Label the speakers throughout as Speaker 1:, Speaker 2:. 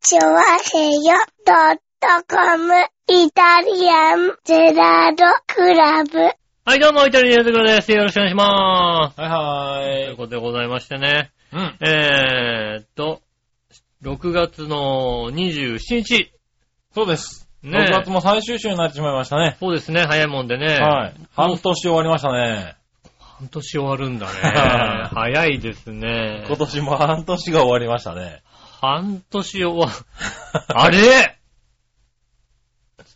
Speaker 1: チョワヘヨドットコムイタリアンゼラードクラブ。
Speaker 2: はい、どうも、イタリアンズグです。よろしくお願いします。
Speaker 3: は
Speaker 2: とい
Speaker 3: いは
Speaker 2: う
Speaker 3: い。
Speaker 2: ことでございましてね。
Speaker 3: うん。
Speaker 2: えーっと、6月の27日。
Speaker 3: そうです。
Speaker 2: ね
Speaker 3: 6月も最終週になってしまいましたね。
Speaker 2: そうですね、早いもんでね。
Speaker 3: はい。半年終わりましたね。
Speaker 2: 半年終わるんだね。 早いですね。
Speaker 3: 今年も半年が終わりましたね。
Speaker 2: 半年終わ、 あれ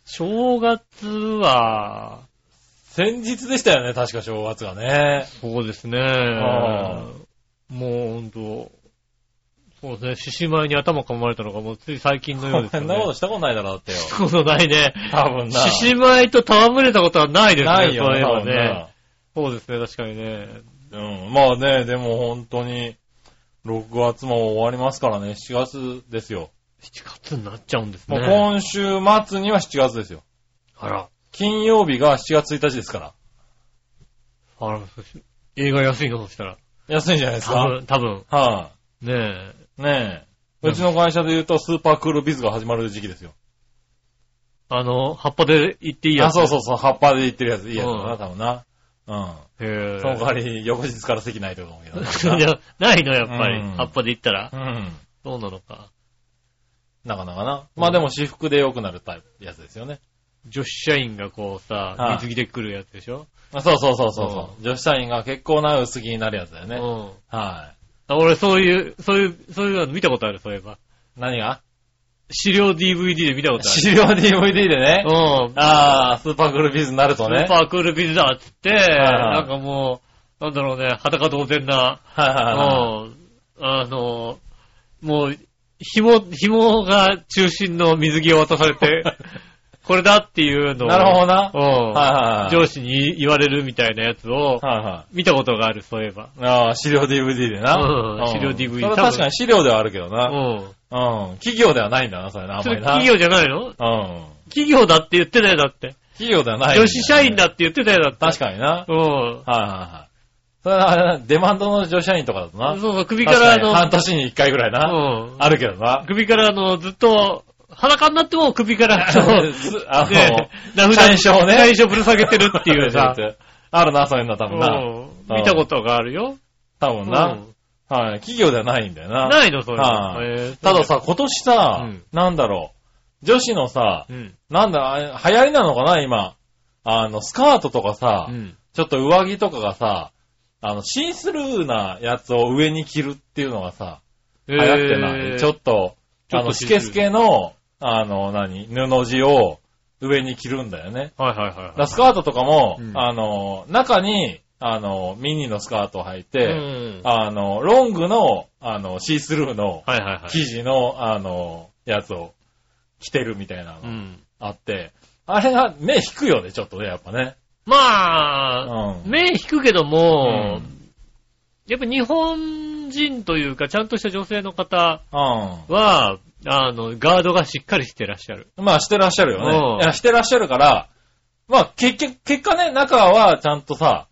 Speaker 2: 正月は、
Speaker 3: 先日でしたよね、確か正月がね。
Speaker 2: そうですね。
Speaker 3: あ
Speaker 2: もうほんと、そうですね、獅子舞に頭噛まれたのがもうつい最近のようです
Speaker 3: そ
Speaker 2: よ
Speaker 3: ん
Speaker 2: ね。
Speaker 3: なことしたことないだろ、だってよ。
Speaker 2: ことないね。
Speaker 3: 多分な。
Speaker 2: 獅子舞と戯れたことはないですね。
Speaker 3: ないよ
Speaker 2: そういえば
Speaker 3: 多分
Speaker 2: ね
Speaker 3: な。
Speaker 2: そうですね、確かにね。
Speaker 3: うん。まあね、でも本当に、6月も終わりますからね、7月ですよ。
Speaker 2: 7月になっちゃうんです
Speaker 3: もう
Speaker 2: ね。
Speaker 3: 今週末には7月ですよ。
Speaker 2: あら、
Speaker 3: 金曜日が7月1日ですから。
Speaker 2: あら、そし映画安いのそしたら。
Speaker 3: 安いんじゃないですか。
Speaker 2: 多
Speaker 3: はい、
Speaker 2: 分、多分。ねえ。
Speaker 3: ねえ。うちの会社で言うと、スーパークールビズが始まる時期ですよ。
Speaker 2: あの、葉っぱで行っていいや
Speaker 3: あ、
Speaker 2: つ。
Speaker 3: そうそうそう、葉っぱで言ってるやつ、いいやつだ
Speaker 2: うん
Speaker 3: な、多分な。うん。
Speaker 2: へえ。
Speaker 3: その代わり、翌日から席ないと思うけど
Speaker 2: い
Speaker 3: な。
Speaker 2: やないの、やっぱり。
Speaker 3: うん
Speaker 2: 葉っぱで行ったら
Speaker 3: う。ん。
Speaker 2: そうなのか。
Speaker 3: なかなかな。まあでも、私服で良くなるタイプ、やつですよね。
Speaker 2: 女子社員がこうさ
Speaker 3: は、い
Speaker 2: 水着で来るやつでしょ
Speaker 3: あそうそうそうそうそう。女子社員が結構な薄着になるやつだよ
Speaker 2: う
Speaker 3: ね。
Speaker 2: ん。
Speaker 3: は
Speaker 2: あ俺、そういう、そういう、そういうの見たことある、そういえば。
Speaker 3: い。何が
Speaker 2: 資料 DVD で見たことある。
Speaker 3: 資料 DVD でね。
Speaker 2: うん。
Speaker 3: ああ、スーパークールビズになると
Speaker 2: ス
Speaker 3: ね
Speaker 2: ー。パークールビズだっつって、
Speaker 3: はい
Speaker 2: なんかもう、なんだろうね、裸同然な、
Speaker 3: はいは
Speaker 2: う
Speaker 3: いはいはい。
Speaker 2: んあの、もう、紐、紐が中心の水着を渡され て、これだっていうのを、
Speaker 3: なるほどな。
Speaker 2: うん
Speaker 3: はいはいはい
Speaker 2: 上司に言われるみたいなやつを、
Speaker 3: はいは
Speaker 2: 見たことがある、そういえば。
Speaker 3: い。ああ、資料 DVD でな。
Speaker 2: うん
Speaker 3: うん
Speaker 2: 資料 DVD
Speaker 3: それは確かに資料ではあるけど
Speaker 2: う
Speaker 3: な。
Speaker 2: ん。
Speaker 3: うん。企業ではないんだな、それな、あん
Speaker 2: そ
Speaker 3: ま
Speaker 2: れ
Speaker 3: りな。
Speaker 2: 企業じゃないの
Speaker 3: うん。
Speaker 2: 企業だって言ってたよ、だって。
Speaker 3: 企業ではないんだよ
Speaker 2: 女
Speaker 3: ね、
Speaker 2: 子社員だって言ってたよ、だって。
Speaker 3: 確
Speaker 2: か
Speaker 3: かにな。はい
Speaker 2: うん。
Speaker 3: はいはい。それはあれだなデマンドの女子社員とかだとな。
Speaker 2: そうそう、首からあ
Speaker 3: 確かに半
Speaker 2: の、
Speaker 3: 年に一回ぐらいな。
Speaker 2: うん
Speaker 3: あるけどな。
Speaker 2: 首からあの、ずっと、裸になっても首 から、あの
Speaker 3: ずあの、
Speaker 2: ね、名
Speaker 3: 最初をね、
Speaker 2: 最初ぶら下げてるっていうさ
Speaker 3: あるな、そういうのは多分な。
Speaker 2: うん見たことがあるよ。
Speaker 3: 多分な。
Speaker 2: うん
Speaker 3: はい。企業ではないんだよな。
Speaker 2: ないの、そういう
Speaker 3: は
Speaker 2: の。
Speaker 3: い
Speaker 2: えー
Speaker 3: ただ、さ、今年さ、
Speaker 2: うん
Speaker 3: なんだろう。女子のさ、
Speaker 2: うん。
Speaker 3: なんだ、あれ流行りなのかな、今。あの、スカートとかさ、
Speaker 2: うん
Speaker 3: ちょっと上着とかがさ、あの、シースルーなやつを上に着るっていうのがさ、流行ってない、
Speaker 2: えー
Speaker 3: ちょっと、
Speaker 2: ちょっと
Speaker 3: あの、
Speaker 2: シー
Speaker 3: ス
Speaker 2: スルー
Speaker 3: ケスケの、あの、何布地を上に着るんだよね。
Speaker 2: はいはいはい
Speaker 3: だか
Speaker 2: は
Speaker 3: ら
Speaker 2: い。
Speaker 3: スカートとかも、
Speaker 2: うん
Speaker 3: あの、中に、あの、ミニのスカートを履いて、
Speaker 2: うん
Speaker 3: あの、ロングの、あの、シースルーの
Speaker 2: はいはいはい。
Speaker 3: 生地の、あの、やつを着てるみたいなの
Speaker 2: う
Speaker 3: が
Speaker 2: ん。
Speaker 3: あって、あれが目引くよね、ちょっとね、やっぱね。
Speaker 2: まあ、
Speaker 3: うん。
Speaker 2: 目引くけども
Speaker 3: う、
Speaker 2: やっぱ日本人というか、ちゃんとした女性の方
Speaker 3: うん。
Speaker 2: は、あの、ガードがしっかりしてらっしゃる。
Speaker 3: まあ、してらっしゃるよ
Speaker 2: うん
Speaker 3: ね。いや、してらっしゃるから、まあ、結局、結果ね、中はちゃんとさ、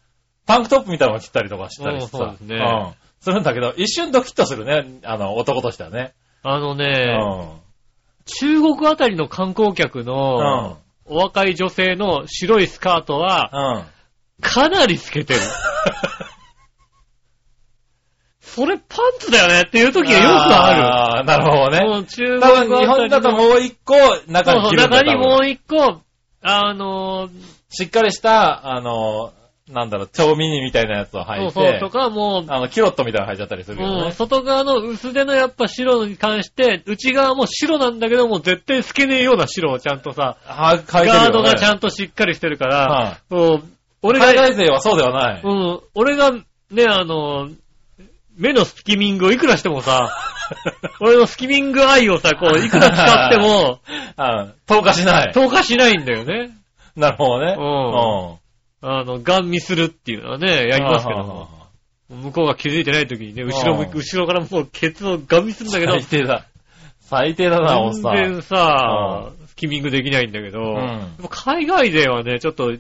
Speaker 3: タンクトップみたいなのを切ったりとかしたりして
Speaker 2: うんそう
Speaker 3: さ
Speaker 2: で、すね
Speaker 3: うんするんだけど、一瞬ドキッとするね、あの、男としてはね。
Speaker 2: あの
Speaker 3: う
Speaker 2: ね、
Speaker 3: ん。
Speaker 2: 中国あたりの観光客
Speaker 3: う
Speaker 2: の
Speaker 3: ん、
Speaker 2: お若い女性の白いスカートは、
Speaker 3: うん。
Speaker 2: かなり透けて る。それパンツだよねっていう時がよくあ
Speaker 3: あーなるほど
Speaker 2: る。もう
Speaker 3: ね。
Speaker 2: 中国あた
Speaker 3: 多
Speaker 2: り
Speaker 3: 分日本だと
Speaker 2: う、
Speaker 3: もう一個中
Speaker 2: そう
Speaker 3: に
Speaker 2: そ
Speaker 3: 切
Speaker 2: う、
Speaker 3: るんだ
Speaker 2: 中に
Speaker 3: よ。
Speaker 2: も
Speaker 3: 多分
Speaker 2: う一個、あのー、
Speaker 3: しっかりした、あの、なんだろう、超ミニみたいなやつを履
Speaker 2: そう
Speaker 3: い
Speaker 2: そう、
Speaker 3: て
Speaker 2: と、かもう、
Speaker 3: あの、キロットみたいなの履いちゃったりするよ
Speaker 2: うん
Speaker 3: ね。
Speaker 2: 外側の薄手のやっぱ白に関して、内側も白なんだけども、絶対透けねえような白をちゃんとさ、
Speaker 3: は、書いてるよね。
Speaker 2: ガードがちゃんとしっかりしてるから、うん俺が
Speaker 3: 海、外勢はそうではない。
Speaker 2: うん、俺が、ね、あの、目のスキミングをいくらしても さ、俺のスキミングアイをさ、こう、いくら使っても、
Speaker 3: うん。透過しない。
Speaker 2: 透過しないんだよね。
Speaker 3: なるほどね。
Speaker 2: うあの、ガン見するっていうのはね、やりますけど
Speaker 3: あは
Speaker 2: も、向こうが気づいてない時にね、後ろ向
Speaker 3: う
Speaker 2: き、
Speaker 3: ん
Speaker 2: 後ろからもうケツをガン見するんだけ
Speaker 3: は
Speaker 2: ど
Speaker 3: は、最低だ。最低だな、おっ
Speaker 2: 全
Speaker 3: さん。
Speaker 2: 然さ、スキミングできないんだけど、
Speaker 3: ん
Speaker 2: でも海外勢はね、ちょっと、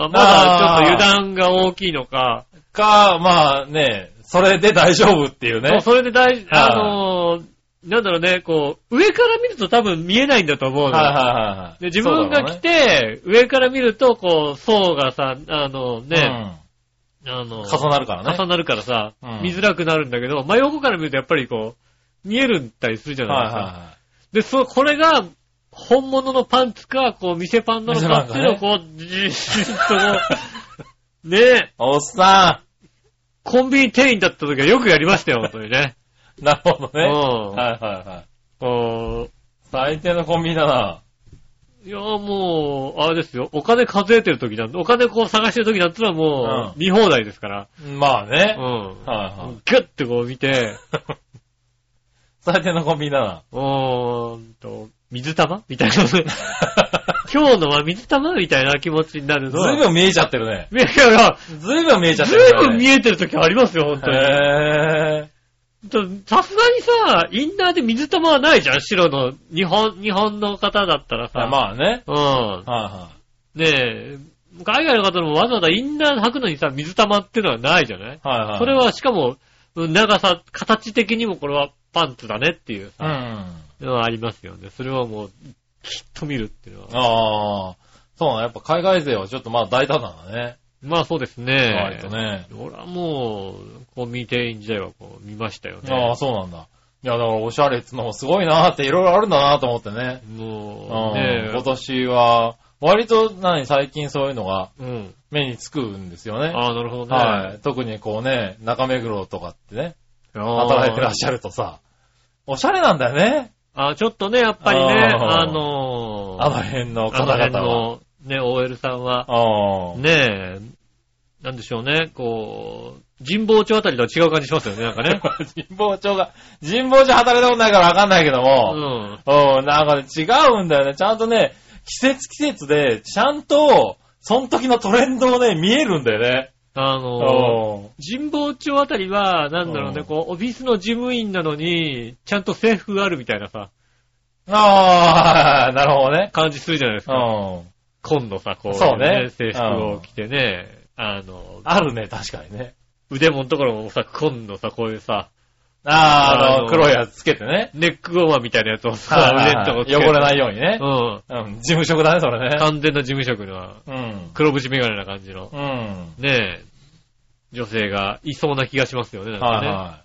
Speaker 2: あま
Speaker 3: あー
Speaker 2: だちょっと油断が大きいのか、
Speaker 3: か、まあね、それで大丈夫っていう
Speaker 2: そう
Speaker 3: ね。
Speaker 2: それで大、
Speaker 3: あー
Speaker 2: あのーなんだろうね、こう、上から見ると多分見えないんだと思うの。
Speaker 3: はいはいはい。
Speaker 2: で自分が着て、上から見ると、こう、層がさ、あの
Speaker 3: そうだろう
Speaker 2: ね、
Speaker 3: ね、
Speaker 2: あの、
Speaker 3: うん重なるからね。
Speaker 2: 重なるからさ、
Speaker 3: うん
Speaker 2: 見づらくなるんだけど、真横から見るとやっぱりこう、見えるんだりするじゃない
Speaker 3: は
Speaker 2: で
Speaker 3: い
Speaker 2: すか。で、そう、
Speaker 3: は
Speaker 2: これが、本物のパンツか、こう、店パンなのかっていうのを、
Speaker 3: 店
Speaker 2: こう、じーっとこう、 ねえ、
Speaker 3: いはい。おっさ
Speaker 2: コンビニ店員だった時はよくやりましたよ、本当にね。
Speaker 3: んなるほど
Speaker 2: う
Speaker 3: ね。
Speaker 2: ん
Speaker 3: はいはいはい。
Speaker 2: こ
Speaker 3: 最低のコンビニだな。
Speaker 2: う。いや、もう、あれですよ、お金数えてる時なんて、お金こう探してる時なんてのはも
Speaker 3: う
Speaker 2: う、見放題ですから。
Speaker 3: まあ
Speaker 2: う
Speaker 3: ね。
Speaker 2: ん。
Speaker 3: はいはい。
Speaker 2: ギュッてこう見て、
Speaker 3: 最低のコンビニ だな。
Speaker 2: うーんと、水玉みたいな。 今日のは水玉みたいな気持ちになるの
Speaker 3: ず
Speaker 2: は。
Speaker 3: いぶん見えちゃってるね。
Speaker 2: いやいやいや、
Speaker 3: ずいぶん見えちゃって
Speaker 2: ず
Speaker 3: る
Speaker 2: い
Speaker 3: ね。
Speaker 2: ぶん見えてる時ありますよ、本当に。
Speaker 3: へぇ
Speaker 2: とさすがにさ、インナーで水玉はないじゃん、白の。日本、日本の方だったらさ。
Speaker 3: ー。まあね。
Speaker 2: うん。
Speaker 3: は
Speaker 2: ねえ、海外の方でもわざわざインナー履くのにさ、水玉ってのはないじゃない
Speaker 3: いはい。はいはい。
Speaker 2: それ、はしかも、うん長さ、形的にもこれはパンツだねっていう
Speaker 3: うん。
Speaker 2: さ、
Speaker 3: あ
Speaker 2: のはありますよね。それはもう、きっと見るっていうのは。
Speaker 3: あー。そうな、やっぱ海外勢はちょっとまあ大胆なんだね。
Speaker 2: まあそうですね。
Speaker 3: 割とね。
Speaker 2: 俺はもう、コンビニ店員時代はこう見ましたよね。
Speaker 3: ああ、そうなんだ。いや、だからおしゃれっつうのもすごいなーっていろいろあるんだなーと思ってね。
Speaker 2: もう、
Speaker 3: うん
Speaker 2: ね
Speaker 3: 今年は、割と何、最近そういうのが
Speaker 2: え。うん。
Speaker 3: 目につくんですよね。
Speaker 2: ああ、なるほどね。
Speaker 3: はい。特にこうね、中目黒とかってね、
Speaker 2: あー
Speaker 3: 働いてらっしゃるとさ、おしゃれなんだよね。
Speaker 2: あ、ちょっとね、やっぱりね、
Speaker 3: あ
Speaker 2: あ
Speaker 3: ー
Speaker 2: のー、
Speaker 3: あの辺の
Speaker 2: あ
Speaker 3: 方
Speaker 2: の辺
Speaker 3: 々は。
Speaker 2: の、ね、OL さんは、
Speaker 3: ああ。
Speaker 2: ねえ、なんでしょうね、こう、神保町あたりとは違う感じしますよね、なんか ね。
Speaker 3: 神保町が、神保町働いたことないからわかんないけど
Speaker 2: う
Speaker 3: も、
Speaker 2: ん。
Speaker 3: うん、なんかね、違うんだよね。ちゃんとね、季節季節で、ちゃんと、その時のトレンドをね、見えるんだよね。
Speaker 2: あ
Speaker 3: う
Speaker 2: のー、
Speaker 3: ん。
Speaker 2: 神保町あたりは、なんだろうね、
Speaker 3: うん
Speaker 2: こう、オフィスの事務員なのに、ちゃんと制服があるみたいなさ、
Speaker 3: ああ、なるほどね。
Speaker 2: 感じするじゃないです
Speaker 3: う
Speaker 2: か。
Speaker 3: ん。
Speaker 2: 今度さ、こう、
Speaker 3: そうね
Speaker 2: 制服を着てね、あの、
Speaker 3: あるね、確かにね。
Speaker 2: 腕ものところもさ、今度さ、こういうさ、
Speaker 3: ああ、あ
Speaker 2: あの
Speaker 3: の、黒いやつつけてね。
Speaker 2: ネックウォーマーみたいなやつをさ、
Speaker 3: はい
Speaker 2: 腕
Speaker 3: は
Speaker 2: のと
Speaker 3: い
Speaker 2: ころ
Speaker 3: はい汚れないようにね
Speaker 2: う。ん。
Speaker 3: うん、事務職だね、それね。
Speaker 2: 完全な事務職の
Speaker 3: うん。
Speaker 2: 黒縁メガネな感じの
Speaker 3: う、ん。
Speaker 2: ねえ、女性がいそうな気がしますよね、なんか
Speaker 3: はい
Speaker 2: ね。
Speaker 3: はい。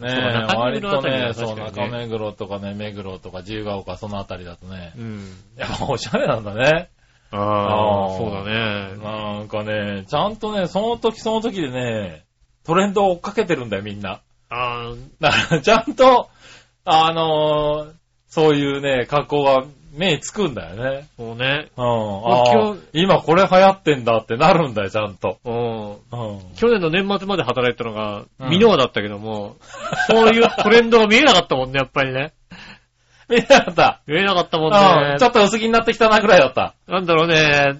Speaker 3: ね
Speaker 2: そうだ
Speaker 3: え、
Speaker 2: 中目
Speaker 3: 割
Speaker 2: 黒あ
Speaker 3: と
Speaker 2: たり
Speaker 3: ね
Speaker 2: は、
Speaker 3: そう、
Speaker 2: 確か
Speaker 3: 中
Speaker 2: にね
Speaker 3: 目黒とかね、目黒とか自由が丘、そのあたりだとね、
Speaker 2: うん。
Speaker 3: やっぱおしゃれなんだね。
Speaker 2: ああ、
Speaker 3: あー
Speaker 2: そうだね。
Speaker 3: なんかね、ちゃんとね、その時その時でね、トレンドを追っかけてるんだよ、みんな。
Speaker 2: あ
Speaker 3: だから、ちゃんと、あのーそういうね、格好が目につくんだよね。
Speaker 2: あ、もうね。
Speaker 3: うん。あ
Speaker 2: 今
Speaker 3: ー今これ流行ってんだってなるんだよ、ちゃんと。
Speaker 2: うん。
Speaker 3: うん。
Speaker 2: 去年の年末まで働いてたのが、
Speaker 3: うん
Speaker 2: ミノアだったけども、そういうトレンドが見えなかったもんね、やっぱりね。
Speaker 3: 見えなかった。
Speaker 2: 見えなかったもん
Speaker 3: うん。
Speaker 2: ね
Speaker 3: ちょ。っと薄着になってきたなぐらいだった。
Speaker 2: なんだろうね。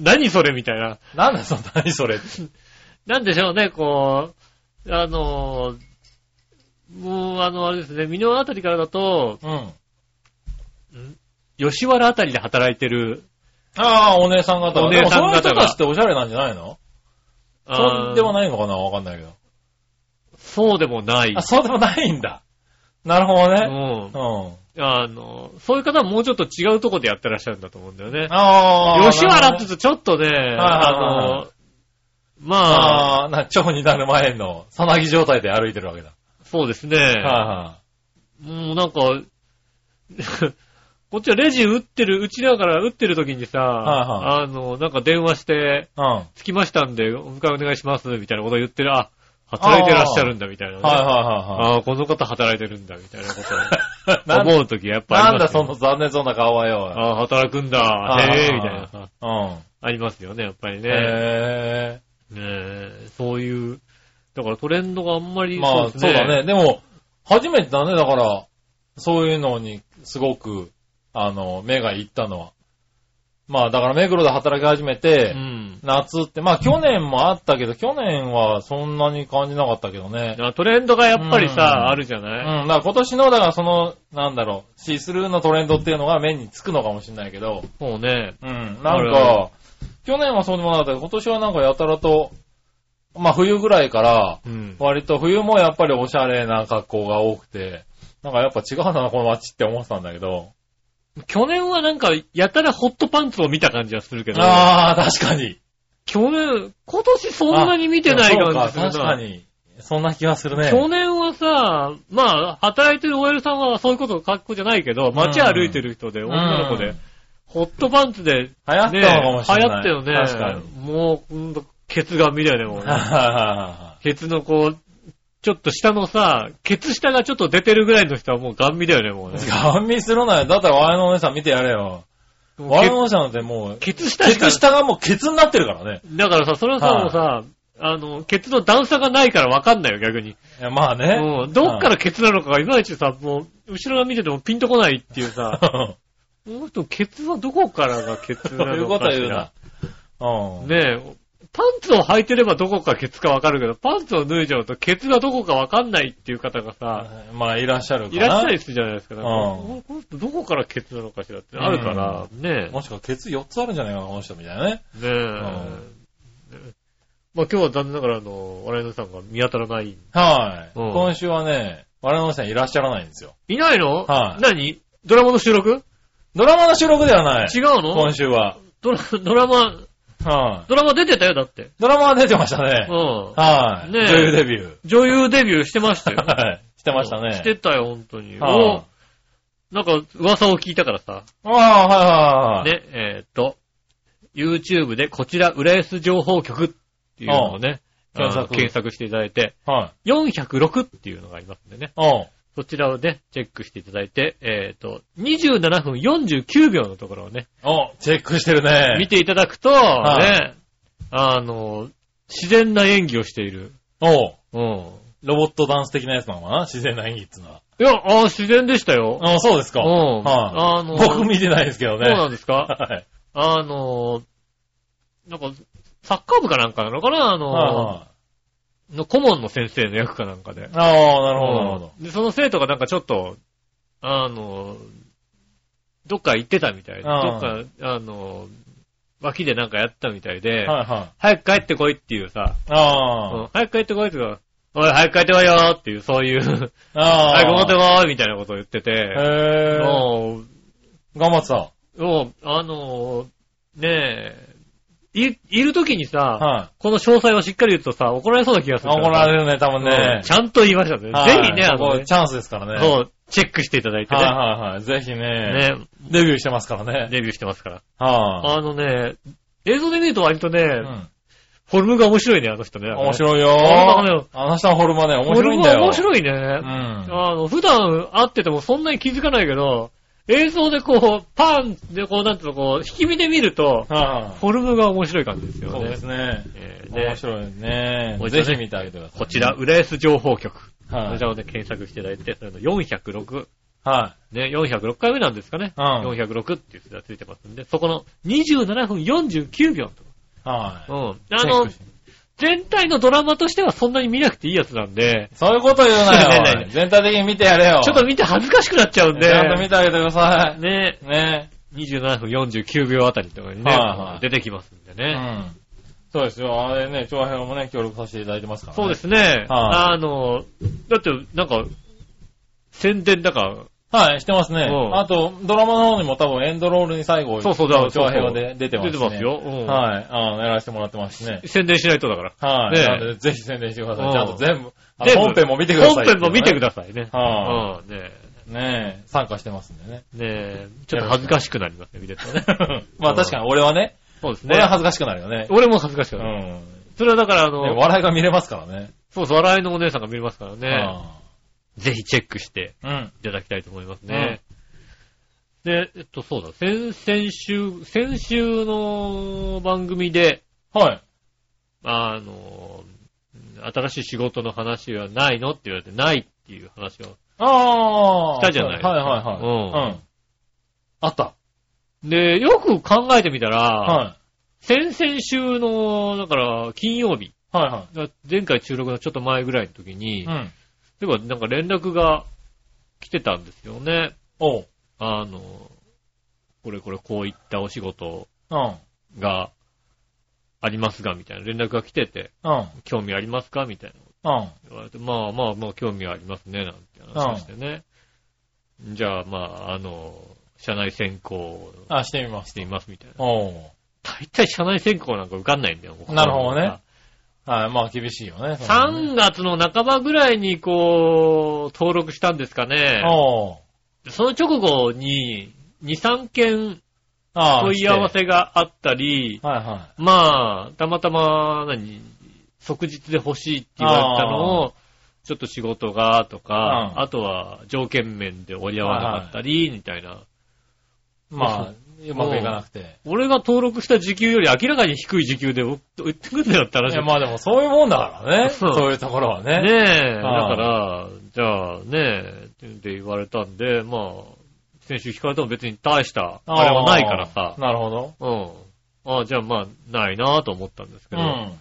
Speaker 2: 何それみたいな。
Speaker 3: なんだそんなにそれって。
Speaker 2: なんでしょうね、こう、あのー、もう、あの、あれですね、美濃あたりからだと、
Speaker 3: うん。
Speaker 2: 吉原あたりで働いてる、
Speaker 3: ああ、お姉さん方が。
Speaker 2: お姉さん方が
Speaker 3: でもそういう人たちっておしゃれなんじゃないのそうでも
Speaker 2: い。
Speaker 3: ないのかなわかんないけど。
Speaker 2: そうでもない
Speaker 3: あ、。そうでもないんだ。なるほど
Speaker 2: う
Speaker 3: ね。
Speaker 2: ん
Speaker 3: う。ん。
Speaker 2: あの、そういう方はもうちょっと違うとこでやってらっしゃるんだと思うんだよね。
Speaker 3: ああ。
Speaker 2: 吉原って
Speaker 3: なるほど
Speaker 2: 言うと
Speaker 3: ね
Speaker 2: ちょっとね、
Speaker 3: は
Speaker 2: あの、まあ、
Speaker 3: ああ、な、蝶になる前の、さなぎ状態で歩いてるわけだ。
Speaker 2: そうですね。
Speaker 3: は
Speaker 2: もうなんか、 こっちはレジ打ってる、うちだから打ってる時にさ、
Speaker 3: いは
Speaker 2: あの、なんか電話して、
Speaker 3: いはい。
Speaker 2: 着きましたんで、お迎えお願いします、みたいなことを言ってる、あ、働いてらっしゃるんだ、みたいなね、
Speaker 3: うん。はいは
Speaker 2: ああ、この方働いてるんだ、みたいなこと
Speaker 3: いはい
Speaker 2: を
Speaker 3: はい。
Speaker 2: 思う時やっぱ
Speaker 3: な
Speaker 2: あ
Speaker 3: ん
Speaker 2: り
Speaker 3: だ
Speaker 2: ます
Speaker 3: そ
Speaker 2: よ、
Speaker 3: の残念そうな顔はよ。
Speaker 2: ああ、働くんだ、
Speaker 3: い
Speaker 2: へえ、
Speaker 3: い
Speaker 2: みたいなさ、
Speaker 3: うん。
Speaker 2: ありますよね、やっぱりね。
Speaker 3: へ
Speaker 2: ねえ、そういう、だからトレンドがあんま
Speaker 3: え。
Speaker 2: り、
Speaker 3: まあ、
Speaker 2: で
Speaker 3: そ
Speaker 2: す
Speaker 3: うだ。ね。でも、初めてだね。だから、そういうのに、すごく、あの、目がいったのは。まあ、だから、目黒で働き始め
Speaker 2: う
Speaker 3: て、
Speaker 2: ん。
Speaker 3: 夏って、まあ、去年もあったけど、去年はそんなに感じなかったけどね。
Speaker 2: あトレンドがやっぱりさ、
Speaker 3: うん
Speaker 2: あるじゃ
Speaker 3: うん、だ
Speaker 2: ない、
Speaker 3: から今年の、だからその、なんだろう、シースルーのトレンドっていうのが目につくのかもしれないけど、
Speaker 2: そうね。
Speaker 3: うん、
Speaker 2: な
Speaker 3: な
Speaker 2: る
Speaker 3: ん
Speaker 2: ほど
Speaker 3: か、去年はそうでもなかったけど、今年はなんかやたらと、まあ冬ぐらいから、
Speaker 2: うん。
Speaker 3: 割と冬もやっぱりおしゃれな格好が多くて、なんかやっぱ違うな、この街って思ってたんだけど。
Speaker 2: 去年はなんか、やたらホットパンツを見た感じはするけど、
Speaker 3: ああ、確かに。
Speaker 2: 去年、今年そんなに見てない
Speaker 3: そう
Speaker 2: 感
Speaker 3: か
Speaker 2: じするな。
Speaker 3: 確かに。そんな気がするね。
Speaker 2: 去年はさ、まあ、働いてる OL さんはそういうこと格好じゃないけど、街歩いてる人で、
Speaker 3: うん
Speaker 2: 女の子で、ホットパンツで、
Speaker 3: 流行った
Speaker 2: ね、
Speaker 3: のかもしれ
Speaker 2: 流行
Speaker 3: な
Speaker 2: っ
Speaker 3: い。
Speaker 2: たよね。
Speaker 3: 確かに。
Speaker 2: もう、ほんと、ケツが見たいね、もうね。
Speaker 3: あ
Speaker 2: ケツのこう、ちょっと下のさ、ケツ下がちょっと出てるぐらいの人はもうガン見だよね、もうね。
Speaker 3: あ、ガン見するなよ。だったら我のお姉さん見てやれよ。
Speaker 2: もう
Speaker 3: 我のお姉さんなんてもう、
Speaker 2: ケツ下
Speaker 3: ケ
Speaker 2: しか
Speaker 3: ツ下がもうケツになってるからね。
Speaker 2: だからさ、それはさ、
Speaker 3: はい
Speaker 2: もうさ、あの、ケツの段差がないからわかんないよ、逆に。
Speaker 3: いや、まあね。
Speaker 2: うん。どっからケツなのかがいまいちさ、もう、後ろが見ててもピンとこないっていう さ、この人、ケツはどこからがケツ
Speaker 3: そ
Speaker 2: な
Speaker 3: うい
Speaker 2: の
Speaker 3: うこ
Speaker 2: か
Speaker 3: と
Speaker 2: し
Speaker 3: 言う
Speaker 2: ら
Speaker 3: な。。うん。
Speaker 2: ねえ。パンツを履いてればどこかケツかわかるけど、パンツを脱いじゃうとケツがどこかわかんないっていう方がさ、
Speaker 3: まあ、いらっしゃるか
Speaker 2: い
Speaker 3: な。
Speaker 2: らっしゃりするじゃないですか。なんか
Speaker 3: うん
Speaker 2: この人どこからケツなのかしらってあるから、ねえ。
Speaker 3: もしくはケツ4つあるんじゃないかな、この人みたいなね。
Speaker 2: ねえ。まあ今日は残念ながら、あの、笑いのさんが見当たらない。
Speaker 3: はい。
Speaker 2: うん
Speaker 3: 今週はね、我のお姉さんいらっしゃらないんですよ。
Speaker 2: いないの
Speaker 3: はい
Speaker 2: 何ドラマの収録
Speaker 3: ドラマの収録ではない。
Speaker 2: 違うの
Speaker 3: 今週は。
Speaker 2: ドラドラマ、
Speaker 3: はい。
Speaker 2: ドラマ出てたよ、だって。
Speaker 3: ドラマは出てました
Speaker 2: う
Speaker 3: ね。
Speaker 2: ん。
Speaker 3: はい。
Speaker 2: ねえ
Speaker 3: 女優デビュー。
Speaker 2: 女優デビューしてましたよ。
Speaker 3: はい。 してましたね。
Speaker 2: してたよ、本当に。
Speaker 3: はい
Speaker 2: おなんか、噂を聞いたからさ。
Speaker 3: ああ、はいはいはい。
Speaker 2: ね、えーっと、YouTube でこちら、浦安情報局っていうのをね、
Speaker 3: うん検索
Speaker 2: あの検索していただいて、
Speaker 3: はい。
Speaker 2: 406っていうのがありますんでね。
Speaker 3: うん。
Speaker 2: そちらをね、チェックしていただいて、えーっと、27分49秒のところをね、
Speaker 3: お、チェックしてるね。
Speaker 2: 見ていただくと、
Speaker 3: い
Speaker 2: ね、あの、自然な演技をしている。
Speaker 3: お
Speaker 2: うん。
Speaker 3: ロボットダンス的なやつなのかな自然な演技っつうのは。
Speaker 2: いや、あー自然でしたよ。
Speaker 3: あそうですか。
Speaker 2: うん
Speaker 3: はい
Speaker 2: あの
Speaker 3: 僕見てないですけ
Speaker 2: そ
Speaker 3: ど
Speaker 2: う
Speaker 3: ね。
Speaker 2: なんですか
Speaker 3: はい。
Speaker 2: あのー、なんか、サッカー部かなんかなのかなあのー、
Speaker 3: はいはい
Speaker 2: の顧問の先生の役かなんかで。
Speaker 3: ああ、なるほど、なるほど。
Speaker 2: うんで、その生徒がなんかちょっと、あのー、どっか行ってたみたいで、ど
Speaker 3: あ
Speaker 2: っ
Speaker 3: あ
Speaker 2: か、あのー、脇でなんかやったみたいで、
Speaker 3: はいはい。
Speaker 2: 早く帰ってこいっていうさ、う
Speaker 3: あ
Speaker 2: ん早く帰ってこいっていうか、おい、早く帰ってこいよーっていう、そういう、
Speaker 3: あ。ああ。
Speaker 2: 早く戻ってこいみたいなことを言ってて、
Speaker 3: へえ。
Speaker 2: も
Speaker 3: 頑張ってた。
Speaker 2: う、もう、あのー、ねえ、い、いる時にさ、
Speaker 3: はい。
Speaker 2: この詳細をしっかり言うとさ、怒られそうな気がするから。
Speaker 3: 怒られるね、多分
Speaker 2: う
Speaker 3: ね
Speaker 2: ん。ちゃんと言いましたね。
Speaker 3: はい
Speaker 2: ぜひね、あ
Speaker 3: こ
Speaker 2: の
Speaker 3: こ
Speaker 2: ね、
Speaker 3: チャンスですからね。
Speaker 2: そうう、チェックしていただいて
Speaker 3: はい
Speaker 2: ね。
Speaker 3: はいはい。ぜひね。
Speaker 2: ね、
Speaker 3: デビューしてますからね。
Speaker 2: デビューしてますから。
Speaker 3: は
Speaker 2: あのね、映像で見ると割とね、
Speaker 3: い。うん。
Speaker 2: フォルムが面白いね、あの人ね。
Speaker 3: 面
Speaker 2: い。
Speaker 3: 白い
Speaker 2: あのね
Speaker 3: よ。あの人のフォルマね、面白いんだよ。
Speaker 2: 面白いね。
Speaker 3: うん。
Speaker 2: あの、普段会っててもそんなに気づかないけど、映像でこう、パンでこう、なんていうの、こう、引き身で見ると、
Speaker 3: はい。
Speaker 2: フォルムが面白い感じですよね。
Speaker 3: そうですね。
Speaker 2: えー
Speaker 3: 面
Speaker 2: ね、
Speaker 3: 白いね
Speaker 2: も。う一度
Speaker 3: ぜ
Speaker 2: ね
Speaker 3: ひ見てあげてください。
Speaker 2: こちら、。浦安情報局。こ
Speaker 3: はい
Speaker 2: ち。らをね、検索していただいて、それの406。
Speaker 3: は
Speaker 2: ね、406回目なんですかね。
Speaker 3: うん
Speaker 2: 406っていう数字がついてますんで、そこの27分49秒
Speaker 3: い。はい。
Speaker 2: と。うん。あの
Speaker 3: チェック、して
Speaker 2: 全体のドラマとしてはそんなに見なくていいやつなんで、
Speaker 3: そういうこと言う
Speaker 2: そうね
Speaker 3: な
Speaker 2: ね
Speaker 3: よ。おい全体的に見てやれよ。
Speaker 2: ちょっと見て恥ずかしくなっちゃうんで、
Speaker 3: ちゃんと見てあげてくださ
Speaker 2: ね、
Speaker 3: い。ね。
Speaker 2: 27分49秒あたりとかにね、
Speaker 3: はいはい
Speaker 2: 出てきますんで
Speaker 3: う
Speaker 2: ね。
Speaker 3: ん。そうですよ。あれね、長編もね、協力させていただいてますからね。
Speaker 2: そうですね。
Speaker 3: はい
Speaker 2: あの、だって、なんか、宣伝だから、
Speaker 3: はい、してますね
Speaker 2: う。ん
Speaker 3: あと、ドラマの方にも多分エンドロールに最後、
Speaker 2: そうそうだ
Speaker 3: だ
Speaker 2: からそうそう
Speaker 3: 長編はで出てますね。
Speaker 2: 出てますようん
Speaker 3: はい、あの、やらせてもらってますしね。
Speaker 2: 宣伝しないとだから。
Speaker 3: はい。
Speaker 2: ねえ
Speaker 3: なのでぜひ宣伝してくださ
Speaker 2: う
Speaker 3: い。
Speaker 2: ん
Speaker 3: ちゃんと全部、あの
Speaker 2: 全部
Speaker 3: 本編も見てください。
Speaker 2: 本編も見てくだ
Speaker 3: さ
Speaker 2: さいね。
Speaker 3: は
Speaker 2: うん、ね
Speaker 3: い。ねえ、参加してますんでね。
Speaker 2: ねえ、ちょっと恥ずかしくなりますね、見てるとね。
Speaker 3: まあ確かに俺はね、
Speaker 2: そうですね。
Speaker 3: 俺は恥ずかしくなるよね。
Speaker 2: 俺も恥ずかし
Speaker 3: う
Speaker 2: か
Speaker 3: ん。
Speaker 2: った。
Speaker 3: ね
Speaker 2: それはだから、あの、
Speaker 3: 笑いが見れますからね。
Speaker 2: そうそう、笑いのお姉さんが見れますからね、
Speaker 3: あ
Speaker 2: ぜひチェックして
Speaker 3: あうん。
Speaker 2: いただきたいと思いますね。で、えっと、そうだ、先、先週、先週の番組で、
Speaker 3: はい。
Speaker 2: あの、新しい仕事の話はないのって言われて、ないっていう話を。
Speaker 3: ああ。
Speaker 2: したじゃない
Speaker 3: はいはいはい。
Speaker 2: うん
Speaker 3: うん。あった。
Speaker 2: で、よく考えてみたら、
Speaker 3: は
Speaker 2: 先々週の、だから、金曜日、
Speaker 3: い。はいは
Speaker 2: 前回収録のちょっと前ぐらいの時
Speaker 3: い。
Speaker 2: に
Speaker 3: う、ん。
Speaker 2: でもなんか連絡が来てたんですよね。
Speaker 3: おう。
Speaker 2: あの、これこれこういったお仕事
Speaker 3: うん。
Speaker 2: がありますが、みたいな連絡が来てて、
Speaker 3: うん。
Speaker 2: 興味ありますかみたいなこと
Speaker 3: うん。
Speaker 2: 言われて、まあまあまあ興味はありますね、なんて話をしてね。じゃあ、まあ、あの、社内選考
Speaker 3: あ、してみま
Speaker 2: し
Speaker 3: す。
Speaker 2: ていますみたいな。
Speaker 3: おう
Speaker 2: 大体社内選考なんか受かんないんだよ、
Speaker 3: なるほどね。はい、まあ厳しいよね。そのね
Speaker 2: 3月の半ばぐらいに、こう、登録したんですかね。
Speaker 3: おう
Speaker 2: その直後に、2、3件
Speaker 3: ああ
Speaker 2: 問い合わ
Speaker 3: し
Speaker 2: せがあったり
Speaker 3: て、はいは
Speaker 2: まあ、たまたま、何、即日で欲しいって言われたのを、ちょっと仕事が、とか、
Speaker 3: うん
Speaker 2: あとは条件面で折り合わなかったり、みたいな。
Speaker 3: い。まあ、うまくいかなくて。
Speaker 2: 俺が登録した時給より明らかに低い時給で売ってくんだよって
Speaker 3: い
Speaker 2: 話
Speaker 3: や、まあでもそういうもんだからね。
Speaker 2: そう
Speaker 3: そういうところは
Speaker 2: ね
Speaker 3: ね。
Speaker 2: え、だ
Speaker 3: は
Speaker 2: か
Speaker 3: い
Speaker 2: ら、じゃあねえ、って言われたんで、まあ、先週聞かれても別に大した、あれはないからさ
Speaker 3: ああ、なるほど。
Speaker 2: うん。ああ、じゃあまあ、ないなぁと思ったんですけ
Speaker 3: う
Speaker 2: ど、
Speaker 3: ん。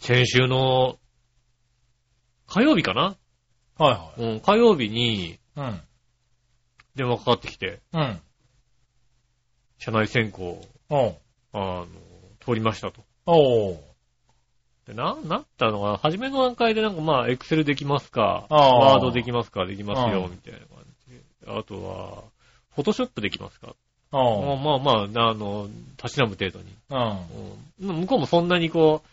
Speaker 2: 先週の、火曜日かな
Speaker 3: は
Speaker 2: うん、火曜日に
Speaker 3: いはい。
Speaker 2: 電話かかってきて、
Speaker 3: うん。うん。
Speaker 2: 社内選考、
Speaker 3: おう
Speaker 2: あの、通りましたと。
Speaker 3: おう
Speaker 2: で、な、なったのが、初めの段階でなんかまあ、エクセルできますか、
Speaker 3: ああ
Speaker 2: ワードできますか、できます
Speaker 3: う
Speaker 2: よ、
Speaker 3: ん
Speaker 2: みたいな感じで。あとは、フォトショップできますかま
Speaker 3: お
Speaker 2: あ
Speaker 3: う
Speaker 2: まあまあな、あの、たしなむ程度に。
Speaker 3: うん。
Speaker 2: うん向こうもそんなにこう、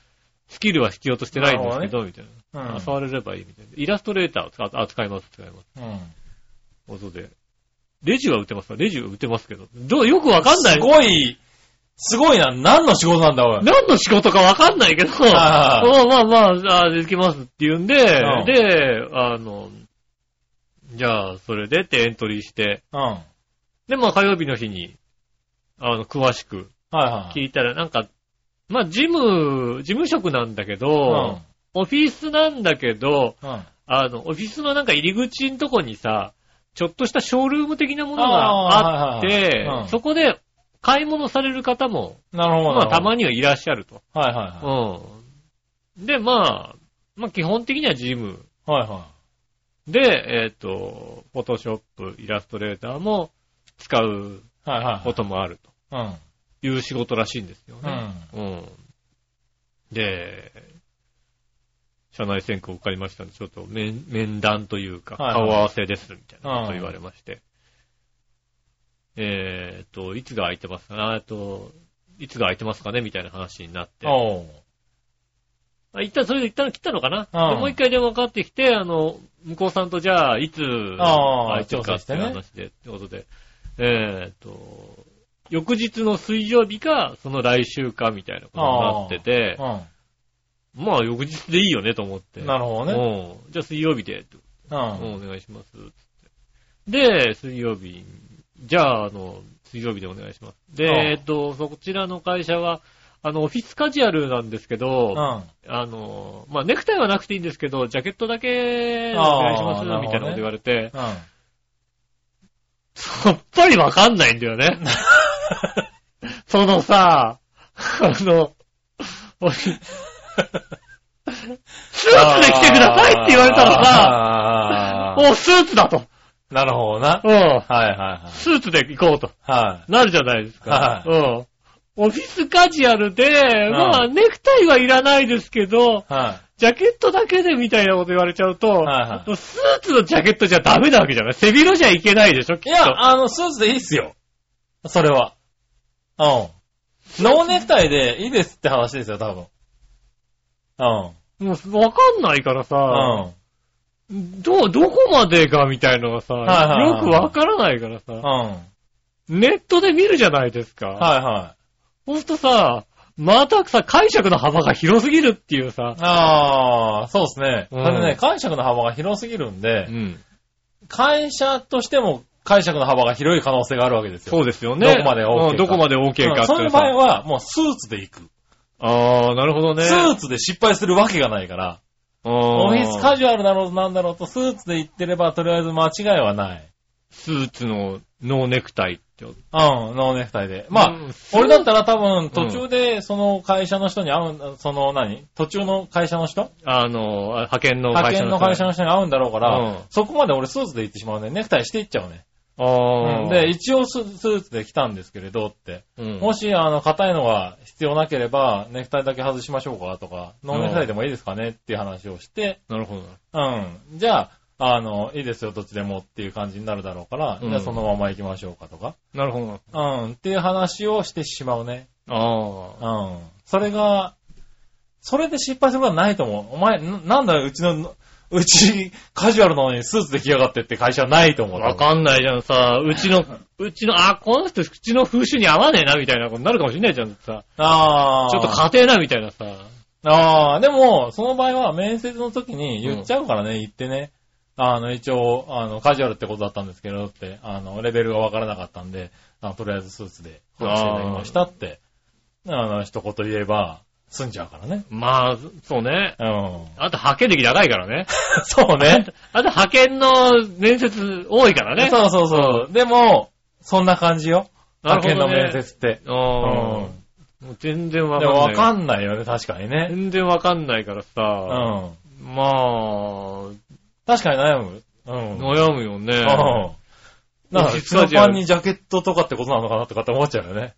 Speaker 2: スキルは必要としてないんですけど、みたいな。
Speaker 3: う
Speaker 2: 触れればいいみたいな。イラストレーターを使あ使います、使います。
Speaker 3: ん。うん。
Speaker 2: 音で。レジは打てますかレジは打てますけど。どう、よくわかんない。
Speaker 3: すごい、すごいな。何の仕事なんだ、おい。
Speaker 2: 何の仕事かわかんないけど、ま
Speaker 3: は
Speaker 2: あ
Speaker 3: いは
Speaker 2: まあまあ、あできますって言うんで、
Speaker 3: うん
Speaker 2: で、あの、じゃあ、それでってエントリーして、
Speaker 3: うん。はい
Speaker 2: で、まあ火曜日の日に、あの、詳しく
Speaker 3: はい。
Speaker 2: 聞いたら、なんか、まあ、事務、事務職なんだけ
Speaker 3: う
Speaker 2: ど
Speaker 3: ん、。
Speaker 2: オフィスなんだけど、
Speaker 3: うん。あ
Speaker 2: あの、オフィスのなんか入り口のとこにさ、ちょっとしたショールーム的なものがあ
Speaker 3: あ
Speaker 2: っ
Speaker 3: ーはいはい
Speaker 2: て
Speaker 3: はいうん、
Speaker 2: そこで買い物される方も、
Speaker 3: なるほど。
Speaker 2: まあ、たま
Speaker 3: に。
Speaker 2: にはいらっしゃると。
Speaker 3: はいはいは
Speaker 2: うん。で、まあ、まあ、基本的にはジム
Speaker 3: い。はいは
Speaker 2: で、えっ、と、フォトショップ、イラストレーターも使う
Speaker 3: い。はいはい。
Speaker 2: こともある
Speaker 3: うん。
Speaker 2: という仕事らしいんですよ
Speaker 3: う
Speaker 2: ね。
Speaker 3: ん。
Speaker 2: うん。で、社内選考受かりましたので、ちょっと面面談というか、
Speaker 3: はいはい
Speaker 2: 顔合わせです、みたいなこと
Speaker 3: うん
Speaker 2: 言われまして。えっ、と、いつが空いてますかねえっと、いつが空いてますかねみたいな話になって。
Speaker 3: おう。
Speaker 2: あ、一旦それで一旦切ったのかな、
Speaker 3: うん
Speaker 2: でもう一回電話かかってきて、あの、向こうさんとじゃあ、いつ、
Speaker 3: ああ
Speaker 2: いてるか
Speaker 3: 調整
Speaker 2: っ
Speaker 3: してて
Speaker 2: い
Speaker 3: ね
Speaker 2: う話で、ってことで、えーっと、翌日の水曜日か、その来週か、みたいなことになってて、
Speaker 3: う
Speaker 2: まあ、翌日でいいよね、と思って。
Speaker 3: ん。なるほどね。
Speaker 2: ね。うん。じゃあ、水曜日で、
Speaker 3: う。
Speaker 2: うんん、お願いします。で、水曜日、じゃあ、あの、水曜日でお願いします。で、
Speaker 3: うん
Speaker 2: えーっと、そちらの会社は、あの、オフィスカジュアルなんですけど、
Speaker 3: うん。
Speaker 2: あの、まあ、ネクタイはなくていいんですけど、ジャケットだけお願いします、
Speaker 3: あーなるほどね
Speaker 2: みたいなこと言われて、
Speaker 3: うん。
Speaker 2: さっぱりわかんないんだよ ね。そのさ、あの、おいスーツで来てくださいって言われたらさ、
Speaker 3: さ
Speaker 2: お、スーツだと。
Speaker 3: なるほどな。
Speaker 2: うん。
Speaker 3: はいは
Speaker 2: スーツで行こうと。
Speaker 3: いはい。はい。
Speaker 2: なるじゃないですか。
Speaker 3: は
Speaker 2: うん。オフィスカジュアルで、
Speaker 3: ん
Speaker 2: まあ、ネクタイはいらないですけど、
Speaker 3: は
Speaker 2: ジャケットだけでみたいなこと言われちゃうと、
Speaker 3: はいは
Speaker 2: スーツのジャケットじゃダメなわけじゃない背広じゃいけないでしょき
Speaker 3: い。
Speaker 2: っ
Speaker 3: い
Speaker 2: と。
Speaker 3: や、あの、スーツでいいっすよ。それは。うん。ノーネクタイでいいですって話ですよ、多分。うん。
Speaker 2: もうわかんないからさ、
Speaker 3: うん。
Speaker 2: ど、どこまでがみたいのがさ、
Speaker 3: はいはいはい
Speaker 2: よくわからないから
Speaker 3: うん。
Speaker 2: さ、
Speaker 3: は
Speaker 2: ネットで見るじゃないですか。
Speaker 3: いは
Speaker 2: ほんとさ、またさ、解釈の幅が広すぎるっていうさ
Speaker 3: い。、ああ、そうですね。
Speaker 2: うん
Speaker 3: あれね、解釈の幅が広すぎるんで、
Speaker 2: ん。
Speaker 3: 会社としても解釈の幅が広い可能性があるわけですよ。
Speaker 2: そうですよね。
Speaker 3: どこまで OK か
Speaker 2: うんどこまで OK かって
Speaker 3: うんそういう
Speaker 2: さ
Speaker 3: 場合は、もうスーツで行く。
Speaker 2: あー、なるほどね。
Speaker 3: スーツで失敗するわけがないから、オ
Speaker 2: オ
Speaker 3: フィスカジュアルだろうなんだろうと、スーツで行ってれば、とりあえず間違いはない。
Speaker 2: スーツのノーネクタイってこと。
Speaker 3: うん、ノーネクタイで。まあ、
Speaker 2: うん
Speaker 3: 俺だったら多分、途中で、その会社の人に会う、その何途中の会社の人
Speaker 2: あの、派遣の
Speaker 3: 派
Speaker 2: 会社
Speaker 3: 遣
Speaker 2: の
Speaker 3: の会社の人に会うんだろうから、
Speaker 2: うん
Speaker 3: そこまで俺スーツで行ってしまうね。ネクタイしていっちゃうね。
Speaker 2: あ
Speaker 3: う
Speaker 2: ー
Speaker 3: ん、で、、一応ススーツで来たんですけれどって。
Speaker 2: うん
Speaker 3: もし、あの、硬いのが必要なければ、ネクタイだけ外しましょうかとか、ノーネクタイでもいいですかねっていう話をして、
Speaker 2: なるほど。
Speaker 3: うん。じゃあ、あの、いいですよ、どっちでもっていう感じになるだろうから、
Speaker 2: うん
Speaker 3: じゃあそのまま行きましょうかとか、
Speaker 2: なるほど。
Speaker 3: うん、っていう話をしてしまうね。
Speaker 2: ああ。
Speaker 3: うん。それが、それで失敗することはないと思う。お前、ななんだよ、うちの、うち、カジュアルなのにスーツで着やがってって会社はないと思う。
Speaker 2: わかんないじゃんさ、 うちの、うちの、あ、この人、うちの風習に合わねえな、みたいなことになるかもしれないじゃんさ。
Speaker 3: ああ。
Speaker 2: ちょっと家庭な、みたいなさ。
Speaker 3: ああ、でも、その場合は面接の時に言っちゃうからね、言ってね。あの、一応、あの、カジュアルってことだったんですけどって、あの、レベルがわからなかったんで、あのとりあえずスーツで、こうしていただきましたって、あの、一言言えば、済んじゃうからね。
Speaker 2: まあ、そうね。
Speaker 3: うん。
Speaker 2: あと、派遣歴長いからね。
Speaker 3: そうね。
Speaker 2: あと、派遣の面接多いからね。
Speaker 3: そうそうそう。でも、そんな感じよ。
Speaker 2: なる
Speaker 3: 派
Speaker 2: ほどね
Speaker 3: 遣の面接って。
Speaker 2: うん。もう全然わ
Speaker 3: で
Speaker 2: かん
Speaker 3: も
Speaker 2: ない。
Speaker 3: わかんないよね、確かにね。
Speaker 2: 全然わかんないから
Speaker 3: う
Speaker 2: さ。
Speaker 3: ん。
Speaker 2: まあ、
Speaker 3: 確かに悩む。うん。
Speaker 2: 悩むよね。
Speaker 3: うん。なんか、
Speaker 2: 実
Speaker 3: ス
Speaker 2: は
Speaker 3: の
Speaker 2: じゃあ
Speaker 3: パンにジャケットとかってことなのかなとかって思っちゃうよね。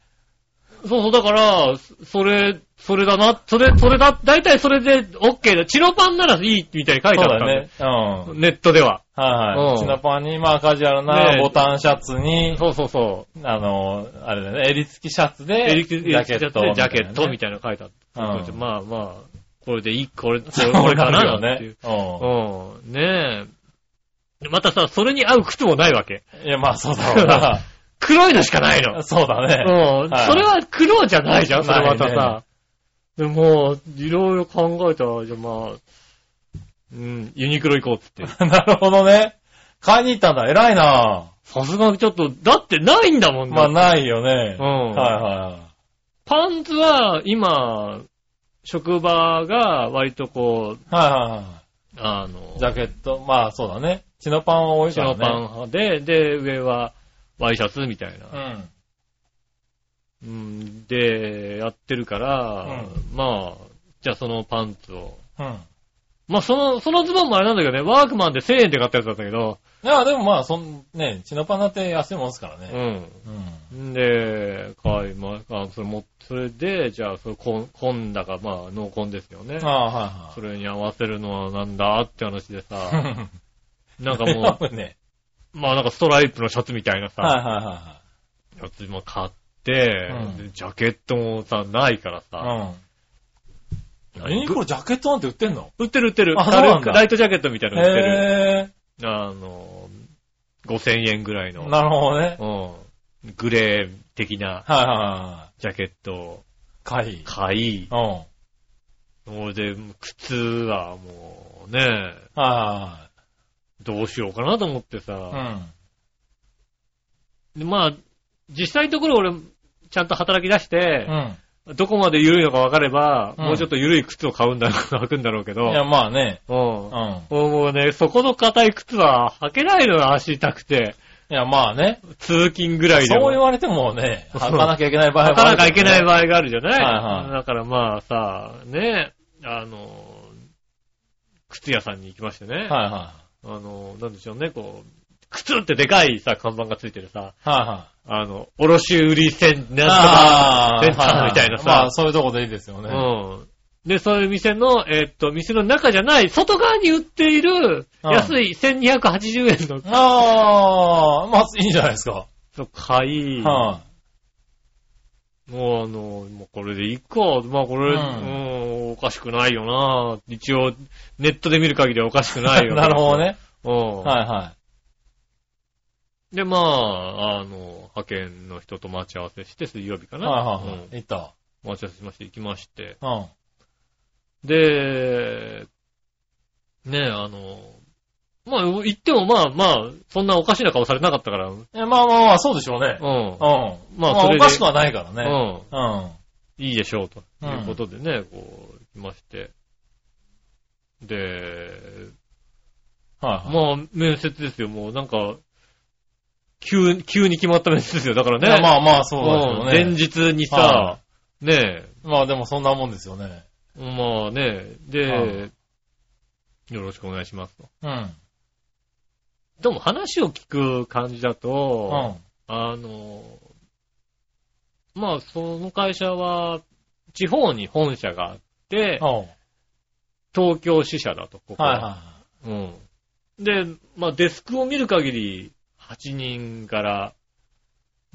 Speaker 2: そうそう、だから、そそれ、それだな、それ、それだ、だいたいそれで OK だ。チノパンならいいみたいに書いてあったんだよ。
Speaker 3: そうだね。うん。
Speaker 2: ネットでは。
Speaker 3: はいは
Speaker 2: うん
Speaker 3: い。チナパンに、まあカジュアル
Speaker 2: ね
Speaker 3: な
Speaker 2: え
Speaker 3: ボタンシャツに、
Speaker 2: そうそうそ
Speaker 3: あの、あれだよね、襟付きシャツ
Speaker 2: う。
Speaker 3: で、
Speaker 2: エリキ
Speaker 3: ジャケットみたいなね。
Speaker 2: ジャケットみたいなの書いてあった。
Speaker 3: うん
Speaker 2: まあまあ、これでいい、 これ、これ
Speaker 3: そう
Speaker 2: これか
Speaker 3: る
Speaker 2: な
Speaker 3: よ
Speaker 2: なんていう
Speaker 3: ね。。う
Speaker 2: うん。ねえ。でまたさ、それに合う靴もないわけ。
Speaker 3: ん。いや、まあそうだろうな。
Speaker 2: 黒いのしかないの。
Speaker 3: そうだね。
Speaker 2: うん。
Speaker 3: はい
Speaker 2: それは黒じゃないじゃん、それまた
Speaker 3: ない
Speaker 2: さ。でも、いろいろ考えたら、じゃあまあ、うん、ユニクロ行こうっつって。
Speaker 3: なるほどね。買いに行ったんだ。偉いな
Speaker 2: さすがにちょっと、だってないんだもんね。
Speaker 3: まあないよね。
Speaker 2: う
Speaker 3: は
Speaker 2: ん。
Speaker 3: いは
Speaker 2: パンツは、今、職場が割とこう、
Speaker 3: い。はいはいは
Speaker 2: あの
Speaker 3: い。ジ、ャケット、まあそうだね。チノパンは多い
Speaker 2: シ
Speaker 3: か
Speaker 2: ノ
Speaker 3: ら
Speaker 2: パン
Speaker 3: ね。
Speaker 2: 派で、で、上はワイシャツみたいな。
Speaker 3: ン。うん。
Speaker 2: うん、で、やってるから、まあ、じゃあそのパンツを。
Speaker 3: うん。
Speaker 2: まあ、その、そのズボンもあれなんだけどね、ワークマンで1000円で買ったやつだったけど、
Speaker 3: いや、でもまあ、そん、ね、チノパンだって安いもんですから
Speaker 2: う
Speaker 3: ね。
Speaker 2: ん。
Speaker 3: うん。
Speaker 2: んで、買いま、あ、それも、それで、じゃあ、それ、こん、こんだか、まあ、濃紺ですよね。
Speaker 3: ああ、
Speaker 2: それに合わせるのはなんだって話で
Speaker 3: は い
Speaker 2: さ、
Speaker 3: は
Speaker 2: なんか
Speaker 3: い。
Speaker 2: も
Speaker 3: うね。
Speaker 2: う、まあなんかストライプのシャツみたいな
Speaker 3: はいは
Speaker 2: さ、
Speaker 3: いは
Speaker 2: やつも買って、
Speaker 3: うん
Speaker 2: でジャケットもさ、ないから
Speaker 3: い
Speaker 2: さ、
Speaker 3: はい。うん。ユニクロジャケットなんて売ってんの
Speaker 2: 売ってる売ってる、
Speaker 3: あそうなんだ
Speaker 2: 軽くライトジャケットみたいなの売ってる。
Speaker 3: へ
Speaker 2: あの、5000円ぐらい
Speaker 3: ぇー。
Speaker 2: の、
Speaker 3: なるほどね。
Speaker 2: うん、グレー的な
Speaker 3: はいはいは
Speaker 2: ジャケットを
Speaker 3: い。かい。
Speaker 2: 買い、
Speaker 3: うん。はい
Speaker 2: それで、靴はもうね、
Speaker 3: は
Speaker 2: どうしようかなと思ってさ、
Speaker 3: いはい。うん。
Speaker 2: でまあ、実際のところ俺、ちゃんと働き出して、
Speaker 3: うん。
Speaker 2: どこまで緩いのか分かれば、
Speaker 3: うん
Speaker 2: もうちょっと緩い靴を買うんだろう、履くんだろうけど、
Speaker 3: いや、まあね。
Speaker 2: うん。
Speaker 3: うん。
Speaker 2: もうもうね、そこの硬い靴は履けないのよ、足痛くて。
Speaker 3: いや、まあね。
Speaker 2: 通勤ぐらいで
Speaker 3: そう言
Speaker 2: も。
Speaker 3: われてもね、履かなきゃいけない場
Speaker 2: 履
Speaker 3: 合もあ
Speaker 2: か
Speaker 3: る
Speaker 2: なきゃいけない
Speaker 3: 場
Speaker 2: 場合があるじゃない、
Speaker 3: はいはい
Speaker 2: だからまあさ、ね、あの、靴屋さんに行きましてね、
Speaker 3: 合。はいは
Speaker 2: あの、なんでしょうね、こう、靴ってでかいさ、看板がついてるさ、
Speaker 3: い。はいはい。
Speaker 2: あの、卸売線、なんとか
Speaker 3: あ、
Speaker 2: センターみたいなさ、
Speaker 3: まあ、そういうとこでいいですよね。
Speaker 2: うん。で、そういう店の、えーっと、店の中じゃない、外側に売っている、
Speaker 3: うん
Speaker 2: 安い1280円の
Speaker 3: ああ、まあ、いいじゃないですか。
Speaker 2: の買い、
Speaker 3: は
Speaker 2: もうあの、もうこれでいいか。まあこれ、う
Speaker 3: うん
Speaker 2: ん、おかしくないよな。一応、ネットで見る限りはおかしくない
Speaker 3: い。
Speaker 2: よ。
Speaker 3: なるほど。ね。
Speaker 2: うん。
Speaker 3: はいは
Speaker 2: で、まあ、あの、派遣の人と待ち合わせして、水曜日か
Speaker 3: い。
Speaker 2: な。
Speaker 3: はいは
Speaker 2: うん
Speaker 3: い。いった。
Speaker 2: 待ち合わせしまして、行きまして。
Speaker 3: うん。はい
Speaker 2: で、ねえ、あの、まあ、言ってもまあまあ、そんなおかしな顔されなかったから、うん。
Speaker 3: やまあまあまあ、そうでしょうね。うん。
Speaker 2: ま
Speaker 3: ま
Speaker 2: あ
Speaker 3: あ、
Speaker 2: それで
Speaker 3: おかしくはないからね。う
Speaker 2: う
Speaker 3: ん。
Speaker 2: ん。いいでしょう、ということでね、こう、来まして。で、
Speaker 3: はいはい。
Speaker 2: まあ、面接ですよ、もうなんか、急、急に決まった面接ですよ、だから
Speaker 3: いや
Speaker 2: ね。
Speaker 3: まあまあ、そうです
Speaker 2: うん
Speaker 3: よ
Speaker 2: 前
Speaker 3: ね。
Speaker 2: 日にさ
Speaker 3: は、
Speaker 2: ね
Speaker 3: まあでもそんなもんですよね。
Speaker 2: え、まあね、
Speaker 3: は
Speaker 2: で、よろしくお願いしますと。
Speaker 3: うん。
Speaker 2: でも話を聞く感じだ
Speaker 3: う
Speaker 2: と
Speaker 3: ん。、は
Speaker 2: あの、まあ、その会社は、地方に本社があって
Speaker 3: い、はい
Speaker 2: 東京支社だと、ここは。
Speaker 3: は
Speaker 2: うん。で、まあデスクを見る限り、8人から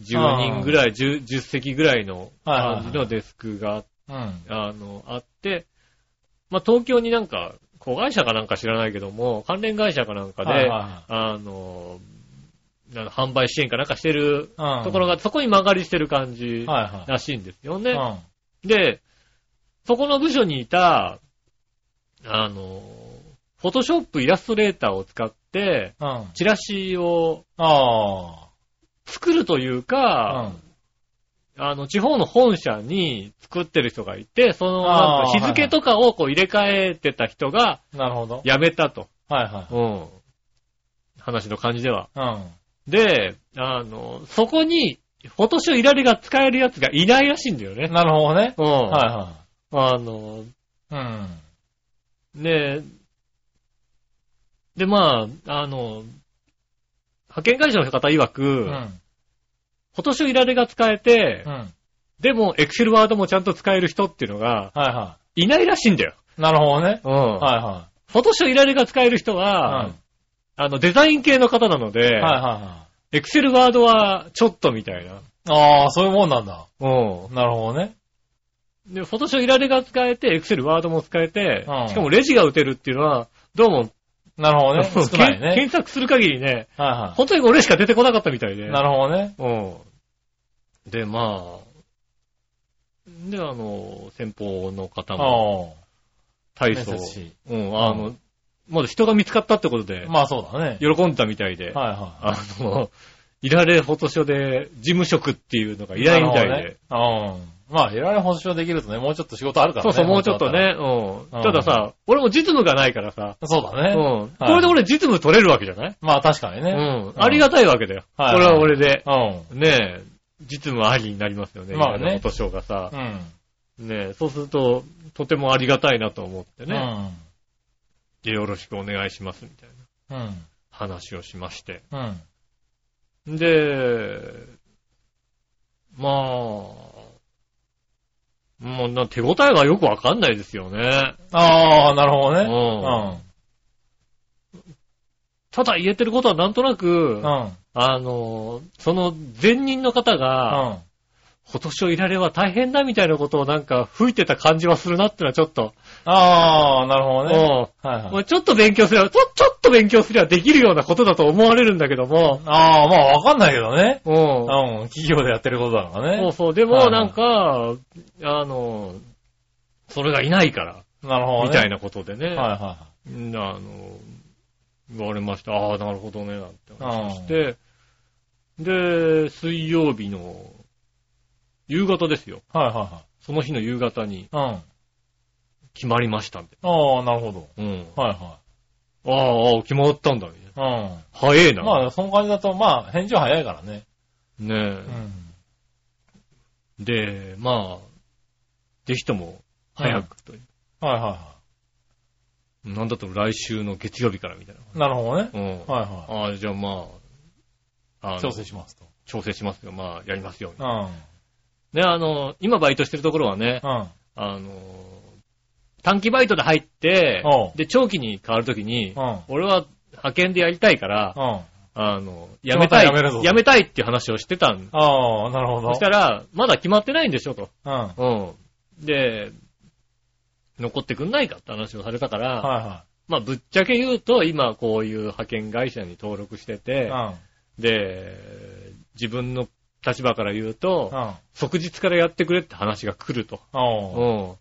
Speaker 2: 10人ぐらい、10, 10席ぐらいの
Speaker 3: はいはいはい
Speaker 2: 感じのデスクが、
Speaker 3: うん。
Speaker 2: あの、あって、まあ東京になんか、子会社かなんか知らないけども、関連会社かなんかで、
Speaker 3: はいは
Speaker 2: あの、なんか販売支援かなんかしてる
Speaker 3: いはいうん
Speaker 2: ところが、そこに曲がりしてる感じ
Speaker 3: はいはい。
Speaker 2: らしいんですよね。
Speaker 3: うん
Speaker 2: で、そこの部署にいた、あの、フォトショップイラストレーターを使って、
Speaker 3: うん。あ
Speaker 2: チラシを
Speaker 3: あ
Speaker 2: 作るという
Speaker 3: ー。
Speaker 2: か、あの、地方の本社に作ってる人がいて、その、
Speaker 3: あー
Speaker 2: なんか日付とかをこう入れ替えてた人が
Speaker 3: うん。なるほど。
Speaker 2: 辞めたと。
Speaker 3: はいは
Speaker 2: うん。話の感じでは。
Speaker 3: い。うん。
Speaker 2: で、あの、そこに、フォトショーいられが使えるやつがいないらしいんだよね。
Speaker 3: なるほどね。
Speaker 2: うん。
Speaker 3: は
Speaker 2: あの、
Speaker 3: いはい。うん。
Speaker 2: ねえ。で、まあ、あの、派遣会社の方曰く、
Speaker 3: うん。
Speaker 2: フォトショーいられが使えて、
Speaker 3: うん。はい
Speaker 2: でも、エクセルワードもちゃんと使える人っていうのが、
Speaker 3: はい
Speaker 2: ないらしいんだよ。
Speaker 3: い。なるほどね。
Speaker 2: うん。
Speaker 3: はいは
Speaker 2: フォトショーいられが使える人
Speaker 3: い。うん。
Speaker 2: は、
Speaker 3: はい
Speaker 2: あの、デザイン系の方なので、
Speaker 3: はいは
Speaker 2: エクセルワードはちょっとみたいな。
Speaker 3: い。ああ、そういうもんなんだ。
Speaker 2: う
Speaker 3: なるほどね。
Speaker 2: ん。で、フォトショーいられが使えて、エクセルワードも使えて、
Speaker 3: うん
Speaker 2: しかもレジが打てるっていうのは、どうも、
Speaker 3: なるほどね。
Speaker 2: そう
Speaker 3: 少ない
Speaker 2: 検
Speaker 3: ね。
Speaker 2: 検索する限りね、
Speaker 3: はいは
Speaker 2: 本当に俺しか出てこなかったみたいで。
Speaker 3: い。なるほどね。
Speaker 2: うん。で、まあ、で、あの、先方の方も、
Speaker 3: あ
Speaker 2: 体
Speaker 3: あ。
Speaker 2: 操
Speaker 3: 珍、し
Speaker 2: うん、あの、まだ人が見つかったってこと
Speaker 3: い。
Speaker 2: で、
Speaker 3: まあそうだね。
Speaker 2: 喜んだみたいで、
Speaker 3: はいはい。
Speaker 2: あの、いられフォトショで事務職っていうのがいないみたいで、
Speaker 3: なるほどね。うん。まあ、いろいろ保証できるとね、もうちょっと仕事あるから
Speaker 2: そ
Speaker 3: ね。
Speaker 2: うそう、もうちょっとね、
Speaker 3: だ
Speaker 2: う
Speaker 3: っ
Speaker 2: ん。
Speaker 3: たら
Speaker 2: たださ、俺も実務がないからさ、
Speaker 3: 本当だったら。
Speaker 2: う
Speaker 3: そうだね。
Speaker 2: ん。これで俺実務取れるわけじゃない
Speaker 3: まあ、確かに
Speaker 2: う
Speaker 3: ね。
Speaker 2: ん。ありがたいわけだよ。こ
Speaker 3: はい
Speaker 2: れは俺で、
Speaker 3: うん。
Speaker 2: ねえ、実務ありになりますよね。
Speaker 3: まあね
Speaker 2: いられフォトショがさ
Speaker 3: う、ん。
Speaker 2: ねえ、そうすると、とてもありがたいなと思って
Speaker 3: う
Speaker 2: ね、
Speaker 3: ん。
Speaker 2: でよろしくお願いしますみたいな
Speaker 3: うん。
Speaker 2: 話をしまして。
Speaker 3: うん。
Speaker 2: で、まあ、もうな手応えがよくわかんないですよね。
Speaker 3: ああ、なるほど
Speaker 2: う。
Speaker 3: ね。うんん。
Speaker 2: ただ言えてることはなんとなく
Speaker 3: う、ん。
Speaker 2: あの、その前任の方が、
Speaker 3: うん。
Speaker 2: 今年をいられは大変だみたいなことをなんか吹いてた感じはするなってのはちょっと、
Speaker 3: ああ、なるほどね。
Speaker 2: うん
Speaker 3: はいは
Speaker 2: ま
Speaker 3: い。
Speaker 2: あちょっと勉強すれば、ちょ、ちょっと勉強すればできるようなことだと思われるんだけども、
Speaker 3: ああ、まあ、わかんないけどね。
Speaker 2: う。
Speaker 3: うんん。企業でやってることだから
Speaker 2: そう
Speaker 3: ね。
Speaker 2: そう。で
Speaker 3: はい
Speaker 2: も、
Speaker 3: はい
Speaker 2: なんか、あの、それがいないから、
Speaker 3: なるほどね。
Speaker 2: みたいなことでね、
Speaker 3: はいは
Speaker 2: うんあの、言われました。ああ、なるほどね、なんて
Speaker 3: いは
Speaker 2: 話
Speaker 3: い。うん。
Speaker 2: して、で、水曜日の夕方ですよ。
Speaker 3: はいは
Speaker 2: その日の夕方に
Speaker 3: いはい。うん。
Speaker 2: 決まりましたんで。
Speaker 3: ああ、なるほど。
Speaker 2: うん。
Speaker 3: はいは
Speaker 2: ああ、ああ決まったんだ、みたいな。
Speaker 3: い。
Speaker 2: 早え
Speaker 3: う
Speaker 2: な。
Speaker 3: ん。まあ、その感じだと、まあ、返事は早いからね。
Speaker 2: ね
Speaker 3: う
Speaker 2: え。
Speaker 3: ん。
Speaker 2: で、まあ、ぜひとも早くという、
Speaker 3: はいは
Speaker 2: なんだと来週の月曜日からみたい
Speaker 3: い。なるほどね。
Speaker 2: な。うん。
Speaker 3: はいは
Speaker 2: あ
Speaker 3: い。
Speaker 2: あ、じゃあまあ、あの
Speaker 3: 調整しますと。
Speaker 2: 調整しますよ。まあ、やりますよ。
Speaker 3: うん。うん。
Speaker 2: ね、あの、今バイトしてるところはね、あの、短期バイトで入って
Speaker 3: おう、
Speaker 2: で、長期に変わるときに
Speaker 3: う、ん。
Speaker 2: 俺は派遣でやりたいから、
Speaker 3: うん。
Speaker 2: あの、やめたい、
Speaker 3: また辞めるぞと
Speaker 2: やめたいっていう話をしてたん。
Speaker 3: ああ、なるほど。
Speaker 2: そしたら、まだ決まってないんでしょ、と。
Speaker 3: うん。はい
Speaker 2: うん。で、残ってくんないかって話をされたから、
Speaker 3: は
Speaker 2: まあぶっちゃけ言うと、今こういう派遣会社に登録して
Speaker 3: い。
Speaker 2: て
Speaker 3: う、ん。
Speaker 2: で、自分の立場から言う
Speaker 3: う
Speaker 2: と、
Speaker 3: ん。
Speaker 2: 即日からやってくれって話が来ると。
Speaker 3: おう
Speaker 2: うん。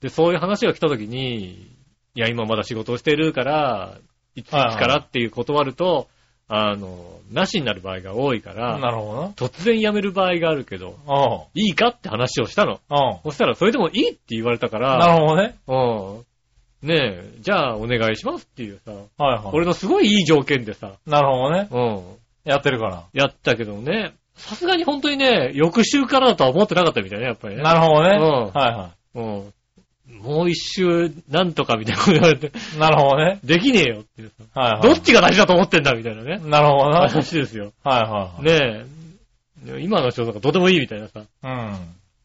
Speaker 2: で、そういう話が来た時に、いや、今まだ仕事をしてるから、いついつからっていう断ると、あの、なしになる場合が多いから、
Speaker 3: なるほどな。
Speaker 2: 突然辞める場合があるけど、
Speaker 3: おう
Speaker 2: いいかって話をしたの。
Speaker 3: お
Speaker 2: そしたら、それでもいいって言われたか
Speaker 3: う
Speaker 2: ら、
Speaker 3: なるほどね。
Speaker 2: うん。ねえ、じゃあお願いしますっていうさ、
Speaker 3: はいはい。
Speaker 2: 俺のすごいいい条件でさ、
Speaker 3: なるほどね。
Speaker 2: うん。
Speaker 3: やってるから。
Speaker 2: やったけどね、さすがに本当にね、翌週からだとは思ってなかったみたいね、やっぱりね。
Speaker 3: なるほどね。
Speaker 2: うん
Speaker 3: は
Speaker 2: うん。もう一周、なんとかみたいなこと言われて、
Speaker 3: いはい。なるほどね。
Speaker 2: できねえよっていうさ、
Speaker 3: はいはい。
Speaker 2: どっちが大事だと思ってんだみたいなね、
Speaker 3: なるほどな。はい
Speaker 2: 話ですよ。
Speaker 3: はい
Speaker 2: ねえ、今の仕事がとてもいいみたいなさ、
Speaker 3: は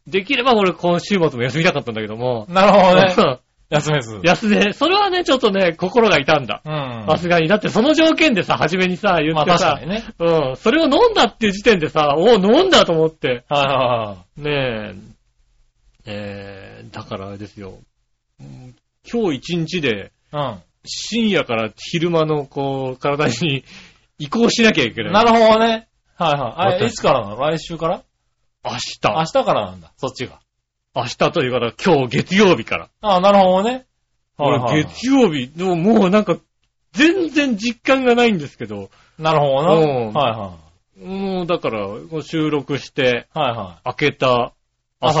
Speaker 3: い。
Speaker 2: できれば俺今週末も休みたかったんだけども、
Speaker 3: うん。なるほどね。休めず。
Speaker 2: 安で、それはね、ちょっとね、心が痛んだ。
Speaker 3: うん。
Speaker 2: さすがに。だってその条件でさ、初めにさ、言
Speaker 3: ま
Speaker 2: っ
Speaker 3: あ
Speaker 2: て
Speaker 3: 確
Speaker 2: さ
Speaker 3: か、にね。
Speaker 2: うん、それを飲んだっていう時点でさ、おう飲んだと思って、
Speaker 3: はいは
Speaker 2: ねえ、えー、だからあれですよ、うん今日一日で、
Speaker 3: いはい。
Speaker 2: 深夜から昼間の、こう、体に移行しなきゃいけな
Speaker 3: う
Speaker 2: い。
Speaker 3: ん。なるほどね。はいはい。あれ、い
Speaker 2: 私
Speaker 3: つからなの来週から
Speaker 2: 明
Speaker 3: 明
Speaker 2: 日。
Speaker 3: 日からなんだ。そっちが。
Speaker 2: 明日というから、今日月曜日から。
Speaker 3: ああ、なるほどね。はいはいはい
Speaker 2: 俺、月曜日、でももうなんか、全然実感がないんですけど、
Speaker 3: なるほどな。
Speaker 2: うん
Speaker 3: はいは
Speaker 2: もうだから、こう収録して、
Speaker 3: い。はいは
Speaker 2: 明けた
Speaker 3: 朝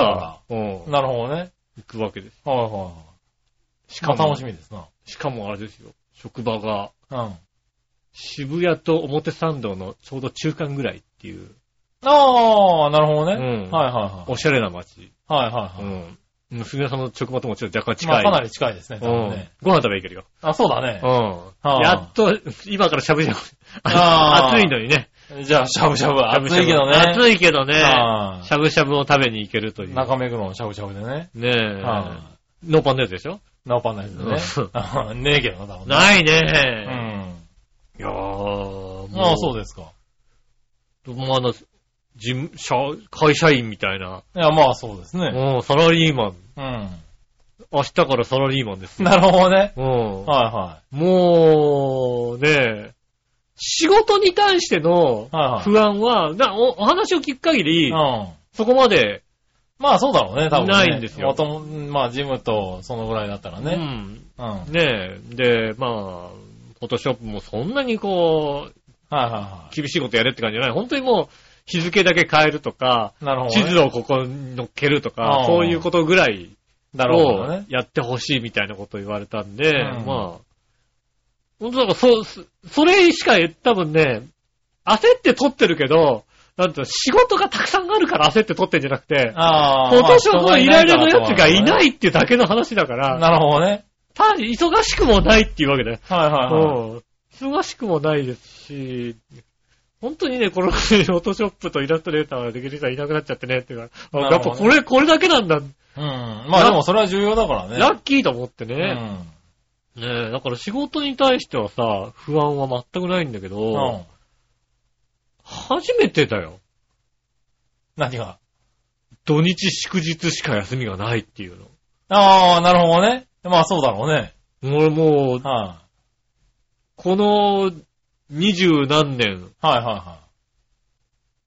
Speaker 2: 朝
Speaker 3: か、
Speaker 2: うん、
Speaker 3: い。なるほどね。
Speaker 2: 行くわけです。
Speaker 3: はいは
Speaker 2: し
Speaker 3: い。ま
Speaker 2: か
Speaker 3: あ
Speaker 2: も、
Speaker 3: 楽しみですな。
Speaker 2: しかもあれですよ、職場が
Speaker 3: うん。あ
Speaker 2: 渋谷と表参道のちょうど中間ぐらいっていう、
Speaker 3: あ、なるほどね。
Speaker 2: うん
Speaker 3: はいはい
Speaker 2: おしゃれな街。
Speaker 3: はい。はいは
Speaker 2: う
Speaker 3: いは
Speaker 2: ん。娘さんの職場ともちょっと若干
Speaker 3: い。
Speaker 2: 近
Speaker 3: まあ
Speaker 2: い。
Speaker 3: かなり近いですね。多
Speaker 2: う
Speaker 3: 分
Speaker 2: ん
Speaker 3: ね。
Speaker 2: ご飯食べに行けるよ。
Speaker 3: あ、そうだね
Speaker 2: う。ん。
Speaker 3: あ
Speaker 2: やっと、今からしゃぶしゃぶ。
Speaker 3: あー
Speaker 2: 暑いのにね。
Speaker 3: じゃあ、しゃぶしゃぶ。暑いけどね。
Speaker 2: 暑いけどね。
Speaker 3: あー
Speaker 2: しゃぶしゃぶを食べに行けるという。
Speaker 3: 中目黒のしゃぶしゃぶでね。
Speaker 2: ねえ。
Speaker 3: は
Speaker 2: ノーパンのやつでしょ
Speaker 3: ナオパンのやつでね。あねえけどな、多分ね。
Speaker 2: ない
Speaker 3: うん。
Speaker 2: ね。
Speaker 3: あ
Speaker 2: いやー、も
Speaker 3: あ、そうですか。
Speaker 2: う、もうあの、事務、社、会社員みたいな。
Speaker 3: いや、まあそうですね。
Speaker 2: うん、サラリーマン。
Speaker 3: うん。
Speaker 2: 明日からサラリーマンです。
Speaker 3: なるほどね。
Speaker 2: うん。
Speaker 3: はいは
Speaker 2: もう、ねえ、仕事に対しての
Speaker 3: い。はいはい。
Speaker 2: 不安は、なおお話を聞く限り、
Speaker 3: うん。
Speaker 2: そこまで、
Speaker 3: まあそうだろうね、多分ね。
Speaker 2: ないんですよ
Speaker 3: もとも、まあジムとそのぐらいだったら
Speaker 2: う
Speaker 3: ね。
Speaker 2: ん、
Speaker 3: うん。はい
Speaker 2: ねえ、で、まあ、フォトショップもそんなにこう、
Speaker 3: はいは
Speaker 2: 厳しいことやれって感じじゃない。本当にもう、日付だけ変えるとか、
Speaker 3: い。なるほど
Speaker 2: 地
Speaker 3: ね。
Speaker 2: 図をここに乗っけると
Speaker 3: あ
Speaker 2: か
Speaker 3: あ、
Speaker 2: そういうことぐらい
Speaker 3: だろうけど
Speaker 2: を
Speaker 3: ね。
Speaker 2: やってほしいみたいなことを言われたんで、
Speaker 3: うん
Speaker 2: まあ、本当だから、そう、そそれしか多分ね、焦って撮ってるけど、なんていうの仕事がたくさんあるから焦って撮ってんじゃなくて、
Speaker 3: ああ。。
Speaker 2: フォトショーの依頼のやつがいないいっていうだけの話だから、
Speaker 3: なるほどね。
Speaker 2: 単に忙しくもないっていうわけだよ。
Speaker 3: はいはいはい。
Speaker 2: うん忙しくもないですし、本当にね、このフォトショップとイラストレーターができる人はいなくなっちゃってねっていうか、
Speaker 3: な
Speaker 2: や
Speaker 3: る
Speaker 2: っ
Speaker 3: ほ
Speaker 2: ぱ
Speaker 3: ど
Speaker 2: こ
Speaker 3: ね
Speaker 2: れ、これだけなんだ、
Speaker 3: うん。まあでもそれは重要だからね。
Speaker 2: ラッキーと思って
Speaker 3: う
Speaker 2: ね。
Speaker 3: ん。
Speaker 2: ねえ、だから仕事に対してはさ、不安は全くないんだけど、
Speaker 3: うん。
Speaker 2: 初めてだよ。
Speaker 3: 何が
Speaker 2: 土日祝日しか休みがないっていうの。
Speaker 3: ああ、なるほどね。まあそうだろうね。
Speaker 2: 俺もう、
Speaker 3: は
Speaker 2: この二十何年、
Speaker 3: い、はいは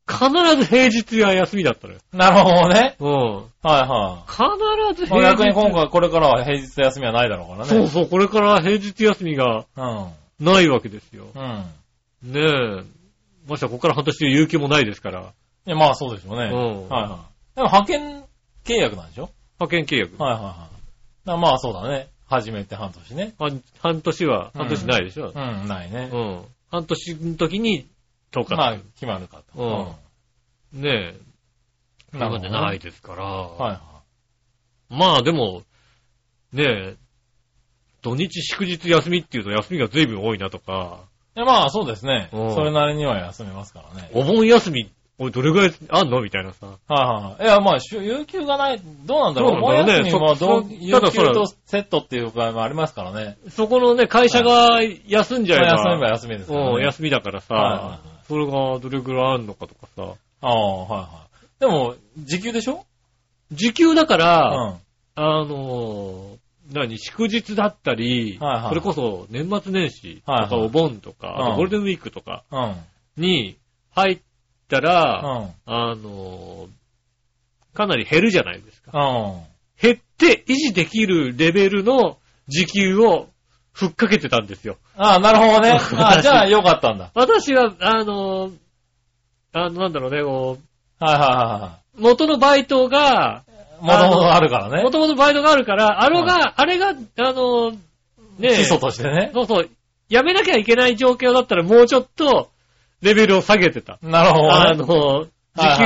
Speaker 3: いは
Speaker 2: 必ず平日が休みだったのよ。
Speaker 3: い。なるほどね。
Speaker 2: うん。
Speaker 3: はいはい。
Speaker 2: 必ず
Speaker 3: まあ
Speaker 2: 平日。
Speaker 3: 逆に今回これからは平日休みはないだろうからね。
Speaker 2: そうそう、これから平日休みが
Speaker 3: う
Speaker 2: ないわけですよ。
Speaker 3: ん。うん。
Speaker 2: ねえ。ましてはここから半年で有給もないですから。
Speaker 3: いや、まあそうでしょうね。
Speaker 2: うん
Speaker 3: はいはい。でも派遣契約なんでしょ
Speaker 2: 派遣契約。
Speaker 3: はいはいはい。だからまあそうだね。初めて半年ね。
Speaker 2: 半半年は、半年ないでしょ。
Speaker 3: うん、ないね
Speaker 2: う。ん。半年の時に、10日。
Speaker 3: まあ、決まるかと。
Speaker 2: ねえ。
Speaker 3: うん。
Speaker 2: なのでない
Speaker 3: い。
Speaker 2: ですから。
Speaker 3: はいはい。
Speaker 2: まあでも、ねえ、土日祝日休みっていうと休みが随分多いなとか、
Speaker 3: いや、まあそうですね。
Speaker 2: うん
Speaker 3: それなりには休めますからね。
Speaker 2: お盆休み、おいどれぐらいあんのみたいなさ。
Speaker 3: はいはい。いや、まあ、しゅ有給がない、どうなんだろう。
Speaker 2: どうなんだろうね
Speaker 3: お盆休みも
Speaker 2: そ
Speaker 3: どう
Speaker 2: そ
Speaker 3: 有
Speaker 2: ただ
Speaker 3: 給
Speaker 2: それ
Speaker 3: とセットっていう場合もありますからね。
Speaker 2: そこのね、会社が休んじゃえ
Speaker 3: まあ
Speaker 2: ば、
Speaker 3: 休めば休みですから
Speaker 2: うん、
Speaker 3: ね。
Speaker 2: 休みだからさ、
Speaker 3: はいはいはい
Speaker 2: それがどれぐらいあるのかとかさ、
Speaker 3: ああ、はいはい。でも、時給でしょ
Speaker 2: 時給だか
Speaker 3: うん。
Speaker 2: ら、
Speaker 3: は
Speaker 2: あのー、何、祝日だったり、
Speaker 3: はいはい
Speaker 2: それこそ年末年始と
Speaker 3: はい
Speaker 2: か
Speaker 3: はい
Speaker 2: お盆とか、あ
Speaker 3: う
Speaker 2: と
Speaker 3: ん
Speaker 2: ゴールデンウィークとか
Speaker 3: い。うん。
Speaker 2: に入ったら、
Speaker 3: うん。
Speaker 2: あのー、かなり減るじゃないですか。
Speaker 3: うん。
Speaker 2: 減って維持できるレベルの時給をふっかけてたんですよ。
Speaker 3: ああ、なるほど ね。ああ、じゃあよかったんだ。
Speaker 2: 私は、あのー、あの、なんだろうね、こう、
Speaker 3: はいは
Speaker 2: 元のバイトが、
Speaker 3: いはいはい。もともとあるからね
Speaker 2: 元。々バイトがあるから、あれが、あれが、あの、ね
Speaker 3: 基礎としてね。
Speaker 2: そうそう、やめなきゃいけない状況だったらもうちょっとレベルを下げてた。
Speaker 3: なるほど
Speaker 2: あ
Speaker 3: ね。
Speaker 2: の、
Speaker 3: は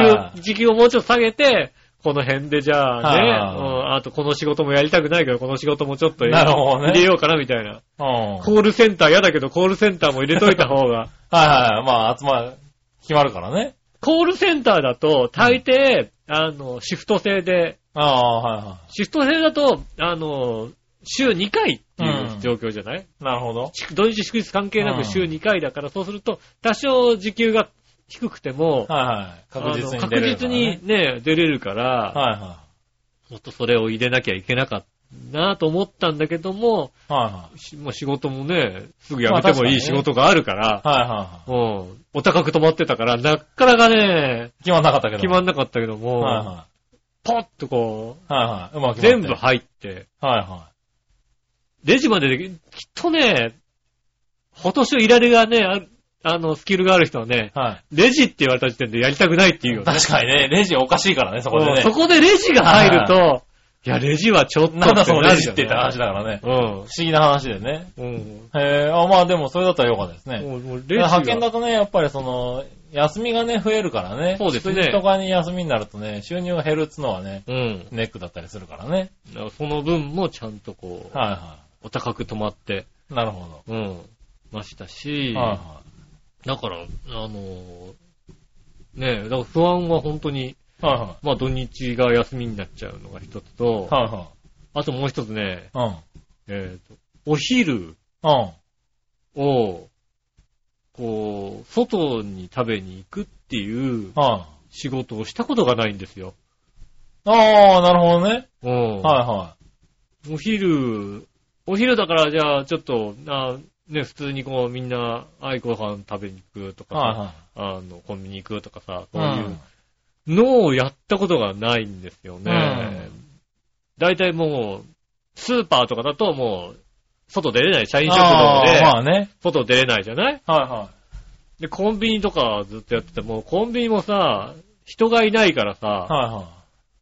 Speaker 3: いは
Speaker 2: 時給、時給をもうちょっと下げて、この辺でじゃあね、
Speaker 3: はいはいは
Speaker 2: うんあとこの仕事もやりたくないけど、この仕事もちょっと
Speaker 3: なるほどね
Speaker 2: 入れようかなみたいな。
Speaker 3: うん。はい
Speaker 2: コールセンター嫌だけど、コールセンターも入れといた方 が。
Speaker 3: はい。まあ、集まる、決まるからね。
Speaker 2: コールセンターだと、大抵、あの、シフト制で、
Speaker 3: ああ、はいはい。
Speaker 2: シフト制だと、あの、週2回っていう状況じゃない、
Speaker 3: なるほど。
Speaker 2: し土日祝日関係な
Speaker 3: うん
Speaker 2: く週2回だから、そうすると、多少時給が低くても、
Speaker 3: はいはい。確実
Speaker 2: あ
Speaker 3: に
Speaker 2: の確
Speaker 3: 出れるから
Speaker 2: 実
Speaker 3: ね、
Speaker 2: にね、出れるから、
Speaker 3: はいは
Speaker 2: もっとそれを入れなきゃいけなかったなと思ったんだけども、
Speaker 3: い。はいは
Speaker 2: しもう仕事もね、すぐ辞めてもいい仕事があるから、
Speaker 3: い。はいはいはい。
Speaker 2: うん、お高く止まってたから、なかなかね、
Speaker 3: 決まんなかったけど。
Speaker 2: 決ま
Speaker 3: ん
Speaker 2: んなかったけども、
Speaker 3: はいは
Speaker 2: ポッとこ
Speaker 3: い。はいはい。うまく
Speaker 2: う、
Speaker 3: 決ま
Speaker 2: 全
Speaker 3: って
Speaker 2: 部入って、
Speaker 3: はいは
Speaker 2: レジまででき、きっとね、ほとしょいられがね、あるあの、スキルがある人はね、
Speaker 3: い。はい。
Speaker 2: レジって言われた時点でやりたくないっていうよね。
Speaker 3: 確かにね、レジおかしいからね、そこでね
Speaker 2: そ。こでレジが入ると、いや、レジはちょっとって
Speaker 3: なんだその
Speaker 2: な
Speaker 3: レ
Speaker 2: る
Speaker 3: ジ
Speaker 2: じ
Speaker 3: っ
Speaker 2: ゃ
Speaker 3: て言った
Speaker 2: ない
Speaker 3: 話だからね。不
Speaker 2: う
Speaker 3: 思議な話でね。
Speaker 2: ん。うん。
Speaker 3: へえ、あ、まあでもそれだったらよかったですね。
Speaker 2: もうもうレジは
Speaker 3: 派遣だとね、やっぱりその、休みがね、増えるからね。
Speaker 2: そうですね
Speaker 3: 祝日とかに休みになるとね、収入が減るっつのはね、
Speaker 2: うん。
Speaker 3: ネックだったりするからね。
Speaker 2: だからその分もちゃんとこう、
Speaker 3: はいは
Speaker 2: お高く止まって、
Speaker 3: い。なるほど。
Speaker 2: うん、ましたし、
Speaker 3: はいは
Speaker 2: だから、あのーねえ、だから不安は本当に、
Speaker 3: い。はいは
Speaker 2: まあ土日が休みになっちゃうのが一つと
Speaker 3: い。、は
Speaker 2: あともう一つね、
Speaker 3: いはい。
Speaker 2: えーと、お昼
Speaker 3: うん。うん。
Speaker 2: を、こう、外に食べに行くっていう
Speaker 3: はい。
Speaker 2: 仕事をしたことがないんですよ。
Speaker 3: ああ、なるほどね。
Speaker 2: うん。
Speaker 3: は
Speaker 2: お昼、お昼だからじゃあちょっと、あね、普通にこうみんな、あいご飯食べに行くと
Speaker 3: い
Speaker 2: かさ、
Speaker 3: はい。は
Speaker 2: あの、コンビニ行くとかさ、
Speaker 3: い
Speaker 2: そう
Speaker 3: はい。
Speaker 2: いうのをやったことがないんですよね。大体もう、スーパーとかだともう、外出れない、社員食堂
Speaker 3: あー
Speaker 2: で、
Speaker 3: まあね。
Speaker 2: 外出れないじゃない
Speaker 3: はいは
Speaker 2: で、コンビニとかずっとやってても、コンビニもさ、人がいないから
Speaker 3: い。
Speaker 2: さ、
Speaker 3: は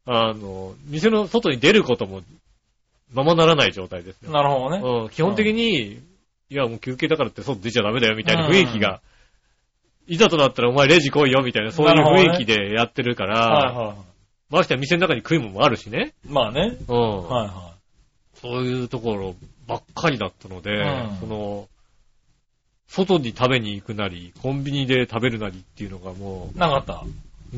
Speaker 3: いは
Speaker 2: あの、店の外に出ることも、ままならない状態です
Speaker 3: い。
Speaker 2: よ。
Speaker 3: なるほどね。
Speaker 2: うん、基本的に、いやもう休憩だからって外出ちゃダメだよみたいな雰囲気が、いざとなったらお前レジ来いよみたいな、そうい
Speaker 3: なるほど
Speaker 2: う
Speaker 3: ね
Speaker 2: 雰囲気でやってるか
Speaker 3: はい
Speaker 2: ら、
Speaker 3: はい。
Speaker 2: ましてや店の中に食い物もあるしね。
Speaker 3: まあね。
Speaker 2: うん。
Speaker 3: はいは
Speaker 2: そういうところばっかりだったので、
Speaker 3: うん
Speaker 2: その、外に食べに行くなり、コンビニで食べるなりっていうのがも
Speaker 3: い。なかった。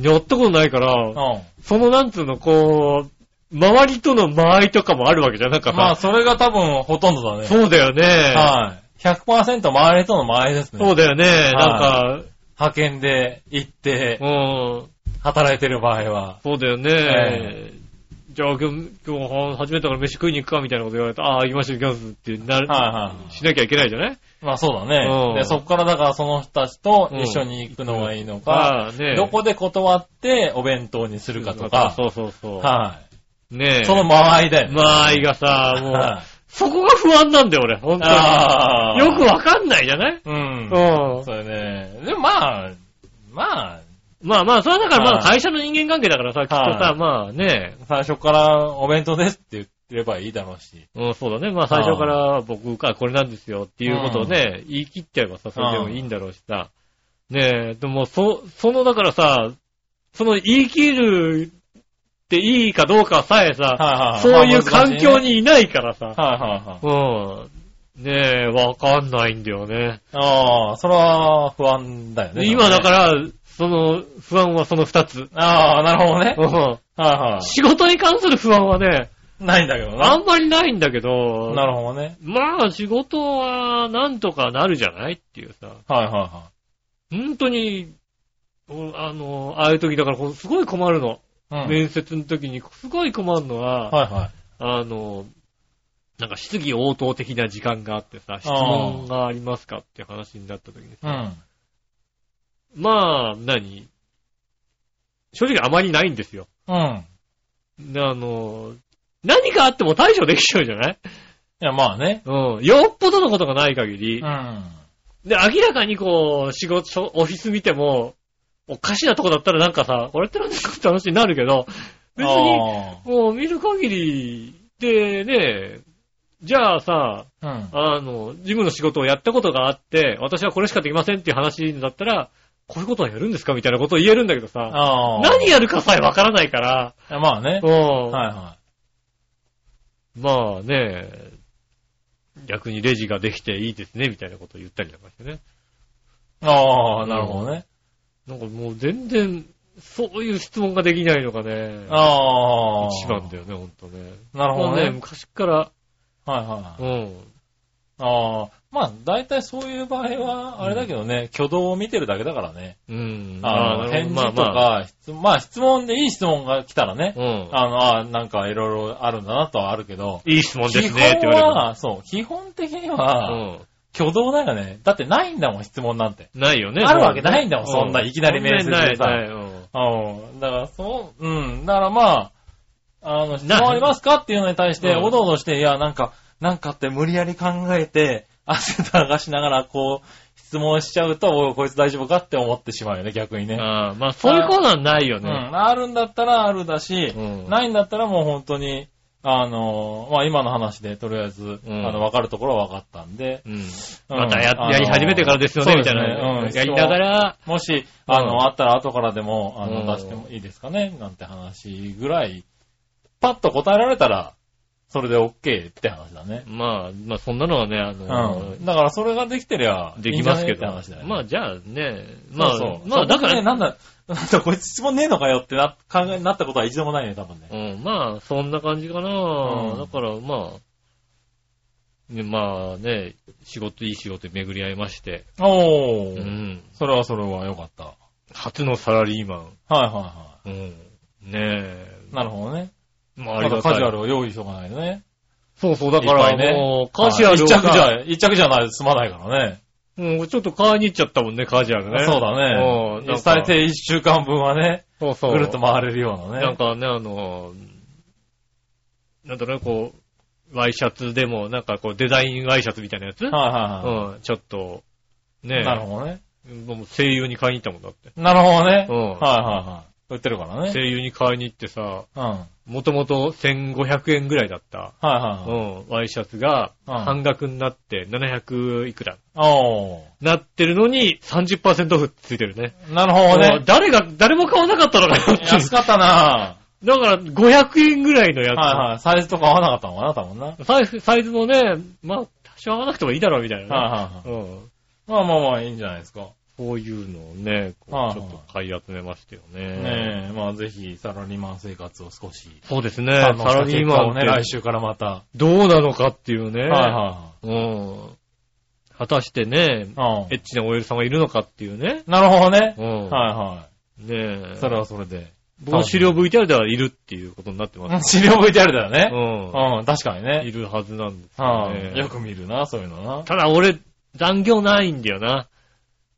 Speaker 2: う、やったことないか
Speaker 3: う
Speaker 2: ら
Speaker 3: ん、。
Speaker 2: そのなんつうの、こう、周りとの間合いとかもあるわけじゃんなんかさ、
Speaker 3: まあ、それが多分ほとんどだね。
Speaker 2: そうだよね。
Speaker 3: はい。100%周りとの周りですね。
Speaker 2: そうだよね。なんか、
Speaker 3: 派遣で行って
Speaker 2: う、ん、
Speaker 3: 働いてる場合は。
Speaker 2: そうだよね。じゃあ今日、今日は初めてだから飯食いに行くかみたいなこと言われたら、ああ、行きましょう行きますってなる、
Speaker 3: はいはい
Speaker 2: しなきゃいけないじゃない
Speaker 3: まあそうだ
Speaker 2: うん
Speaker 3: ね。で、そこからだからその人たちと一緒に行くのがいいのか、
Speaker 2: ああね
Speaker 3: どこで断ってお弁当にするかとか、
Speaker 2: そうそうそう。
Speaker 3: は
Speaker 2: ねえ。
Speaker 3: い。その間合いだよね。
Speaker 2: 間合いがさ、もう
Speaker 3: は、
Speaker 2: そこが不安なんだよ、俺、本
Speaker 3: い。
Speaker 2: 当に。よくわかんないじゃないううんん。
Speaker 3: そうね。でもまあ、まあ、
Speaker 2: まあまあ、それはだからまあ
Speaker 3: はい
Speaker 2: 会社の人間関係だからさ、きっとさ
Speaker 3: は、い
Speaker 2: まあね、
Speaker 3: 最初からお弁当ですって言ってればいいだろうし。
Speaker 2: うん、そうだね。まあ最初から僕がこれなんですよっていうことをね、言い切っちゃえばさ、それでもいいんだろうしさ。ねえ、でもそ、そのだからさ、その言い切るっていいかどうかさえさ、
Speaker 3: はいはい。
Speaker 2: そういう
Speaker 3: まあ
Speaker 2: 環境。にいないからさ、
Speaker 3: 難しいねはいはい
Speaker 2: う
Speaker 3: はい。
Speaker 2: ん。ねえ、わかんないんだよね。
Speaker 3: ああ、それは不安だよね。。
Speaker 2: 今だからら、その不安はその二つ。
Speaker 3: ああ、なるほどね
Speaker 2: う。ん
Speaker 3: はいは
Speaker 2: 仕事に関する不安はね、
Speaker 3: い。ないんだけど
Speaker 2: あ
Speaker 3: な。
Speaker 2: んまりないんだけど、
Speaker 3: なるほどね。
Speaker 2: まあ仕事はなんとかなるじゃないっていうさ。
Speaker 3: はいはいは
Speaker 2: 本当に、おあの、ああいう時だからこう、すごい困るの。
Speaker 3: い。うん。
Speaker 2: 面接の時に、すごい困るのは、
Speaker 3: はいはい。
Speaker 2: あの、なんか質疑応答的な時間があってさ、質問がありますかって話になった時に
Speaker 3: うん。
Speaker 2: さ、まあ、何正直あまりないんですよ。
Speaker 3: うん。
Speaker 2: であの、何かあっても対処できちゃうじゃない
Speaker 3: いや、まあね。
Speaker 2: うん。よっぽどのことがない限
Speaker 3: う
Speaker 2: り
Speaker 3: ん。、は
Speaker 2: で、明らかにこう、仕事、しょオフィス見ても、おかしなとこだったらなんかさ、これって何ですかって話になるけど、別に、もう見る限りでね、じゃあさ、
Speaker 3: うん。
Speaker 2: あの、事務の仕事をやったことがあって、私はこれしかできませんっていう話だったら、こういうことはやるんですかみたいなことを言えるんだけどさ、
Speaker 3: ああ。
Speaker 2: 何やるかさえわからないから、
Speaker 3: いやまあね
Speaker 2: う。ん、
Speaker 3: はいは
Speaker 2: まあね、逆にレジができていいですね、みたいなことを言ったりなんかしてね。
Speaker 3: い。ああ、なるほどね。
Speaker 2: なんかもう全然、そういう質問ができないのがね、
Speaker 3: ああ。
Speaker 2: 一番だよね、ほんとね。
Speaker 3: なるほど
Speaker 2: もうね、
Speaker 3: ね。
Speaker 2: 昔から、
Speaker 3: はいはい。
Speaker 2: うん。
Speaker 3: ああ、まあ、大体そういう場合は、あれだけどね、挙動を見てるだけだからね。
Speaker 2: うん。
Speaker 3: あの、
Speaker 2: ー
Speaker 3: 返事と
Speaker 2: まあ
Speaker 3: か、
Speaker 2: まあ
Speaker 3: 質まあ、質問でいい質問が来たらね、
Speaker 2: うん。
Speaker 3: あの、ああなんかいろいろあるんだなとはあるけど、
Speaker 2: いい質問で
Speaker 3: 基
Speaker 2: すねって言
Speaker 3: 本
Speaker 2: わ
Speaker 3: は、そう、基本的に
Speaker 2: れる。
Speaker 3: は、
Speaker 2: うん。
Speaker 3: 挙動だよね。だってないんだもん、質問なんて。
Speaker 2: ないよね。
Speaker 3: あるわけないんだもん
Speaker 2: う
Speaker 3: そんないきなり面接でさ
Speaker 2: ないないうん
Speaker 3: うん。だから、そう、うん。だからまあ、あの、質問ありますかっていうのに対して、
Speaker 2: うん
Speaker 3: おどおどして、いや、なんか、なんかって無理やり考えて、汗流しながら、こう、質問しちゃうと、おいこいつ大丈夫かって思ってしまうよね、逆にね。
Speaker 2: あーまあ、そういうコーナーないよ
Speaker 3: うん。
Speaker 2: ね。
Speaker 3: あるんだったらあるだし、
Speaker 2: うん
Speaker 3: ないんだったらもう本当に、あの、まあ今の話で、とりあえず、
Speaker 2: うん
Speaker 3: あの、わかるところはわかったんで、
Speaker 2: うん。
Speaker 3: うん
Speaker 2: また
Speaker 3: あの
Speaker 2: や、やり始めてからですよね、
Speaker 3: そう
Speaker 2: みたい
Speaker 3: ね
Speaker 2: な。
Speaker 3: うん
Speaker 2: やりながら、
Speaker 3: もし、あの、
Speaker 2: うん
Speaker 3: あったら後からでも、あ
Speaker 2: うん
Speaker 3: の、出してもいいですかねなんて話ぐらい、パッと答えられたら、それで OK って話だね。
Speaker 2: まあ、まあ、そんなのはね、あの
Speaker 3: うん。だからそれができてりゃ、
Speaker 2: できますけ
Speaker 3: いいんじゃ
Speaker 2: ど
Speaker 3: ねって話だ。よね。
Speaker 2: まあ、じゃあね、ま
Speaker 3: そう
Speaker 2: あ
Speaker 3: そ、う
Speaker 2: まあ、だか
Speaker 3: そ
Speaker 2: ら
Speaker 3: う、なんだ、なんだこいつ質問ねえのかよってな、考え、なったことは一度もないね、多分ね。
Speaker 2: うん、まあ、そんな感じかな。
Speaker 3: うん
Speaker 2: だから、まあ、ね、まあね、仕事、いい仕事に巡り合いまして、
Speaker 3: お
Speaker 2: う
Speaker 3: ー。
Speaker 2: ん、
Speaker 3: それはそれはよかった。はい
Speaker 2: 初のサラリーマ
Speaker 3: はいは
Speaker 2: ン、うん、ねえ、
Speaker 3: い。なるほどね。
Speaker 2: まあ、あ
Speaker 3: ま
Speaker 2: り
Speaker 3: だ
Speaker 2: がた
Speaker 3: カ
Speaker 2: い。
Speaker 3: ジュアルを用意しとかないとね。
Speaker 2: そうそう、だか
Speaker 3: いっぱ
Speaker 2: ら
Speaker 3: いね
Speaker 2: もう、カジュアル
Speaker 3: 一
Speaker 2: を
Speaker 3: 着じ
Speaker 2: さ、
Speaker 3: ゃ、一着じゃないと済まないからね。
Speaker 2: うん、ちょっと買いに行っちゃったもんね、カジュアルね。
Speaker 3: そうだね
Speaker 2: うん、なん。か
Speaker 3: 最低一週間分はね。
Speaker 2: そうそう。
Speaker 3: ぐるっと回れるようなね。
Speaker 2: なんかね、あの、なんだろうね、こう、ワイシャツでも、なんかこう、デザインワイシャツみたいなやつ
Speaker 3: はいはいは
Speaker 2: うん、ちょっと、
Speaker 3: い。
Speaker 2: ね
Speaker 3: なるほどね。
Speaker 2: もう声優に買いに行ったもんだって。
Speaker 3: なるほどね。
Speaker 2: う
Speaker 3: はい
Speaker 2: ん。
Speaker 3: はいはい。売ってるからね。
Speaker 2: 声優に買いに行ってさ、
Speaker 3: うん。はい
Speaker 2: もともと1500円ぐらいだった、
Speaker 3: はいは
Speaker 2: うん、
Speaker 3: い。
Speaker 2: ワイシャツが
Speaker 3: うん
Speaker 2: 半額になって700いくら。
Speaker 3: お
Speaker 2: なってるのに30%オフついてるね。
Speaker 3: ー。なるほど
Speaker 2: もう
Speaker 3: ね。
Speaker 2: 誰が、誰も買わなかったのかよっていう
Speaker 3: 安かったな
Speaker 2: だから500円ぐらいのや
Speaker 3: ぁ。
Speaker 2: つ。
Speaker 3: はいはい。サイズとか合わなかったのかな、多分な。はい
Speaker 2: サイズ、サイズもね、まあ、多少合わなくてもいいだろうみたいなね、
Speaker 3: は
Speaker 2: う
Speaker 3: い。
Speaker 2: ん。
Speaker 3: まあまあまあ、いいんじゃないですか。
Speaker 2: こういうのをね、こ
Speaker 3: は
Speaker 2: う
Speaker 3: い
Speaker 2: ちょっと買い集めましたよね。
Speaker 3: ねえ、まあぜひ、サラリーマン生活を少し。
Speaker 2: そうですね。サ
Speaker 3: 堪能した
Speaker 2: ラリーマン
Speaker 3: 結果をね、
Speaker 2: っ
Speaker 3: 来
Speaker 2: て
Speaker 3: 週からまた。
Speaker 2: どうなのかっていうね。
Speaker 3: はいは
Speaker 2: うん。果たしてね、
Speaker 3: いはい。
Speaker 2: エッチな OL さんがいるのかっていうね。
Speaker 3: うん。なるほどね。
Speaker 2: うん。
Speaker 3: はいは
Speaker 2: ねえ
Speaker 3: い。。それはそれで。
Speaker 2: 僕の資料 VTR ではいるっていうことになってます。
Speaker 3: 資料 VTR だよ
Speaker 2: う
Speaker 3: ね。
Speaker 2: ん。
Speaker 3: うん、確かに
Speaker 2: い
Speaker 3: ね。
Speaker 2: るはずなんですよ
Speaker 3: は
Speaker 2: ね。
Speaker 3: い。よく見るな、そういうのな。
Speaker 2: ただ俺、残業ないんだよな。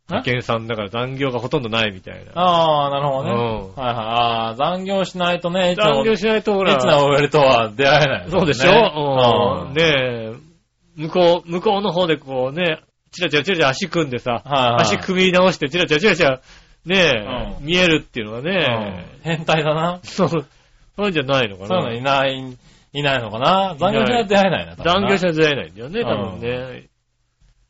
Speaker 3: え
Speaker 2: 派遣さんだから残業がほとんどないみたいな。
Speaker 3: ああ、なるほどね。
Speaker 2: うん
Speaker 3: はいはい。ああ、残業しないとね、いつも、
Speaker 2: 残業
Speaker 3: い
Speaker 2: しないとほら
Speaker 3: つ、な OL とは出会えない、
Speaker 2: そうでしょ、うん
Speaker 3: ね。
Speaker 2: ねえ、向こう、向こうの方でこうね、チラチラチラチラ足組んでさ、
Speaker 3: はいはい
Speaker 2: 足組み直してチラチラチラチラ、ねえ、
Speaker 3: うん
Speaker 2: 見えるっていうのは
Speaker 3: うん
Speaker 2: ね、
Speaker 3: 変態だな。
Speaker 2: そう、そういうんじゃないのか
Speaker 3: そういうの
Speaker 2: な。
Speaker 3: いない、いないのかな。残業しないと出会えないな。多分
Speaker 2: 残
Speaker 3: な
Speaker 2: 業しないと出会えないんだよね、
Speaker 3: うん
Speaker 2: 多分ね。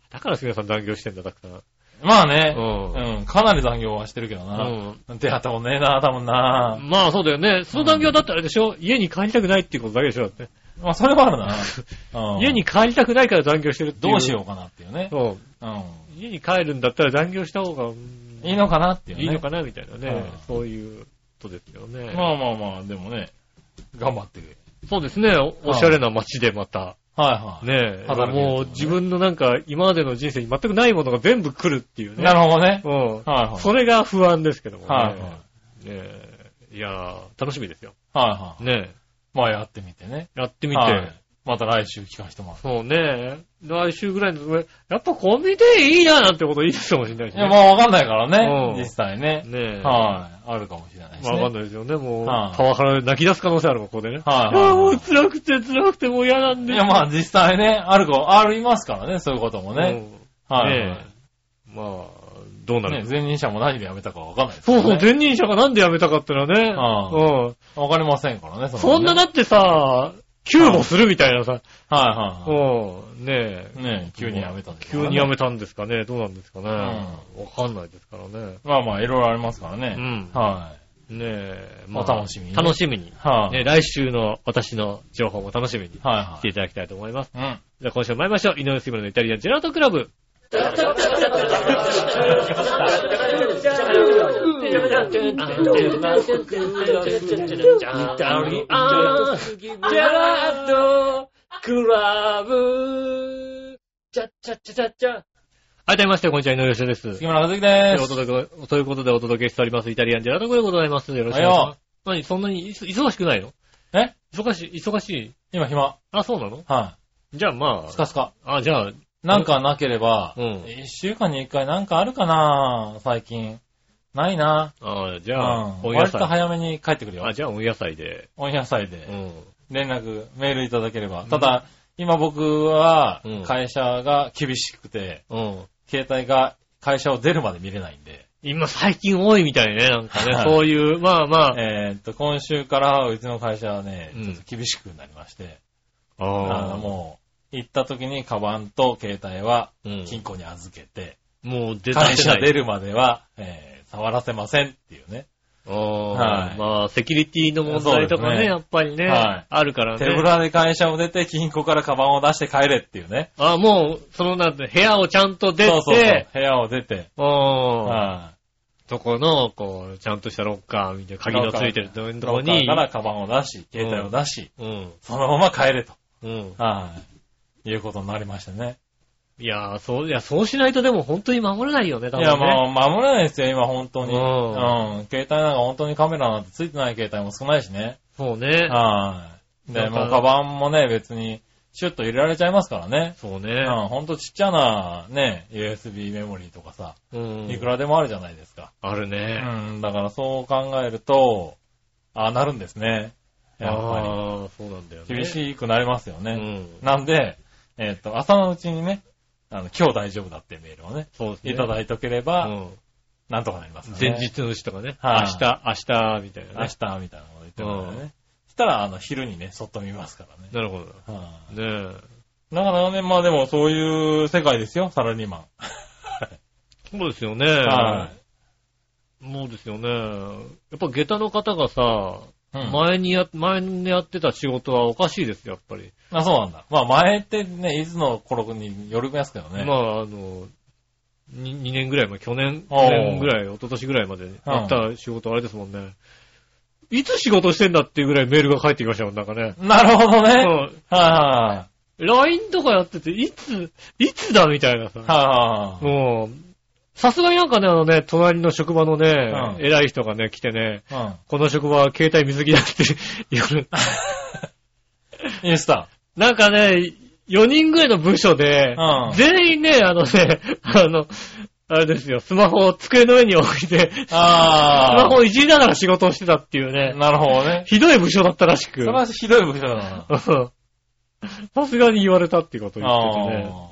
Speaker 2: だから杉田さん残業してんだ、たくさん。
Speaker 3: まあ
Speaker 2: う
Speaker 3: ね、
Speaker 2: ん。
Speaker 3: うん。かなり残業はしてるけどな。
Speaker 2: うん
Speaker 3: 出会ったことねえな、多分な。
Speaker 2: まあそうだよね。その残業だったらあれでしょ家に帰りたくないっていうことだけでしょだって。
Speaker 3: まあ、それはある な。うん
Speaker 2: 家に帰りたくないから残業してるっていう。
Speaker 3: どうしようかなっていうね。
Speaker 2: そう。
Speaker 3: うん。
Speaker 2: 家に帰るんだったら残業した方がうん
Speaker 3: いいのかなっていうね。
Speaker 2: いいのかなみたいなね
Speaker 3: うん。
Speaker 2: そういうことですよね。
Speaker 3: まあまあまあ、でもね、頑張って。
Speaker 2: そうですね。おおしゃれな街でまた。
Speaker 3: はいはい。
Speaker 2: ねえ。
Speaker 3: 働けるってことね
Speaker 2: もう自分のなんか今までの人生に全くないものが全部来るっていうね。
Speaker 3: なるほどね。
Speaker 2: うん。
Speaker 3: はいはい。
Speaker 2: それが不安ですけどもね。
Speaker 3: はいはい。
Speaker 2: ねえ。いやー、楽しみですよ。
Speaker 3: はいはい。
Speaker 2: ね
Speaker 3: まあやってみてね。
Speaker 2: え。やってみ
Speaker 3: は
Speaker 2: て
Speaker 3: い。また来週聞かせてもらう。
Speaker 2: そうね。来週ぐらいのところで、やっぱコンビニ店員いいななんてこといいかもしれないし
Speaker 3: い
Speaker 2: ね。
Speaker 3: や、まあわかんないから
Speaker 2: うん
Speaker 3: ね。実際ね。
Speaker 2: ねえ。
Speaker 3: はい。あるかもしれないです
Speaker 2: まあ
Speaker 3: ね。
Speaker 2: わかんないですよね。もう、
Speaker 3: はい
Speaker 2: パワハラで泣き出す可能性あるもん、ここでね。
Speaker 3: はい
Speaker 2: や、も
Speaker 3: は
Speaker 2: う辛くて辛くてもう嫌なん
Speaker 3: い。
Speaker 2: で。
Speaker 3: いや、まあ実際ね、あるか、ありますからね、そういうことも
Speaker 2: あ
Speaker 3: ね。
Speaker 2: ね
Speaker 3: はい
Speaker 2: ねえ。まあ、どうな
Speaker 3: はい。
Speaker 2: る
Speaker 3: ね、
Speaker 2: か
Speaker 3: 前任者も何で辞めたかわかんないですか
Speaker 2: そう
Speaker 3: ら
Speaker 2: そう、
Speaker 3: ね。
Speaker 2: 前任者がなんで辞めたかってのはね。
Speaker 3: は
Speaker 2: うん。
Speaker 3: わかりませんからね、
Speaker 2: そんな
Speaker 3: ね。
Speaker 2: だってさ、救護するみたいなさ。
Speaker 3: は
Speaker 2: う
Speaker 3: いは
Speaker 2: ん。ねえ
Speaker 3: い。はい。ね、急に辞めたんですから
Speaker 2: 急に
Speaker 3: ね
Speaker 2: 辞めたんですかね。どうなんですかね。わかんないですからね。
Speaker 3: まあまあ、いろいろありますから
Speaker 2: う
Speaker 3: ね。
Speaker 2: ん。
Speaker 3: は
Speaker 2: ねえ、
Speaker 3: お楽しみにね
Speaker 2: 楽しみに
Speaker 3: い。。はい。
Speaker 2: ね、来週の私の情報も楽しみに
Speaker 3: はい
Speaker 2: し
Speaker 3: は
Speaker 2: ていただきたいと思います。
Speaker 3: い。うん。
Speaker 2: じゃあ今週も参りましょう。井上杉村のイタリアンジェラートクラブ。
Speaker 4: Italia,
Speaker 2: クラブ、チャッチャッチャチャッチャ。改めまして、こんにちは、井上芳雄です。
Speaker 3: 杉村和樹で
Speaker 2: お
Speaker 3: す。
Speaker 2: 届け、ということでお届けしております、イタリアンジェラートコでございます。よろしくお願いします。何、そんなにいそ忙しくないの
Speaker 3: え
Speaker 2: 忙しい、忙しい。
Speaker 3: 今暇。
Speaker 2: あ、そうなの
Speaker 3: は
Speaker 2: じゃあま
Speaker 3: い。スカスカ。
Speaker 2: あ、あ、じゃあ、
Speaker 3: なんかなければ
Speaker 2: う、ん。
Speaker 3: 一週間に一回なんかあるかな最近。ないな
Speaker 2: あじ
Speaker 3: う
Speaker 2: ゃあ、
Speaker 3: ん。
Speaker 2: 温野
Speaker 3: 割と
Speaker 2: 菜。
Speaker 3: 早めに帰ってくるよ
Speaker 2: あ、。じゃあ温野菜で。
Speaker 3: 温野菜
Speaker 2: う
Speaker 3: で
Speaker 2: ん。
Speaker 3: 連絡、メールいただければ。ただ、今僕は
Speaker 2: うん
Speaker 3: 会社が厳しくて、
Speaker 2: うん。
Speaker 3: 携帯が会社を出るまで見れないんで、
Speaker 2: 今最近多いみたいね、なんか
Speaker 3: は
Speaker 2: ね
Speaker 3: い。
Speaker 2: そういう、まあまあ。
Speaker 3: えーっと、今週からうちの会社はね、
Speaker 2: うん
Speaker 3: ちょっと厳しくなりまして、あ
Speaker 2: あ
Speaker 3: の
Speaker 2: あ、も
Speaker 3: もう、行った時にカバンと携帯は
Speaker 2: う、うん、
Speaker 3: 金庫に預けて、
Speaker 2: もう出た
Speaker 3: 会
Speaker 2: て
Speaker 3: 社
Speaker 2: ない。
Speaker 3: 出るまでは、えー触らせませんっていうね。
Speaker 2: ああ、
Speaker 3: はい
Speaker 2: まあ、セキュリティの問題とかね、
Speaker 3: そうですね
Speaker 2: やっぱりね、
Speaker 3: はい
Speaker 2: あるからね。
Speaker 3: 手ぶらで会社を出て、金庫からカバンを出して帰れっていうね。
Speaker 2: あもう、そのなんて、部屋をちゃんと出て、
Speaker 3: そうそうそう。部屋を出て。
Speaker 2: うん
Speaker 3: は
Speaker 2: とこの、こう、ちゃんとしたロッカーみたいな、鍵のついてると
Speaker 3: い。
Speaker 2: こ
Speaker 3: ロ
Speaker 2: ろ
Speaker 3: ッカー
Speaker 2: に
Speaker 3: か、らカバンを出し、携帯を出し、
Speaker 2: うん、
Speaker 3: そのまま帰れと。
Speaker 2: うん。
Speaker 3: はい。いうことになりましたね。
Speaker 2: いやー、そう、いや、そうしないとでも本当に守れないよね、多
Speaker 3: い
Speaker 2: 分ね。
Speaker 3: や、もう守れないですよ、今、本当に。
Speaker 2: う
Speaker 3: うんん。携帯なんか本当にカメラなんてついてない携帯も少ないしね。
Speaker 2: そう ね。
Speaker 3: はい。
Speaker 2: な
Speaker 3: で、
Speaker 2: んか
Speaker 3: もうカバンもね、別に、シュッと入れられちゃいますからね。
Speaker 2: そう
Speaker 3: う
Speaker 2: ね
Speaker 3: ん、。ほんとちっちゃな、ね、USB メモリーとかさ、
Speaker 2: うん。
Speaker 3: いくらでもあるじゃないですか。
Speaker 2: ある
Speaker 3: う
Speaker 2: ね。
Speaker 3: ん、だからそう考えると、ああ、なるんですね。やっぱ
Speaker 2: ああ、そうなんだよね。
Speaker 3: り。厳しくなりますよ
Speaker 2: う
Speaker 3: ね。
Speaker 2: ん。
Speaker 3: なんで、えっと、朝のうちにね、あの、今日大丈夫だっていうメールをね、
Speaker 2: そうですね。
Speaker 3: いただいとけれ
Speaker 2: う
Speaker 3: ば、
Speaker 2: ん。
Speaker 3: なんとかなりますからね。
Speaker 2: 前日の日とかね。
Speaker 3: はい
Speaker 2: 明日、明日、みたいな
Speaker 3: 明
Speaker 2: ね。
Speaker 3: 日みたいなこと言ってもらうね。そしたら、あの、昼にね、そっと見ますからね。
Speaker 2: なるほど。
Speaker 3: はい
Speaker 2: ねえ。
Speaker 3: なかなかね、まあでもそういう世界ですよ、サラリーマン。
Speaker 2: そうですよね。
Speaker 3: は
Speaker 2: そうですよね。やっぱ下駄の方がさ、
Speaker 3: い。うん
Speaker 2: 前にや、前にやってた仕事はおかしいですよ、やっぱり。
Speaker 3: あ、そうなんだ。まあ前ってね、いつの頃によりますけどね。
Speaker 2: まあ、あの、2, 年ぐらい前、去年、去
Speaker 3: おー
Speaker 2: 年ぐらい、一昨年ぐらいまでやった仕事、あれですもんね。いつ仕事してんだっていうぐらいメールが返ってきましたもん、なんかね。
Speaker 3: なるほどね。はい
Speaker 2: うん
Speaker 3: は
Speaker 2: LINE とかやってて、いつ、いつだみたいなさ
Speaker 3: い。。はいはいはい
Speaker 2: もう、さすがになんかね、あのね、隣の職場のね、
Speaker 3: うん
Speaker 2: 偉い人がね、来てね、
Speaker 3: うん。
Speaker 2: この職場は携帯水着だって 言われて。
Speaker 3: インスタ。
Speaker 2: なんかね、4人ぐらいの部署で、
Speaker 3: うん
Speaker 2: 全員ね、あのね、あの、あれですよ、スマホを机の上に置いて、スマ
Speaker 3: あ
Speaker 2: ホをいじりながら仕事をしてたっていう
Speaker 3: あ。
Speaker 2: ね、
Speaker 3: なるほどね。
Speaker 2: ひどい部署だったらしく
Speaker 3: それ、はひどい部署だな。
Speaker 2: さすがに言われたっていうことを言っててね。
Speaker 3: あ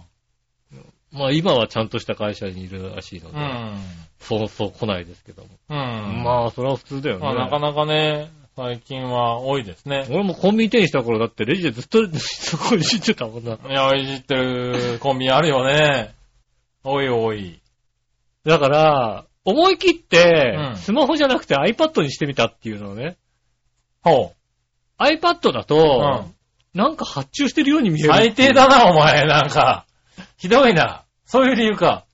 Speaker 2: まあ今はちゃんとした会社にいるらしいので、
Speaker 3: あ。
Speaker 2: そうそう来ないですけども。
Speaker 3: うん。うん。
Speaker 2: まあそれは普通だよね。
Speaker 3: まあなかなかね、最近は多いですね。
Speaker 2: 俺もコンビニ店員した頃だってレジでずっと そこいじってたもんな。
Speaker 3: いや、いじってるコンビニあるよね。多い多い。
Speaker 2: だから、思い切って
Speaker 3: う、ん
Speaker 2: スマホじゃなくて iPad にしてみたっていうのをね。
Speaker 3: ほ
Speaker 2: iPad だ
Speaker 3: う
Speaker 2: と、
Speaker 3: ん。
Speaker 2: なんか発注してるように見える。
Speaker 3: 最低。だな、お前、なんか。ひどいな。そういう理由か。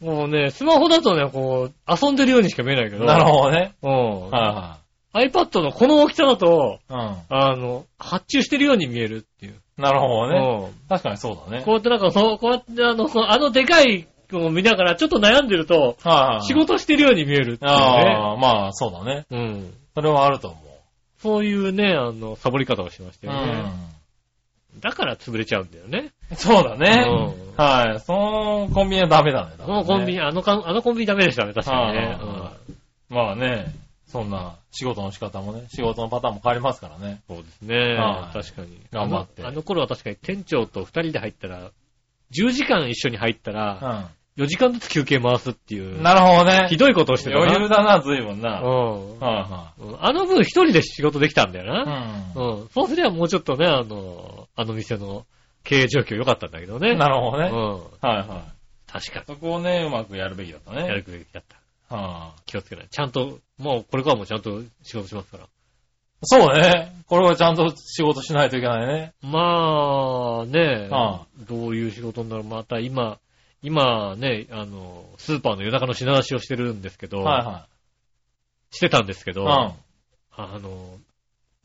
Speaker 2: もうね、スマホだとね、こう、遊んでるようにしか見えないけど。
Speaker 3: なるほどね。
Speaker 2: ほ
Speaker 3: は
Speaker 2: うん。iPad のこの大きさだと、
Speaker 3: いはい。
Speaker 2: あの、発注してるように見えるっていう。
Speaker 3: うん。なるほどね。
Speaker 2: うん。
Speaker 3: 確かにそうだね。
Speaker 2: こうやってなんか、そう、こうやってあの、こう あのでかいのを見ながらちょっと悩んでると、
Speaker 3: はいはい。
Speaker 2: 仕事してるように見えるっていうね。
Speaker 3: ああ、まあ、そうだね。
Speaker 2: うん。
Speaker 3: それはあると思う。
Speaker 2: そういうね、あの、サボり方をしました
Speaker 3: う
Speaker 2: よね。
Speaker 3: ん。
Speaker 2: だから潰れちゃうんだよね。
Speaker 3: そうだね
Speaker 2: うん。
Speaker 3: はい。そのコンビニはダメだね。
Speaker 2: このコンビニ、あのか、あのコンビニダメでしたね、確かにね。
Speaker 3: あまあね、そんな仕事の仕方もね、仕事のパターンも変わりますからね。
Speaker 2: うんそうですね
Speaker 3: は。い
Speaker 2: 確かに。
Speaker 3: 頑張って
Speaker 2: あのあの頃は確かに店長と二人で入ったら、10時間一緒に入ったら、
Speaker 3: う
Speaker 2: 4時間ずつ休憩回すってい
Speaker 3: ん。
Speaker 2: う、
Speaker 3: なるほどね
Speaker 2: ひ。どいことをしてたな。
Speaker 3: 余裕だな、随分な。
Speaker 2: うん
Speaker 3: は
Speaker 2: うんあの分一人で仕事できたんだよ
Speaker 3: い
Speaker 2: な。
Speaker 3: は
Speaker 2: うん。そうすればもうちょっとね、あの、あの店の経営状況良かったんだけど
Speaker 3: い。う
Speaker 2: ね。
Speaker 3: ん。なるほど
Speaker 2: う
Speaker 3: ね。
Speaker 2: ん。
Speaker 3: はいはい。
Speaker 2: 確かに。
Speaker 3: そこをね、うまくやるべきだった
Speaker 2: や
Speaker 3: ね
Speaker 2: る。べきだった。
Speaker 3: はあ、
Speaker 2: 気をつけない。ちゃんと、もうこれからもちゃんと仕事しますから。
Speaker 3: そうね。これはちゃんと仕事しないといけないね。
Speaker 2: まあ、ねえ、
Speaker 3: ああ
Speaker 2: どういう仕事になるまた今、今ね、あの、スーパーの夜中の品出しをしてるんですけど、
Speaker 3: は
Speaker 2: してたんですけど、
Speaker 3: いはい。うん。
Speaker 2: あの、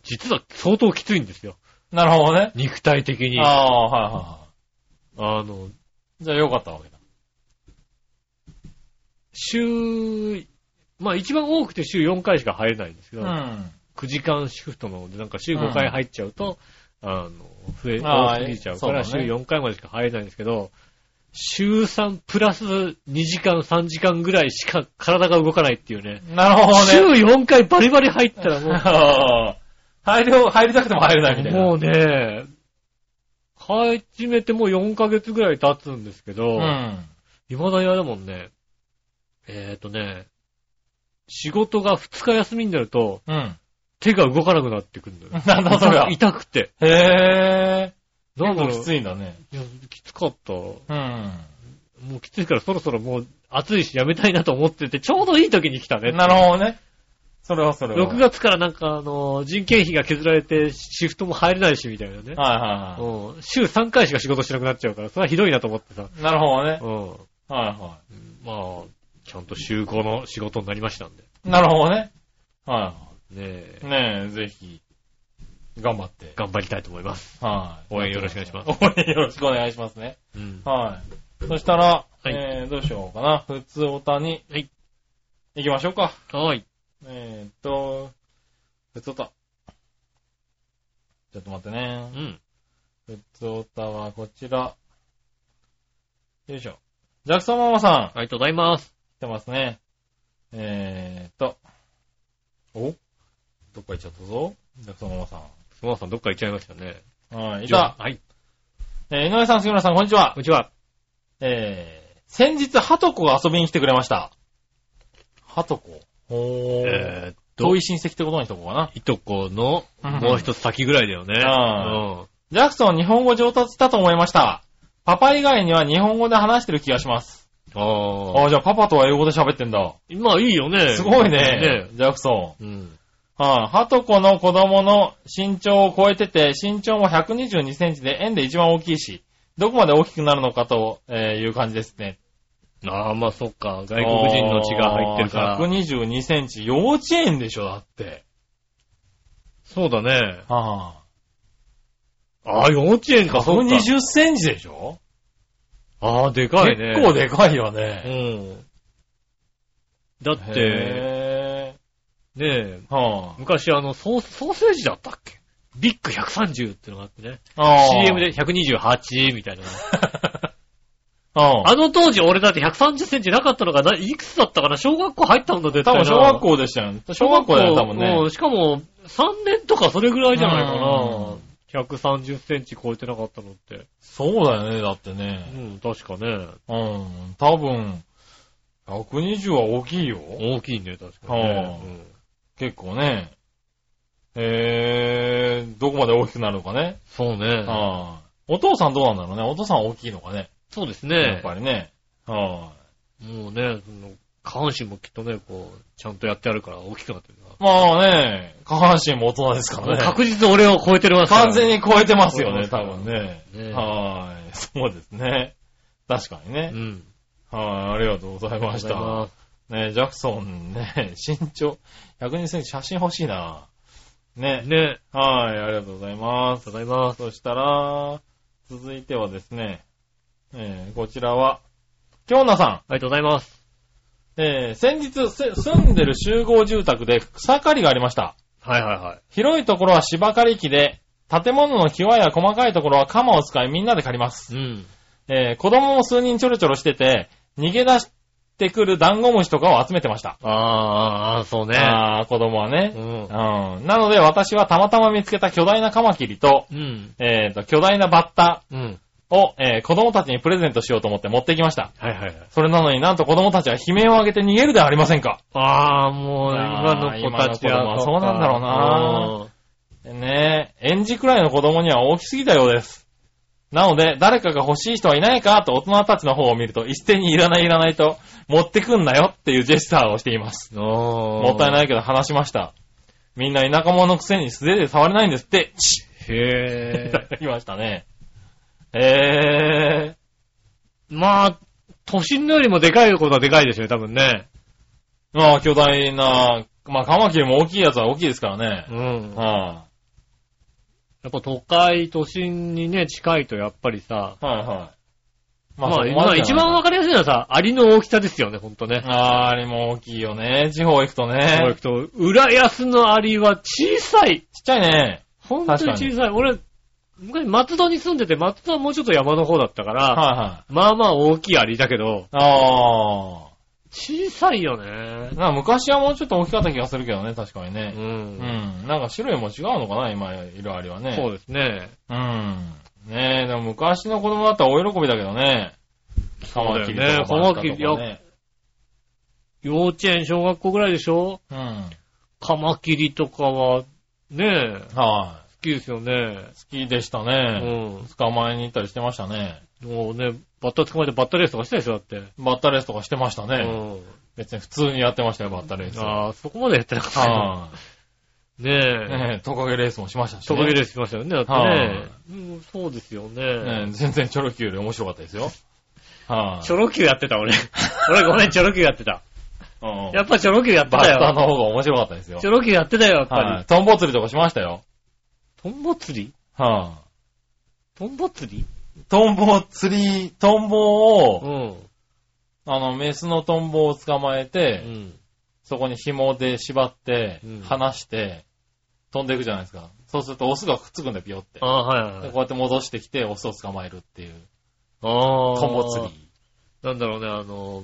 Speaker 2: 実は相当きついんですよ。
Speaker 3: なるほどね。
Speaker 2: 肉体的に。
Speaker 3: あ
Speaker 2: あ
Speaker 3: あ、はいはいは
Speaker 2: の、
Speaker 3: い。じゃあよかったわけだ。
Speaker 2: 週、まあ一番多くて週4回しか入れないんですけ
Speaker 3: う
Speaker 2: ど、
Speaker 3: ん。
Speaker 2: 9時間シフトなので、なんか週5回入っちゃうと、あの、増え、
Speaker 3: あ
Speaker 2: 多
Speaker 3: ー
Speaker 2: すぎちゃうから、
Speaker 3: そう
Speaker 2: 週
Speaker 3: だね
Speaker 2: 4回までしか入れないんですけど、週3プラス2時間、3時間ぐらいしか体が動かないっていうね。
Speaker 3: なるほ
Speaker 2: 週
Speaker 3: どね。
Speaker 2: 4回バリバリ入ったらもう、
Speaker 3: あー 入りょ、入りたく ても入れないみたいな。
Speaker 2: もうね、始めてもう4ヶ月ぐらい経つんですけど、
Speaker 3: うん。
Speaker 2: 未だにあれだもんね、えっ、とね、仕事が2日休みになると、
Speaker 3: うん。
Speaker 2: 手が動かなくなってくるんだよ。
Speaker 3: なんだそれは。
Speaker 2: 痛くて。
Speaker 3: へぇー。
Speaker 2: なんだろ
Speaker 3: 結
Speaker 2: う
Speaker 3: 構きついんだね。
Speaker 2: いや、きつかった。も
Speaker 3: うん。
Speaker 2: うきついからそろそろもう暑いしやめたいなと思ってて、ちょうどいい時に来たね。
Speaker 3: なるほどね。それはそれは。
Speaker 2: 6月からなんかあの、人件費が削られてシフトも入れないしみたいなね。
Speaker 3: はいはいは
Speaker 2: うん。週3回しか仕事しなくなっちゃうから、それはひどいなと思ってさ。
Speaker 3: い。なるほどね
Speaker 2: う。ん。
Speaker 3: はいは
Speaker 2: まあ、ちゃんと週5の仕事になりましたんで。
Speaker 3: い。なるほどね。は
Speaker 2: ねえ
Speaker 3: い。、ねえ、ぜひ、頑張って。
Speaker 2: 頑張りたいと思います。
Speaker 3: はい。
Speaker 2: 応援よろしくお願いします。
Speaker 3: 応援よろしくお願いしますね。
Speaker 2: うん。
Speaker 3: はい。そしたら、
Speaker 2: はい
Speaker 3: えー、どうしようかな。普通おたに。
Speaker 2: はい。
Speaker 3: 行きましょうか。
Speaker 2: はい。
Speaker 3: えーっと、普通おた。ちょっと待ってね
Speaker 2: う。ん。
Speaker 3: ふつおたはこちら。よいしょ。ジャクソンママさん、来
Speaker 2: ありがとうございます。
Speaker 3: てますね。えーっと。おどっか行っちゃったぞ。ジャクソンママさ
Speaker 2: すまさんどっか行っちゃいましたね。
Speaker 3: ん。はい、い
Speaker 2: じゃ
Speaker 3: た。
Speaker 2: あはい。
Speaker 3: えー、井上さん、杉村さん、こんにちは
Speaker 2: こん。にちは。
Speaker 3: えー、先日、ハトコが遊びに来てくれました。ハトコほー。
Speaker 2: えーっと
Speaker 3: 遠い、親戚ってことにしとこうかな。
Speaker 2: いとこのもう一つ先ぐらいだよね。
Speaker 3: あジャクソン、日本語上達したと思いました。パパ以外には日本語で話してる気がします。
Speaker 2: うん。ああ。
Speaker 3: ああ、じゃあパパとは英語で喋ってんだ。
Speaker 2: まあいいよね。
Speaker 3: すごいね。ジャクソ
Speaker 2: ね。うん。
Speaker 3: ン。はい、ハトコの子供の身長を超えてて、身長も122センチで円で一番大きいし、どこまで大きくなるのかとえーいう感じですね。
Speaker 2: ああ、まあそっか。外国人の血が入ってるから。
Speaker 3: あー122センチ、幼稚園でしょ、だって。
Speaker 2: そうだね。
Speaker 3: あ
Speaker 2: ああ、幼稚園か、
Speaker 3: あ。
Speaker 2: そうか。
Speaker 3: 120センチでしょ
Speaker 2: ああ、でかいね。
Speaker 3: 結構でかいよね。
Speaker 2: うん。だって、
Speaker 3: へ
Speaker 2: ねえ、
Speaker 3: ぇー。は
Speaker 2: 昔あの、ソーソーセージだったっけビッグ130ってのがあってね。
Speaker 3: あ。
Speaker 2: CM で128みたいなのが。
Speaker 3: うん。
Speaker 2: あの当時俺だって130センチなかったのがないくつだったかな小学校入ったんだ、絶
Speaker 3: 多
Speaker 2: 対な。
Speaker 3: 分小学校でしたよね。小学校だよね、多分
Speaker 2: う
Speaker 3: ね。
Speaker 2: んしかも、3年とかそれぐらいじゃないか
Speaker 3: う
Speaker 2: な。130センチ超えてなかったのって。
Speaker 3: そうだよね、だって
Speaker 2: う
Speaker 3: ね。
Speaker 2: ん、確かね。
Speaker 3: うん。多分、120は大きいよ。
Speaker 2: 大きいね、確かにね。
Speaker 3: う
Speaker 2: うんん
Speaker 3: 結構ね。えー、どこまで大きくなるのかね。
Speaker 2: そうね。
Speaker 3: はいお父さんどうなんだろうね。お父さんは大きいのかね。
Speaker 2: そうです
Speaker 3: やっ
Speaker 2: ね。
Speaker 3: ぱりね。はい
Speaker 2: もうね、その、下半身もきっとね、こう、ちゃんとやってあるから大きくなってるな。
Speaker 3: まあね、下半身も大人ですか
Speaker 2: もう
Speaker 3: らね。
Speaker 2: 確実に俺を超えてるわ
Speaker 3: 完全に超えてますよね、
Speaker 2: 超
Speaker 3: 多
Speaker 2: えてます
Speaker 3: 分ね。
Speaker 2: ね
Speaker 3: はーい。そうですね。確かに
Speaker 2: う
Speaker 3: ね。
Speaker 2: ん。
Speaker 3: はい、ありがとうございまし
Speaker 2: ありがとうござい
Speaker 3: た
Speaker 2: ま。す
Speaker 3: ね、ジャクソンね、身長120センチ写真欲しいな。ね。
Speaker 2: ね。
Speaker 3: はい、ありがとうございます。
Speaker 2: ただいま。
Speaker 3: そしたら、続いてはですね、えーこちらは、京奈さん。
Speaker 2: ありがとうございます。
Speaker 3: えー先日、せ住んでる集合住宅で草刈りがありました。
Speaker 2: はいはいはい。
Speaker 3: 広いところは芝刈り機で、建物の際や細かいところは鎌を使いみんなで刈ります。
Speaker 2: うん。
Speaker 3: えー子供も数人ちょろちょろしてて、逃げ出してくるダンゴムシとかを集めてました。
Speaker 2: ああああ、そうね。
Speaker 3: あー、子供はね
Speaker 2: う。ん。
Speaker 3: うん。なので私はたまたま見つけた巨大なカマキリと、
Speaker 2: うん。
Speaker 3: えっ、と、巨大なバッタ
Speaker 2: うん。
Speaker 3: を、えー子供たちにプレゼントしようと思って持ってきました。
Speaker 2: はいはいはい。
Speaker 3: それなのになんと子供たちは悲鳴を上げて逃げるではありませんか。
Speaker 2: ああ、もう、今
Speaker 3: あー
Speaker 2: の子たち
Speaker 3: 今の子供
Speaker 2: は
Speaker 3: はそうなんだろうな
Speaker 2: うん
Speaker 3: ねえ、園児くらいの子供には大きすぎたようです。なので、誰かが欲しい人はいないかと大人たちの方を見ると、一斉にいらないいらないと、持ってくんなよっていうジェスチャーをしています。も
Speaker 2: も
Speaker 3: ったい
Speaker 2: い。
Speaker 3: ないけど話しました。みんな田舎者のくせに素手で触れないんですって、チ ッい
Speaker 2: へ
Speaker 3: た
Speaker 2: え。
Speaker 3: だきましたね。え
Speaker 2: まあ、都心のよりもでかいことはでかいですよね、多分ね。
Speaker 3: ー、まあ巨大な、まあカマキリも大きいやつは大きいですからね。
Speaker 2: うん。
Speaker 3: は
Speaker 2: やっぱ都会、都心にね、近いとやっぱりさ、
Speaker 3: はいはい。
Speaker 2: まあ、
Speaker 3: そこ
Speaker 2: まあ
Speaker 3: でじ
Speaker 2: 一
Speaker 3: ゃない
Speaker 2: 番わかりやすいのはさ、アリの大きさですよね、ほんとね。
Speaker 3: あーあれも大きいよね。地方行くと
Speaker 2: こうい
Speaker 3: ね
Speaker 2: く。と、浦安のアリは小さい。
Speaker 3: ちっちゃいね。
Speaker 2: 本当に小さい。俺、昔松戸に住んでて、松戸はもうちょっと山の方だったから、
Speaker 3: はいはい。
Speaker 2: まあまあ大きいアリだけど、
Speaker 3: あ
Speaker 2: 小さいよね
Speaker 3: あ。。なんか昔はもうちょっと大きかった気がするけどね、確かに
Speaker 2: う。
Speaker 3: ね。うんん。なんか種類も違うのかな、今、いろありはね。
Speaker 2: そうですね。
Speaker 3: うん。ねえ、でも昔の子供だったら大喜びだけどね。カ
Speaker 2: うだ
Speaker 3: マ
Speaker 2: よ
Speaker 3: キ
Speaker 2: ね
Speaker 3: リとかバッタとか
Speaker 2: カマキリよ
Speaker 3: ね。
Speaker 2: 幼稚園、小学校ぐらいでしょ
Speaker 3: うん。はい、
Speaker 2: カマキリとかは、ねえ、
Speaker 3: 好
Speaker 2: 好きですよね。
Speaker 3: きでした
Speaker 2: う
Speaker 3: ね、
Speaker 2: ん。
Speaker 3: 捕まえに行ったりしてましたね。
Speaker 2: もうね、バッタ捕まえてバッタレースとかしたでしょ、だって。
Speaker 3: バッタレースとかしてました
Speaker 2: う
Speaker 3: ね。
Speaker 2: ん。
Speaker 3: 別に普通にやってましたよ、バッタレース。
Speaker 2: ああ、そこまでやってなかったよ。
Speaker 3: は
Speaker 2: ねえ。
Speaker 3: ねえ、トカゲレースもしましたし、
Speaker 2: ト
Speaker 3: ね。
Speaker 2: カゲレースしましたよね、だって
Speaker 3: は
Speaker 2: ね
Speaker 3: い。
Speaker 2: うんそうですよ
Speaker 3: ね
Speaker 2: ね。
Speaker 3: え全然チョロキューより面白かったですよ。はい、
Speaker 2: チョロ Q やってた、 俺。俺ごめん、チョロ Q やってた。
Speaker 3: うん
Speaker 2: やっぱチョロ Q やって
Speaker 3: バ
Speaker 2: た
Speaker 3: ッタの
Speaker 2: よ。
Speaker 3: 方が面白かったですよ
Speaker 2: チ。ョロ Q やってたよ、やっぱ
Speaker 3: はい
Speaker 2: り。
Speaker 3: トンボ釣りとかしましたよ。
Speaker 2: トンボ釣り
Speaker 3: は
Speaker 2: トンボ釣り
Speaker 3: いトンボ釣り、トンボを、
Speaker 2: うん。
Speaker 3: あの、メスのトンボを捕まえ
Speaker 2: う
Speaker 3: て、
Speaker 2: ん。
Speaker 3: そこに紐で縛って
Speaker 2: うん、
Speaker 3: 離して、飛んでいくじゃないですか。そうするとオスがくっつくんだよ、ピヨって。
Speaker 2: あ
Speaker 3: で
Speaker 2: あ、はいはいは
Speaker 3: こ。
Speaker 2: いう
Speaker 3: やって戻してきて、オスを捕まえるっていう、
Speaker 2: ああ。
Speaker 3: トンボ釣り。。
Speaker 2: なんだろうね、あの、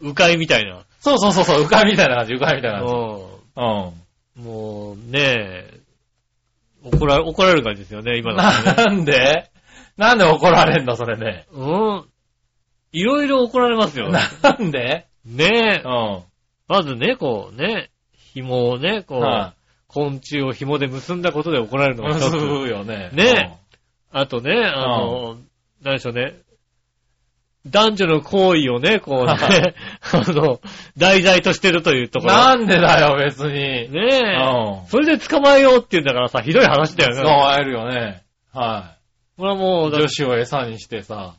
Speaker 2: 迂回みたいな。
Speaker 3: そうそうそうそう、うかいみたいな感じ、うかいみたいな感
Speaker 2: う。
Speaker 3: じ。うん
Speaker 2: もう、ねえ、怒ら、怒られる感じですよね、今
Speaker 3: ん。
Speaker 2: のはね。
Speaker 3: なんでなんで怒られんだ、それね。
Speaker 2: うん。いろいろ怒られますよ。
Speaker 3: なんで
Speaker 2: ねえ
Speaker 3: う。ん。
Speaker 2: まずね、こうね、紐をね、こう
Speaker 3: は、
Speaker 2: 昆虫を紐で結んだことで怒られる
Speaker 3: い。
Speaker 2: のが一
Speaker 3: 結
Speaker 2: つ。
Speaker 3: ぶよね。
Speaker 2: ねあとね、あの、何でしょうね。男女の行為をね、こう ね、あの、題材としてるという
Speaker 3: う
Speaker 2: と
Speaker 3: ん
Speaker 2: ころ。
Speaker 3: なんでだよ、別に。
Speaker 2: ねえ
Speaker 3: う。ん。
Speaker 2: それで捕まえようって言うんだからさ、ひどい話だよ
Speaker 3: 捕
Speaker 2: ね。
Speaker 3: まえるよね。はい。
Speaker 2: これはもう、だ
Speaker 3: 女子を餌にしてさ、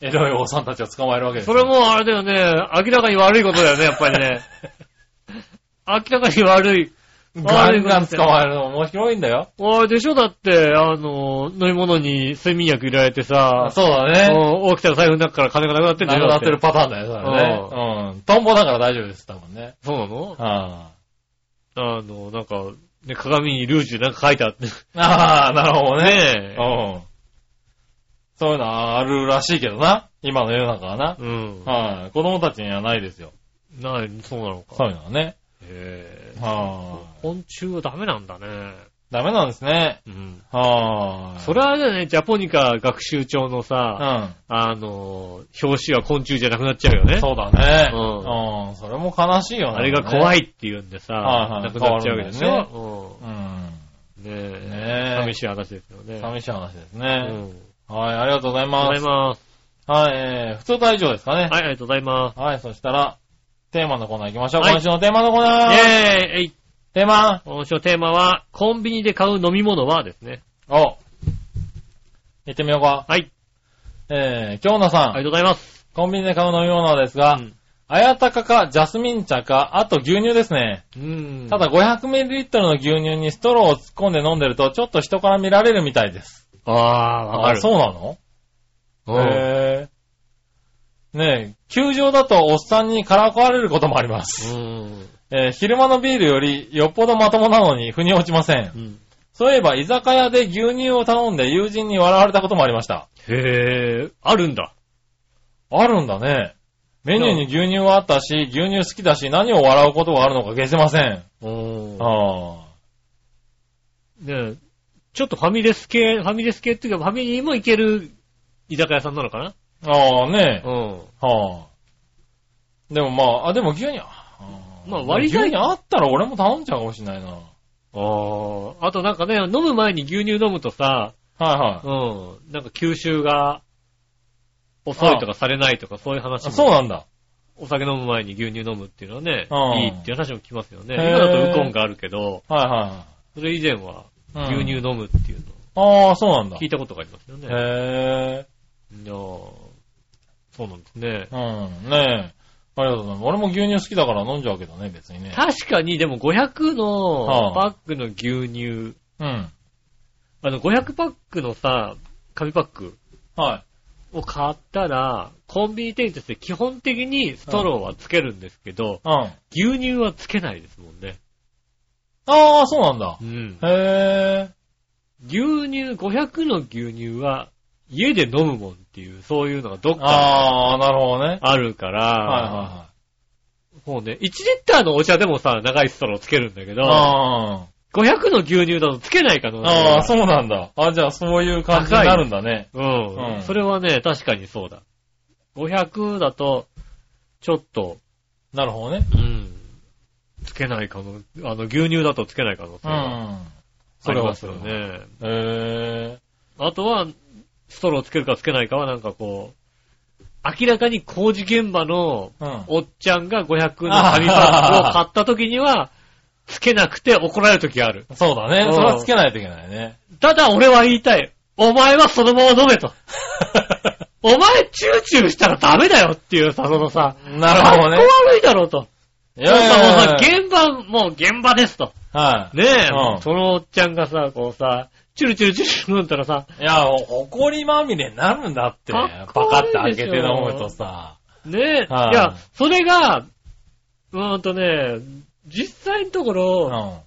Speaker 3: エロいおっさんたちを捕まえるわけです
Speaker 2: それ
Speaker 3: よ
Speaker 2: もあれだよね、明らかに悪いことだよね、やっぱり ね。明らかに悪い。
Speaker 3: ガンガン捕まえるの面白いんだよ。
Speaker 2: あれでしょだって、あの、飲み物に睡眠薬入れられてさ、
Speaker 3: そうだね。
Speaker 2: もう起きたら財布の中から金がなくなってんだ
Speaker 3: な
Speaker 2: よ。
Speaker 3: くなって
Speaker 2: だ
Speaker 3: るパターンだよ、それね。うん。トンボだから大丈夫です、多分ね。
Speaker 2: そうなの
Speaker 3: あ
Speaker 2: あの、なんか、ね、鏡にルージュなんか書いてあって。
Speaker 3: あ。ああ、なるほどね。
Speaker 2: ねえ。
Speaker 3: うん。そういうのあるらしいけどな。今の世の中はな。
Speaker 2: うん。
Speaker 3: はい。子供たちにはないですよ。
Speaker 2: ない、そうなの
Speaker 3: そ
Speaker 2: か。
Speaker 3: ういうのはね。
Speaker 2: へえ。
Speaker 3: は
Speaker 2: 昆虫はダメなんだね。
Speaker 3: い。ダメなんですね。
Speaker 2: うん。
Speaker 3: はい。
Speaker 2: それはあれだよね、ジャポニカ学習帳の
Speaker 3: う
Speaker 2: さ、
Speaker 3: ん。
Speaker 2: あの、表紙は昆虫じゃなくなっちゃうよね。
Speaker 3: そうだね。
Speaker 2: う
Speaker 3: うん。それも悲しいよね。
Speaker 2: あれが怖
Speaker 3: い。
Speaker 2: いって言うんでさ、
Speaker 3: はいはい
Speaker 2: なくなっちゃうわけでし
Speaker 3: 変わるんだ
Speaker 2: ょ。
Speaker 3: うん。
Speaker 2: うん。ねえ。
Speaker 3: ねえ
Speaker 2: 寂しい話ですよね。
Speaker 3: 寂しい話です
Speaker 2: う
Speaker 3: ね。
Speaker 2: ん。
Speaker 3: はい、ありがとうござい
Speaker 2: あ
Speaker 3: ま
Speaker 2: りがとうござい
Speaker 3: す。
Speaker 2: ます。
Speaker 3: はい、えー、普通大丈夫ですかね。
Speaker 2: はい、ありがとうございます。
Speaker 3: はい、そしたら、テーマのコーナー行きましょう。
Speaker 2: はい
Speaker 3: 今週のテーマのコーナー
Speaker 2: イェーイえい
Speaker 3: テーマ
Speaker 2: 今週のテーマは、コンビニで買う飲み物はですね。
Speaker 3: お行ってみようか。
Speaker 2: はい。
Speaker 3: えー、京奈さん、
Speaker 2: ありがとうございます。
Speaker 3: コンビニで買う飲み物ですが、
Speaker 2: うん
Speaker 3: あやたかか、ジャスミン茶か、あと牛乳ですね。
Speaker 2: うん
Speaker 3: ただ 500ml の牛乳にストローを突っ込んで飲んでると、ちょっと人から見られるみたいです。
Speaker 2: ああ、わかる。
Speaker 3: そうなのへー。ねえ、球場だとおっさんにからかわれることもあります。
Speaker 2: うん。
Speaker 3: えー昼間のビールよりよっぽどまともなのに腑に落ちません
Speaker 2: う。ん。
Speaker 3: そういえば居酒屋で牛乳を頼んで友人に笑われたこともありました。
Speaker 2: へえ、あるんだ。
Speaker 3: あるんだね。メニューに牛乳はあったし、牛乳好きだし、何を笑うことがあるのか消せません。
Speaker 2: うん。
Speaker 3: ああ。
Speaker 2: ねえちょっとファミレス系、ファミレス系っていうか、ファミリーも行ける居酒屋さんなのかな
Speaker 3: ああね。
Speaker 2: うん。
Speaker 3: はあ。でもまあ、あ、でも牛乳、ああ
Speaker 2: まあ割合
Speaker 3: 牛乳あったら俺も頼んじゃうかもしれないな。はい
Speaker 2: ああ。あとなんかね、飲む前に牛乳飲むとさ、
Speaker 3: は
Speaker 2: うん、なんか吸収が遅いとかされないとかそういう話
Speaker 3: い。
Speaker 2: も。
Speaker 3: そうなんだ。
Speaker 2: お酒飲む前に牛乳飲むっていうのはね
Speaker 3: うん、
Speaker 2: いいっていう話も聞きますよね。
Speaker 3: へー
Speaker 2: 今だとウコンがあるけど、
Speaker 3: はいは
Speaker 2: それ以前はい
Speaker 3: はい。うん
Speaker 2: 牛乳。飲むっていうのを
Speaker 3: ああ、そうなんだ。
Speaker 2: 聞いたことがありますよね。いや
Speaker 3: へえ。
Speaker 2: ーそうなんですね。
Speaker 3: うん、ねえ。ありがとうございます。俺も牛乳好きだから飲んじゃうけどね、別にね。
Speaker 2: 確かにでも500の
Speaker 3: は
Speaker 2: パックの牛乳
Speaker 3: うん。
Speaker 2: あの、500パックのさ、紙パック
Speaker 3: はい。
Speaker 2: を買ったら、コンビニ店として基本的にストローはつけるんですけど、
Speaker 3: うん。あ
Speaker 2: 牛乳はつけないですもんね。
Speaker 3: あー、そうなんだ
Speaker 2: う。ん。
Speaker 3: へえ。
Speaker 2: 牛乳、500の牛乳は家で飲むもんっていう、そういうのがどっか
Speaker 3: ああ、なるほどね。
Speaker 2: あるから、
Speaker 3: はいは
Speaker 2: もうね、1リッターのお茶でもさ、長いストローつけるんだけ
Speaker 3: いはい。
Speaker 2: ど、
Speaker 3: あ
Speaker 2: 500の牛乳だとつけないか能
Speaker 3: あ。
Speaker 2: 性が
Speaker 3: ああ、そうなんだ。あじゃあそういう感じになるんだね。
Speaker 2: うん。
Speaker 3: うん
Speaker 2: それはね、確かにそうだ。500だと、ちょっと、
Speaker 3: なるほどね。
Speaker 2: うん。つけないかの、あの、牛乳だとつけない可能性
Speaker 3: う
Speaker 2: が
Speaker 3: ん。
Speaker 2: ありますよね。
Speaker 3: それは。へえ。
Speaker 2: あとは、ストローつけるかつけないかはなんかこう、明らかに工事現場の
Speaker 3: うん。
Speaker 2: おっちゃんが500の紙パックを買った時には、つけなくて怒られる時ある。
Speaker 3: そうだ
Speaker 2: う
Speaker 3: ね。
Speaker 2: ん
Speaker 3: それはつけないといけない ね。
Speaker 2: ただ俺は言いたい。お前はそのまま飲めと。お前チューチューしたらダメだよっていうさ、そのさ、
Speaker 3: なるほどね
Speaker 2: かっこ悪いだろうと。
Speaker 3: いやいやいやいや
Speaker 2: 現場、もう現場ですと。
Speaker 3: は
Speaker 2: ねえ、
Speaker 3: うん
Speaker 2: そのおっちゃんがさ、こうさ、チュルチュルチュルチュル飲んだらさ、
Speaker 3: い。いや、ほこりまみれになるんだって。
Speaker 2: か
Speaker 3: バ
Speaker 2: っこ
Speaker 3: カっ
Speaker 2: 悪い
Speaker 3: て開
Speaker 2: でしょ
Speaker 3: けて飲むとさ。
Speaker 2: ねえ、
Speaker 3: はい
Speaker 2: いや、それが、うーんとね、実際のとこ
Speaker 3: う
Speaker 2: ろ、
Speaker 3: ん。あ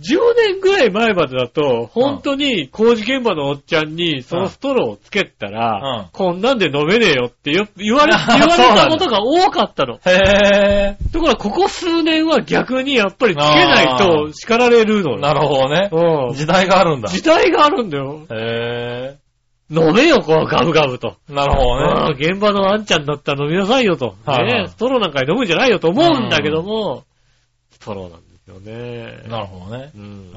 Speaker 2: 10年ぐらい前までだと、本当に工事現場のおっちゃんに、そのストローをつけたら、
Speaker 3: うん
Speaker 2: こんなんで飲めねえよってよ言われ、
Speaker 3: あ
Speaker 2: 言わ
Speaker 3: そ
Speaker 2: れ
Speaker 3: うなんだ
Speaker 2: たことが多かったの。
Speaker 3: へえ。
Speaker 2: ところが、ここ数年は逆にやっぱりつけない
Speaker 3: あー
Speaker 2: と叱られるのよ。
Speaker 3: なるほどね。
Speaker 2: うん
Speaker 3: 時代があるんだ。
Speaker 2: 時代があるんだよ。
Speaker 3: へ
Speaker 2: 飲めよ、こう、ガブガブと。
Speaker 3: え。なるほ
Speaker 2: ああ
Speaker 3: どね。
Speaker 2: 現場のあんちゃんだったら飲みなさいよと。
Speaker 3: はいはい
Speaker 2: ねストローなんかに飲むんじゃないよと思うんだけども、ストローなんですよね。
Speaker 3: なるほどね
Speaker 2: う。ん。ね
Speaker 3: う
Speaker 2: ち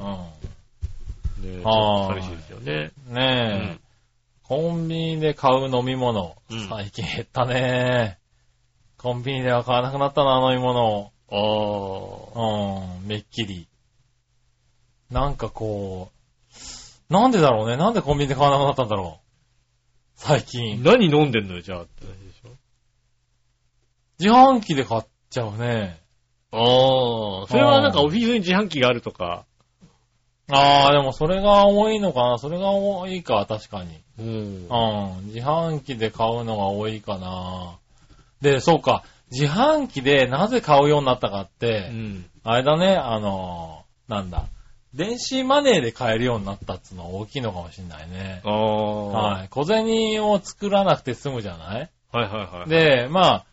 Speaker 2: ょっ
Speaker 3: は
Speaker 2: と寂
Speaker 3: い
Speaker 2: しいですよね。
Speaker 3: ん。ねえ。コンビニで買う飲み物
Speaker 2: うん。
Speaker 3: 最近減ったね。コンビニでは買わなくなったな、飲み物
Speaker 2: ああ。
Speaker 3: を。うん。めっきり。なんかこう、なんでだろうね。なんでコンビニで買わなくなったんだろう。最近。
Speaker 2: 何飲んでんのよ、じゃあって話でし
Speaker 3: 自販機で買っちゃうね。
Speaker 2: ょ。ああ。それはなんかオフィスに自販機があるとか。
Speaker 3: ああ、でもそれが多いのかな。それが多いか、確かに。
Speaker 2: うん。
Speaker 3: うん。自販機で買うのが多いかな。で、そうか。自販機でなぜ買うようになったかっ
Speaker 2: う
Speaker 3: て、
Speaker 2: ん。
Speaker 3: あれだね、あのーなんだ。電子マネーで買えるようになったっつうのは大きいのかもしんないね。
Speaker 2: ああ。。
Speaker 3: はいい。小銭を作らなくて済むじゃない
Speaker 2: はいはいはい。
Speaker 3: で、まあ、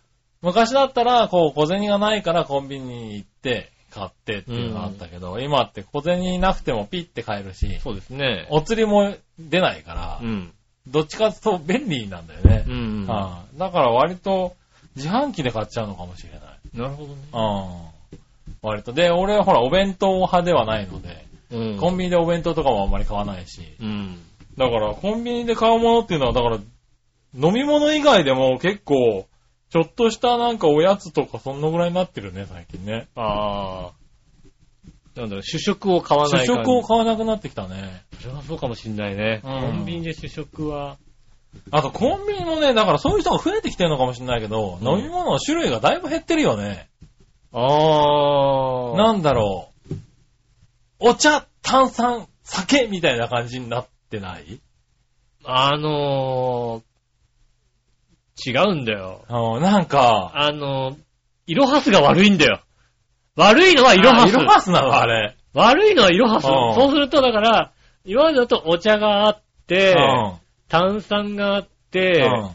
Speaker 3: 昔だったら、こう、小銭がないからコンビニに行って、買ってっていうのがあったけど、今って小銭なくてもピッて買えるし、
Speaker 2: そうですね。
Speaker 3: お釣りも出ないから、
Speaker 2: うん。
Speaker 3: どっちかというと便利なんだよね。
Speaker 2: うん。
Speaker 3: ああだから割と、自販機で買っちゃうのかもしれない。
Speaker 2: なるほどね。
Speaker 3: ああ割と。で、俺はほら、お弁当派ではないので、
Speaker 2: うん
Speaker 3: コンビニでお弁当とかもあんまり買わないし、
Speaker 2: うん。
Speaker 3: だから、コンビニで買うものっていうのは、だから、飲み物以外でも結構、ちょっとしたなんかおやつとかそんなぐらいになってるね、最近ね。
Speaker 2: ああ。なんだろう、主食を買わな
Speaker 3: 主
Speaker 2: い感じ
Speaker 3: 食を買わなくなってきたね。
Speaker 2: それはそうかもしんないね。
Speaker 3: うん
Speaker 2: コンビニで主食は、
Speaker 3: あとコンビニもね、だからそういう人が増えてきてるのかもしれないけど、
Speaker 2: うん
Speaker 3: 飲み物の種類がだいぶ減ってるよね。
Speaker 2: ああ。
Speaker 3: なんだろう。お茶、炭酸、酒みたいな感じになってない
Speaker 2: あのー、違うんだよ。
Speaker 3: うんなんか、
Speaker 2: あのー、イロハスが悪いんだよ。悪いのはイロハ
Speaker 3: あイロハ
Speaker 2: ス。
Speaker 3: スなのあれ。
Speaker 2: 悪いのはイロハス。
Speaker 3: うん
Speaker 2: そうすると、だから、今までだとお茶があって、
Speaker 3: うん
Speaker 2: 炭酸があっ
Speaker 3: う
Speaker 2: て、
Speaker 3: ん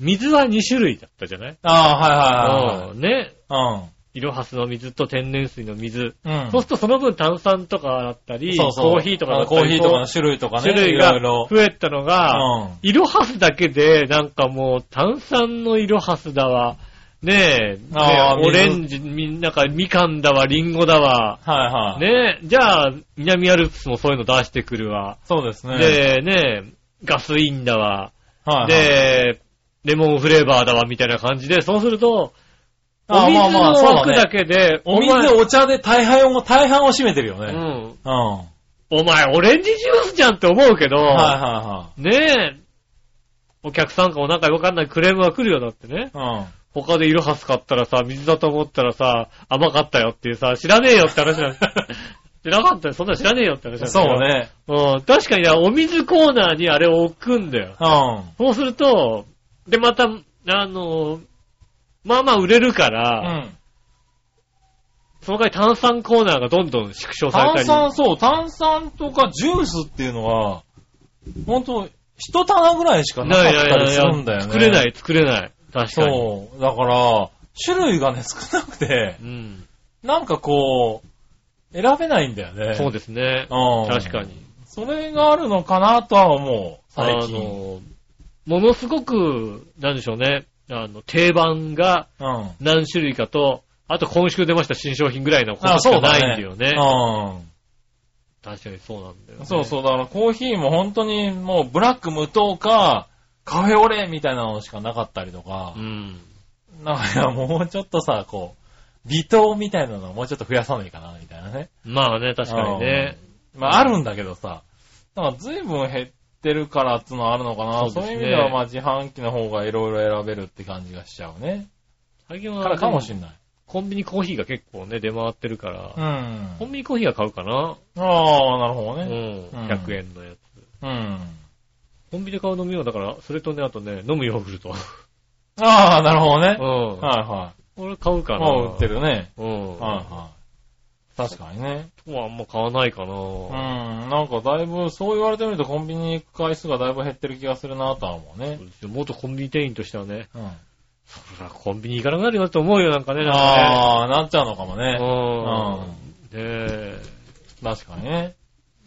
Speaker 2: 水は2種類だったじゃない
Speaker 3: あ
Speaker 2: うんね。
Speaker 3: あ、は
Speaker 2: イロハスの水と天然水の水。
Speaker 3: いはいはい。うん。うん
Speaker 2: そうするとその分炭酸とかだったり、
Speaker 3: そうそう
Speaker 2: コーヒーとかだ
Speaker 3: あ
Speaker 2: っ
Speaker 3: コ
Speaker 2: た
Speaker 3: ーヒ
Speaker 2: り、
Speaker 3: ーとかの種類とかね。
Speaker 2: 種類
Speaker 3: いろい
Speaker 2: が
Speaker 3: ろ。
Speaker 2: 増えたのが、
Speaker 3: うん。
Speaker 2: イロハスだけで、なんかもう炭酸のイロハスだわ、ねえ、
Speaker 3: あー
Speaker 2: ねえオレンジ、みなんかみかんだわ、リンゴだわ、
Speaker 3: はいはい。
Speaker 2: ねえ、じゃあ、南アルプスもそういうの出してくるわ。
Speaker 3: そうですね。
Speaker 2: で、ねえ、ガスインだわ、
Speaker 3: はいはい、
Speaker 2: で、レモンフレーバーだわ、みたいな感じで、そうすると、お
Speaker 3: あ
Speaker 2: 水
Speaker 3: まあまあ
Speaker 2: の
Speaker 3: そうだね
Speaker 2: 枠だけで、
Speaker 3: お水、お茶で大半を、大半を占めてるよ
Speaker 2: お前
Speaker 3: ね。
Speaker 2: うん
Speaker 3: うん。は
Speaker 2: お前、オレンジジュースじゃんって思うけど、
Speaker 3: いは
Speaker 2: ねえ、お客さんかもなんかわかんないクレームが来るよだってね。
Speaker 3: いはい。
Speaker 2: 他でイロ ハス買ったらさ、水だと思ったらさ、甘かったよっていうさ、知らねえよって話なんだ。てなかったよ。そんなの知らねえよって話なんだけ
Speaker 3: そ
Speaker 2: ど
Speaker 3: う。ね。
Speaker 2: うん。確かにな、お水コーナーにあれを置くんだよ。
Speaker 3: うん。
Speaker 2: そうすると、で、また、あの、まあまあ売れるか
Speaker 3: う
Speaker 2: ら、
Speaker 3: ん。
Speaker 2: その代わり炭酸コーナーがどんどん縮小されたり。
Speaker 3: 炭酸、そう、炭酸とかジュースっていうのは、ほんと、一棚ぐらいしかなかったりするんだよね。
Speaker 2: 作れない、作れない。確かに。
Speaker 3: そう。だから、種類がね、少なくて、
Speaker 2: うん。
Speaker 3: なんかこう、選べないんだよね。
Speaker 2: そうですね。
Speaker 3: うん。
Speaker 2: 確か。に。
Speaker 3: それがあるのかなとは思う、
Speaker 2: あ
Speaker 3: 最近。
Speaker 2: の、ものすごく、なんでしょうね。あの、定番が
Speaker 3: うん。
Speaker 2: 何種類かと、あと今週出ました新商品ぐらいのこと
Speaker 3: あ、
Speaker 2: し
Speaker 3: そ
Speaker 2: か
Speaker 3: うだ
Speaker 2: ない
Speaker 3: ね。
Speaker 2: んだよね。
Speaker 3: う
Speaker 2: 確かにそうなんだよ、ね。
Speaker 3: ん。そうそう、だからコーヒーも本当にもうブラック無糖か、カフェオレみたいなのしかなかったりとか
Speaker 2: う。、ん。
Speaker 3: なんかもうちょっとさ、こう、微糖みたいなのをもうちょっと増やさないかな、みたいなね。
Speaker 2: まあね、確かにね。
Speaker 3: まああるんだけどさ、なんか随分減ってるからっていうのはあるのかな。
Speaker 2: そ
Speaker 3: そうう,、
Speaker 2: ですね
Speaker 3: いう意味ではまあ自販機の方がいろいろ選べるって感じがしちゃうね。
Speaker 2: 最近は
Speaker 3: からかもしんない。
Speaker 2: コンビニコーヒーが結構ね、出回ってるから、
Speaker 3: うん。あ
Speaker 2: コンビニコーヒーは買うかな。
Speaker 3: あ、なるほど
Speaker 2: うん
Speaker 3: ね。。
Speaker 2: 100円のやつ。
Speaker 3: うん。
Speaker 2: コンビニで買う飲みようだから、それとね、あとね、飲むヨーグルト。
Speaker 3: ああ、なるほどね。
Speaker 2: うん。
Speaker 3: はいは
Speaker 2: 俺買うか
Speaker 3: い。
Speaker 2: な。
Speaker 3: もう売って。るね。
Speaker 2: うん。
Speaker 3: はいはい。確かにね。
Speaker 2: もうあんま買わないかな。
Speaker 3: うん。なんかだいぶ、そう言われてみるとコンビニ行く回数がだいぶ減ってる気がするなとは思うね。
Speaker 2: 元コンビニ店員としてはね、
Speaker 3: うん。
Speaker 2: そらコンビニ行かなくなるよなと思うよ、なんかね。なんか
Speaker 3: ああ、なっちゃうのかも
Speaker 2: ね
Speaker 3: ね。
Speaker 2: うん。ね
Speaker 3: 確かにね。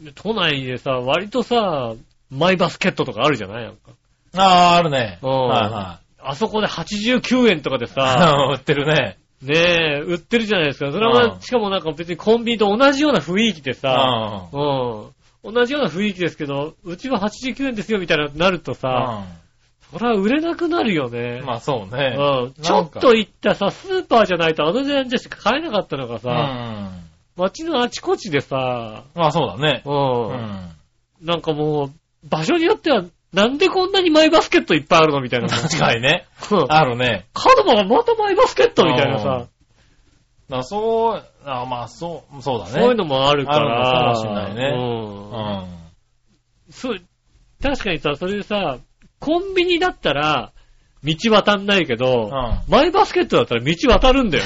Speaker 2: えで都内でさ、割とさ、マイバスケットとかあるじゃないなんか。
Speaker 3: ああ、あるね。
Speaker 2: うん
Speaker 3: はいはい。
Speaker 2: あそこで89円とかでさ、
Speaker 3: あ 売ってるね。
Speaker 2: ねえ、売ってるじゃないですか。それは、
Speaker 3: うん
Speaker 2: しかもなんか別にコンビニと同じような雰囲気で
Speaker 3: うん。
Speaker 2: さ、うん。同じような雰囲気ですけど、うちは89円ですよみたいなのになるとさ、それは売れなくなるよね。
Speaker 3: まあそうね。
Speaker 2: うん。ちょっと行ったさ、スーパーじゃないとあの値段じゃしか買えなかったのが
Speaker 3: う
Speaker 2: さ、
Speaker 3: ん。
Speaker 2: 街のあちこちでさ、
Speaker 3: まあそうだね。
Speaker 2: う。
Speaker 3: うんん。
Speaker 2: なんかもう、場所によっては、なんでこんなにマイバスケットいっぱいあるのみたいな。
Speaker 3: 確かにね。
Speaker 2: うん
Speaker 3: あるね。
Speaker 2: カドマがまたマイバスケットみたいなさ、
Speaker 3: だからそう、あまあそう、そうだね。
Speaker 2: そういうのもあるから。
Speaker 3: あるのかもしんないね
Speaker 2: うん。
Speaker 3: うん。
Speaker 2: そう、確かにさ、それでさ、コンビニだったら、道渡んないけど、
Speaker 3: う
Speaker 2: マイバスケットだったら道渡るん だよ。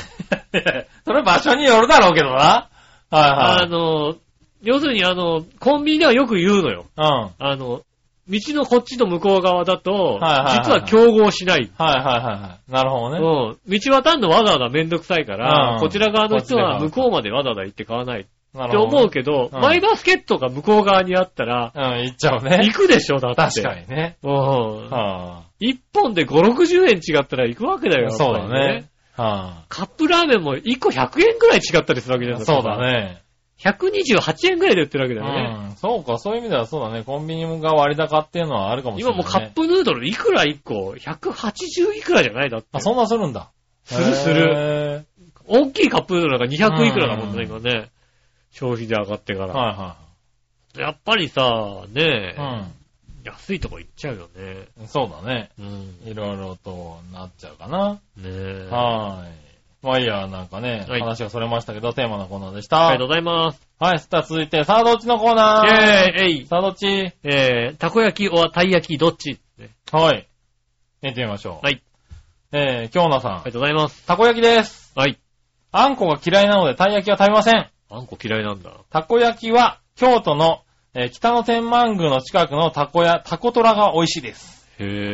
Speaker 3: それ場所によるだろうけどな。
Speaker 2: あ
Speaker 3: はい
Speaker 2: の、要するにあの、コンビニではよく言うのよ。
Speaker 3: はい。うん。
Speaker 2: あの、道のこっちと向こう側だと、
Speaker 3: はいはいはい
Speaker 2: 実は競合しない。
Speaker 3: はいはいはいはい。なるほどね。
Speaker 2: うん。道渡んのわざわざめんどくさいから、
Speaker 3: うん
Speaker 2: こちら側の人は
Speaker 3: こ
Speaker 2: 向
Speaker 3: っちで買う
Speaker 2: こうまでわざわざ行って買わないっ
Speaker 3: な
Speaker 2: て
Speaker 3: るほどね
Speaker 2: 思うけど、
Speaker 3: うん
Speaker 2: マイバスケットが向こう側にあったら、
Speaker 3: うん、行っちゃうね
Speaker 2: 行。くでしょ、だって。
Speaker 3: 確かにね。
Speaker 2: うん。
Speaker 3: は
Speaker 2: 一本で5、60円違ったら行くわけだよ、
Speaker 3: あ、そうだ
Speaker 2: やっぱり
Speaker 3: ね。。は
Speaker 2: カップラーメンも1個100円くらい違ったりするわけじゃな
Speaker 3: あ、
Speaker 2: い
Speaker 3: そうだ。ね。
Speaker 2: 128円くらいで売ってるわけ
Speaker 3: う
Speaker 2: だよね。
Speaker 3: ん。そうか、そういう意味ではそうだね。コンビニが割高っていうのはあるかもしれな
Speaker 2: 今
Speaker 3: い、ね。
Speaker 2: もうカップヌードルいくら1個 ?180 いくらじゃないだって。
Speaker 3: あ、そんなするんだ。
Speaker 2: するする。
Speaker 3: へ
Speaker 2: 大きいカップヌードルなんか200いくらだもん
Speaker 3: うん
Speaker 2: ね、今ね。消費で上がってか
Speaker 3: ー。
Speaker 2: ら。
Speaker 3: はいは
Speaker 2: やっぱりさ、ね
Speaker 3: いは
Speaker 2: 安いとこ行っちゃうよね。
Speaker 3: い。うん。そうだね。
Speaker 2: うん。
Speaker 3: いろいろとなっちゃうかな。
Speaker 2: ねえ。
Speaker 3: はーい。まあいいや、なんかね、
Speaker 2: はい
Speaker 3: 話がそれましたけど、テーマのコーナーでし
Speaker 2: あり
Speaker 3: た。
Speaker 2: がとうございます。
Speaker 3: はい、さあ続いて、サードっちのコーナー。
Speaker 2: えー、えい。
Speaker 3: サードっち。
Speaker 2: えー、たこ焼き、おたい焼き、どっちね
Speaker 3: はい。見てみましょう。
Speaker 2: はい。
Speaker 3: えー、京奈さ
Speaker 2: あ
Speaker 3: ん
Speaker 2: りが。とうございます。
Speaker 3: たこ焼きです。
Speaker 2: はい。
Speaker 3: あんこが嫌いなので、たい焼きは食べません。
Speaker 2: あんこ嫌いなんだ。
Speaker 3: たこ焼きは、京都の、えー北の天満宮の近くのたこや、たこトラが美味しいです。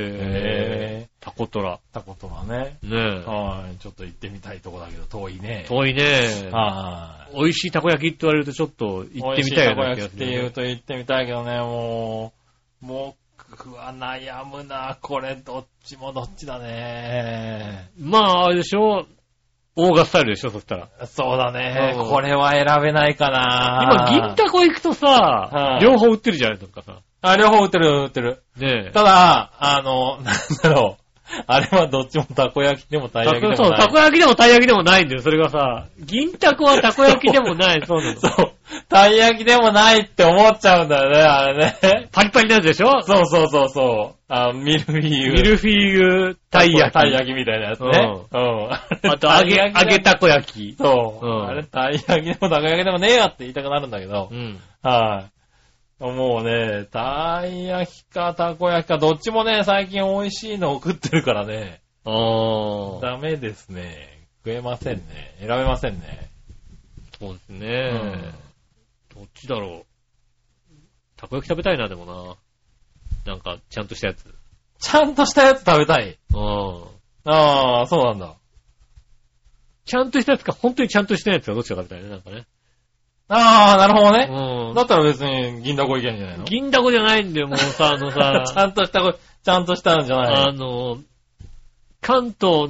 Speaker 2: へえ。タコトラ。
Speaker 3: ー。たこトラね。
Speaker 2: ね
Speaker 3: はい。ちょっと行ってみたいとこだけど、遠いね
Speaker 2: え。遠いね
Speaker 3: は
Speaker 2: 美味しいたこ焼きって言われるとちょっと
Speaker 3: い。
Speaker 2: 行ってみたいような気
Speaker 3: 美味しいたこ
Speaker 2: が
Speaker 3: 焼き
Speaker 2: す
Speaker 3: っ
Speaker 2: る
Speaker 3: て
Speaker 2: ね、
Speaker 3: 言うと行ってみたいけどね、もう、僕は悩むな。これ、どっちもどっちだね。
Speaker 2: まあ、あれでしょオーガスタイルでしょそしたら。
Speaker 3: そうだね
Speaker 2: うん。
Speaker 3: これは選べないかな
Speaker 2: 今、。銀だこ行くとさ
Speaker 3: は、い
Speaker 2: 両方売ってるじゃないですかさ。
Speaker 3: あ、両方売ってる、売ってる。
Speaker 2: ねえ。
Speaker 3: ただ、あの、なんだろう。あれはどっちもたこ焼きでもたい焼きで
Speaker 2: たこ
Speaker 3: も
Speaker 2: そう、
Speaker 3: な
Speaker 2: た
Speaker 3: い。
Speaker 2: こ焼きでもたい焼きでもないんだよ、それがさ。銀たこはたこ焼きでもない、そうなの。
Speaker 3: そう。たい焼きでもないって思っちゃうんだよね、あれね。
Speaker 2: パリパリなやつでしょ
Speaker 3: そうそうそうそう。あ、ミルフィーユ。
Speaker 2: ミルフィーユたい焼き。
Speaker 3: たい焼きみたいなやつね。うん。
Speaker 2: あと、揚げ、
Speaker 3: たい
Speaker 2: 揚
Speaker 3: 焼きだ
Speaker 2: げたこ焼き。
Speaker 3: そう。
Speaker 2: うん
Speaker 3: あれ、たい焼きでもたこ焼きでもねえよって言いたくなるんだけど
Speaker 2: う。ん。
Speaker 3: はい。もうね、たい焼きかたこ焼きか、どっちもね、最近美味しいのを食ってるからね。
Speaker 2: あー。
Speaker 3: ダメですね。食えませんね。選べませんね。
Speaker 2: そうです
Speaker 3: う
Speaker 2: ね。どっちだろう。たこ焼き食べたいな、でもな。なんか、ちゃんとしたやつ。
Speaker 3: ちゃんとしたやつ食べたい。
Speaker 2: うん。
Speaker 3: ああ、そうなんだ。
Speaker 2: ちゃんとしたやつか、本当にちゃんとしたやつか、どっちか食べたいね、なんかね。
Speaker 3: ああ、なるほどね。だ
Speaker 2: う
Speaker 3: ったら別に銀だこいけんじゃないの
Speaker 2: ん。銀だこじゃないんだよ、もうさ、あの
Speaker 3: ちゃ
Speaker 2: さ、
Speaker 3: んとしたこ、ちゃんとしたんじゃな
Speaker 2: あ
Speaker 3: い
Speaker 2: の、関東
Speaker 3: は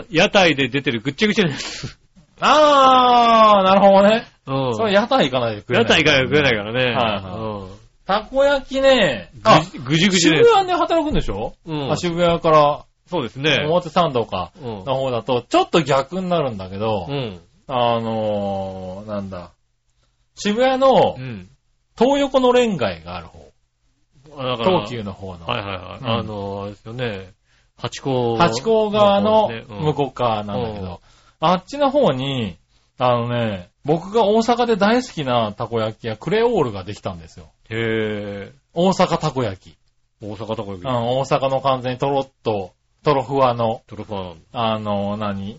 Speaker 2: の屋台で出てるぐっちゃぐちゃのやつ。
Speaker 3: ああ、なるほどね。
Speaker 2: うん。
Speaker 3: それ屋台行かないで食えな
Speaker 2: 屋台
Speaker 3: い。
Speaker 2: 行かないと食えない
Speaker 3: い。
Speaker 2: からね。
Speaker 3: はたこ焼きね。あ、
Speaker 2: うん。ぐじぐじぐじ
Speaker 3: 渋
Speaker 2: です。
Speaker 3: 谷で働くんでしょ
Speaker 2: うん
Speaker 3: あ。渋谷から
Speaker 2: そうですね。
Speaker 3: 表参道か
Speaker 2: うん。
Speaker 3: の方だと、ちょっと逆になるんだけど
Speaker 2: う、ん。
Speaker 3: あのー、なんだ。渋谷の
Speaker 2: うん。
Speaker 3: 東横のレンガ街がある方。
Speaker 2: あだから
Speaker 3: 東急の方の。
Speaker 2: はいはいはい。
Speaker 3: うん
Speaker 2: あの、あれですよね。八甲。
Speaker 3: 八甲側の
Speaker 2: ですねうん
Speaker 3: 向こう側なんだけど、あっちの方に、あのね、僕が大阪で大好きなたこ焼き屋、クレオールができたんですよ。
Speaker 2: へ
Speaker 3: 大阪たこ焼き。
Speaker 2: ぇー。大阪とかより
Speaker 3: うん、大阪の完全にトロッと、トロフワの、
Speaker 2: トロファ
Speaker 3: あの、何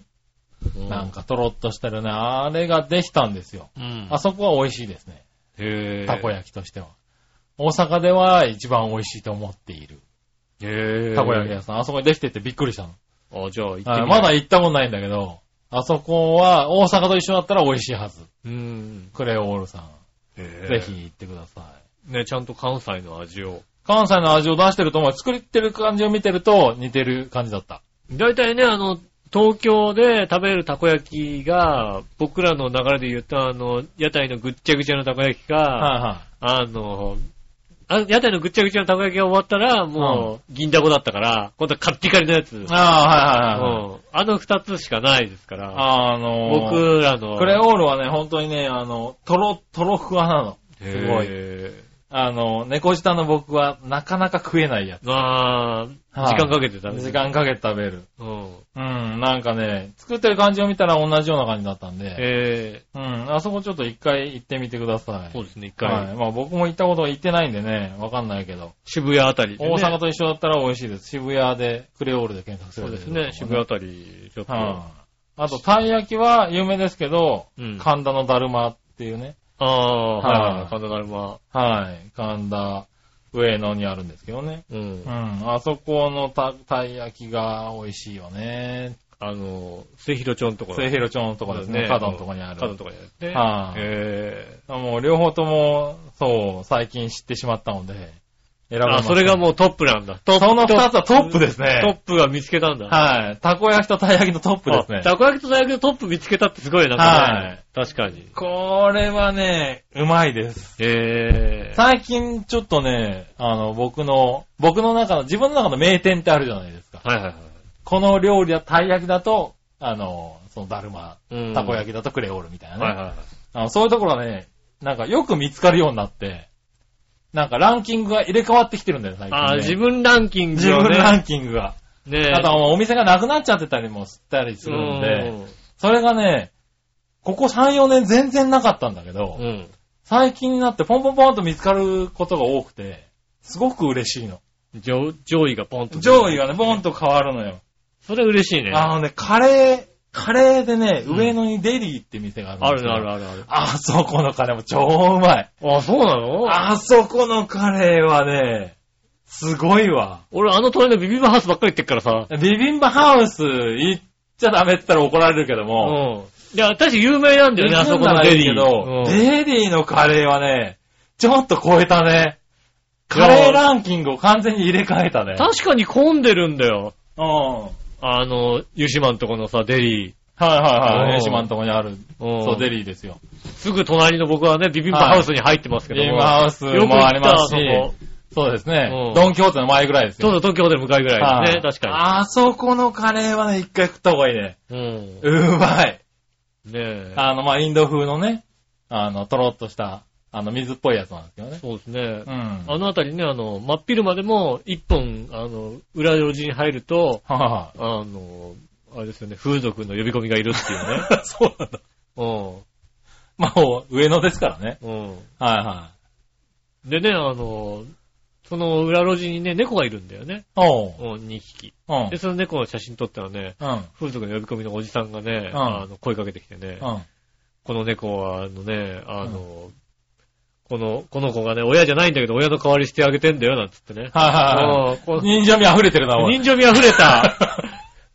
Speaker 2: ン。
Speaker 3: なん。かトロッとしてるね、あれができたんですよ。
Speaker 2: うん。
Speaker 3: あそこは美味しいですね。
Speaker 2: へぇー。
Speaker 3: たこ焼きとしては。大阪では一番美味しいと思っている。
Speaker 2: き。へぇー。
Speaker 3: たこ焼き屋さん。あそこにできててびっくりしたの。
Speaker 2: あ、じゃあ行ってみ
Speaker 3: はい
Speaker 2: よう
Speaker 3: まだ、行ったことないんだけど、あそこは大阪と一緒だったら美味しいはず。
Speaker 2: うん。
Speaker 3: クレオールさん。
Speaker 2: へ
Speaker 3: ぜ。ひ行ってください。
Speaker 2: ね、ちゃんと関西の味を。
Speaker 3: 関西の味を出してると思う。作ってる感じを見てると似てる感じだった。
Speaker 2: だいたいね、あの、東京で食べるたこ焼きが、僕らの流れで言うと、あの、屋台のぐっちゃぐちゃのたこ焼きか、
Speaker 3: はいは
Speaker 2: あの、あ屋台のぐっちゃぐちゃのたこ焼きが終わったら、もう、銀だこだったから、今度はカッティカリのやつ。
Speaker 3: い。ああ、はいはいはいはい。
Speaker 2: うんあの二つしかないですから、
Speaker 3: あのー、
Speaker 2: 僕らの。
Speaker 3: クレオールはね、本当にね、あの、トロ、トロふわなの。すごい。
Speaker 2: い。
Speaker 3: あの、猫舌の僕はなかなか食えないやつ。
Speaker 2: まあ、
Speaker 3: はい
Speaker 2: 時間かけて食べる。
Speaker 3: 時。間かけて食べる。
Speaker 2: うん。
Speaker 3: うん、なんかね、作ってる感じを見たら同じような感じだったんで、
Speaker 2: え
Speaker 3: うん、あそこちょっと一回行ってみてくださ
Speaker 2: ー、
Speaker 3: い。
Speaker 2: そうですね、一
Speaker 3: はい。
Speaker 2: 回。
Speaker 3: まあ僕も行ったことは行ってないんでね、わかんないけど。
Speaker 2: 渋谷あたりでね。
Speaker 3: 大阪と一緒だったら美味しいです。渋谷で、クレオールで検索す
Speaker 2: そ
Speaker 3: る
Speaker 2: うです
Speaker 3: という
Speaker 2: ね、渋谷あたり、ちょっと。
Speaker 3: はい、あと、たい焼きは有名ですけど、
Speaker 2: うん。
Speaker 3: 神田のだるまっていうね。
Speaker 2: ああ、はいは
Speaker 3: はい
Speaker 2: い、神田だるま。
Speaker 3: はい。神田上野にあるんですけどね。
Speaker 2: う。
Speaker 3: うんん。あそこのたたい焼きが美味しいよね。
Speaker 2: あの、末広町のところ。
Speaker 3: 末広町のとこですね。角のとこにある。
Speaker 2: 角のとこにあるね。
Speaker 3: はい
Speaker 2: え
Speaker 3: もう両方とも、そう、最近知ってしまったので、選
Speaker 2: ー
Speaker 3: ば
Speaker 2: あ、それがも
Speaker 3: う、
Speaker 2: うトップなんだ。
Speaker 3: その二つはトップです
Speaker 2: トッ
Speaker 3: ね。
Speaker 2: プが見つけたんだ。
Speaker 3: はい。たこ焼きとたい焼きのトップですね
Speaker 2: あ。たこ焼きと大学のトップ見つけたってすごいな、なんかね
Speaker 3: はい
Speaker 2: 確かに。
Speaker 3: これはね、うまいです。
Speaker 2: えー。
Speaker 3: 最近ちょっとね、あの、僕の、僕の中の、自分の中の名店ってあるじゃないですか。
Speaker 2: はいはいはい。
Speaker 3: この料理はたい焼きだと、あの、そのだるま、
Speaker 2: うん
Speaker 3: たこ焼きだとクレオールみたいなね。
Speaker 2: はいはいはい。
Speaker 3: あのそういうところはね、なんかよく見つかるようになって、なんかランキングが入れ替わってきてるんだよ、最近、ね。
Speaker 2: あー、自分ランキング
Speaker 3: 自
Speaker 2: を
Speaker 3: 分
Speaker 2: ね。
Speaker 3: ランキングが。
Speaker 2: ね
Speaker 3: あとはもうお店がなくなっちゃってたりもしたりするんで、それがね、ここ3、4年全然なかったんだけど、
Speaker 2: うん。うん。
Speaker 3: 最近になってポンポンポンと見つかることが多くて、すごく嬉しいの。
Speaker 2: 上上位がポンと。
Speaker 3: 上位。がね、ボンと変わるのよ。
Speaker 2: それ嬉しいね。
Speaker 3: あのね、カレー、カレーでね、
Speaker 2: うん
Speaker 3: 上野にデリーって店があるんで
Speaker 2: あ
Speaker 3: す
Speaker 2: る
Speaker 3: よ
Speaker 2: あるあるある。
Speaker 3: あそこのカレーも超うまい。
Speaker 2: あ、そうなの
Speaker 3: あそこのカレーはね、すごいわ。
Speaker 2: 俺あの隣のビビバハウスばっかり行ってっからさ。
Speaker 3: ビビンバハウス行っちゃダメって言ったら怒られるけど
Speaker 2: う
Speaker 3: も、
Speaker 2: ん。いや、確か有名なんだよね、あそこのデリー。
Speaker 3: の
Speaker 2: うん
Speaker 3: デリーのカレーはね、ちょっと超えたね。カレーランキングを完全に入れ替えたね。
Speaker 2: 確かに混んでるんだよ。
Speaker 3: うん。はい
Speaker 2: あの、湯島のとこのさ、デリー。
Speaker 3: はい
Speaker 2: うん
Speaker 3: はい。江島のとこにある、
Speaker 2: うん
Speaker 3: そう、デリーですよ。
Speaker 2: すぐ隣の僕はね、ビビンバハウスに入ってますけども。
Speaker 3: ビビンバハウスも
Speaker 2: よく行った
Speaker 3: ありますし
Speaker 2: あそこ
Speaker 3: そうですね
Speaker 2: うん。
Speaker 3: ドンキホーテの前ぐらいです
Speaker 2: そう
Speaker 3: よ。
Speaker 2: そう、東京ホテル向かいぐらいですね、確か
Speaker 3: あそこのカレーはね、一回食った方がいいね。
Speaker 2: に。うん。ね
Speaker 3: うまい。
Speaker 2: え。
Speaker 3: あの、まあ、インド風のね、あの、とろっとした、あの、水っぽいやつなんですけどね。
Speaker 2: そうですね
Speaker 3: う。ん。
Speaker 2: あのあたりね、あの、真っ昼までも一本、あの、裏路地に入ると、
Speaker 3: は
Speaker 2: あの、あれですよね、風俗の呼び込みがいるっていう ね。
Speaker 3: いはい。そうなんだ。
Speaker 2: う
Speaker 3: まあ、上野ですからね。
Speaker 2: ん。うん。
Speaker 3: はいはい。
Speaker 2: でね、あの、その裏路地にね、猫がいるんだよね。
Speaker 3: おう。
Speaker 2: うん、2匹。
Speaker 3: うん。うん
Speaker 2: で、。その猫の写真撮ったらね、風俗の呼び込みのおじさんがね、
Speaker 3: うん
Speaker 2: あの、声かけてきてね、
Speaker 3: うん。
Speaker 2: この猫は、あのね、あの、この、この子がね、親じゃないんだけど、親の代わりしてあげてんだよ、なんつってね。
Speaker 3: はいはいは
Speaker 2: うんこ
Speaker 3: い。忍者味溢れてるな、
Speaker 2: う
Speaker 3: おい。
Speaker 2: 人情味溢れた、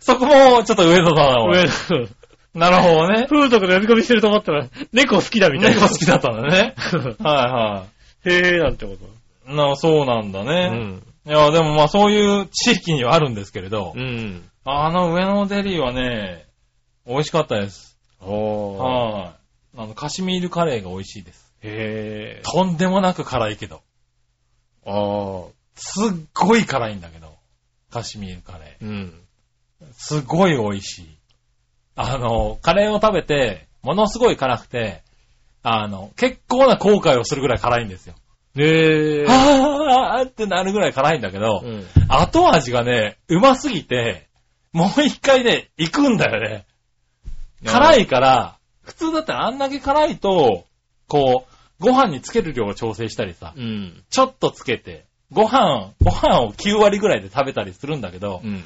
Speaker 3: そこも、ちょっと上野さんだ、おい。
Speaker 2: 上の
Speaker 3: なるほどね。
Speaker 2: 風俗の呼び込みしてると思ったら、猫好きだみたいな。
Speaker 3: 猫好きだったんだね。は
Speaker 2: へえ、なんてこと。
Speaker 3: いはい。な、そうなんだ
Speaker 2: う
Speaker 3: ね。
Speaker 2: ん。
Speaker 3: いや、でもまあそういう地域にはあるんですけれど
Speaker 2: う、ん。
Speaker 3: あの上野デリーはね、美味しかったです。
Speaker 2: おー。
Speaker 3: はい。あの、カシミールカレーが美味しいです。
Speaker 2: へえ。
Speaker 3: とんでもなく辛いけど。
Speaker 2: あー。
Speaker 3: すっごい辛いんだけど。カシミールカレー。
Speaker 2: うん。
Speaker 3: すごい美味しい。あの、カレーを食べて、ものすごい辛くて、あの、結構な後悔をするぐらい辛いんですよ。
Speaker 2: へえ。
Speaker 3: あーってなるぐらい辛いんだけど、
Speaker 2: うん。
Speaker 3: 後味がね、うますぎて、もう一回ね、行くんだよね。辛いから、普通だったらあんだけ辛いと、こう、ご飯につける量を調整したりさ、
Speaker 2: うん。
Speaker 3: ちょっとつけて、ご飯、ご飯を9割ぐらいで食べたりするんだけど、
Speaker 2: うん。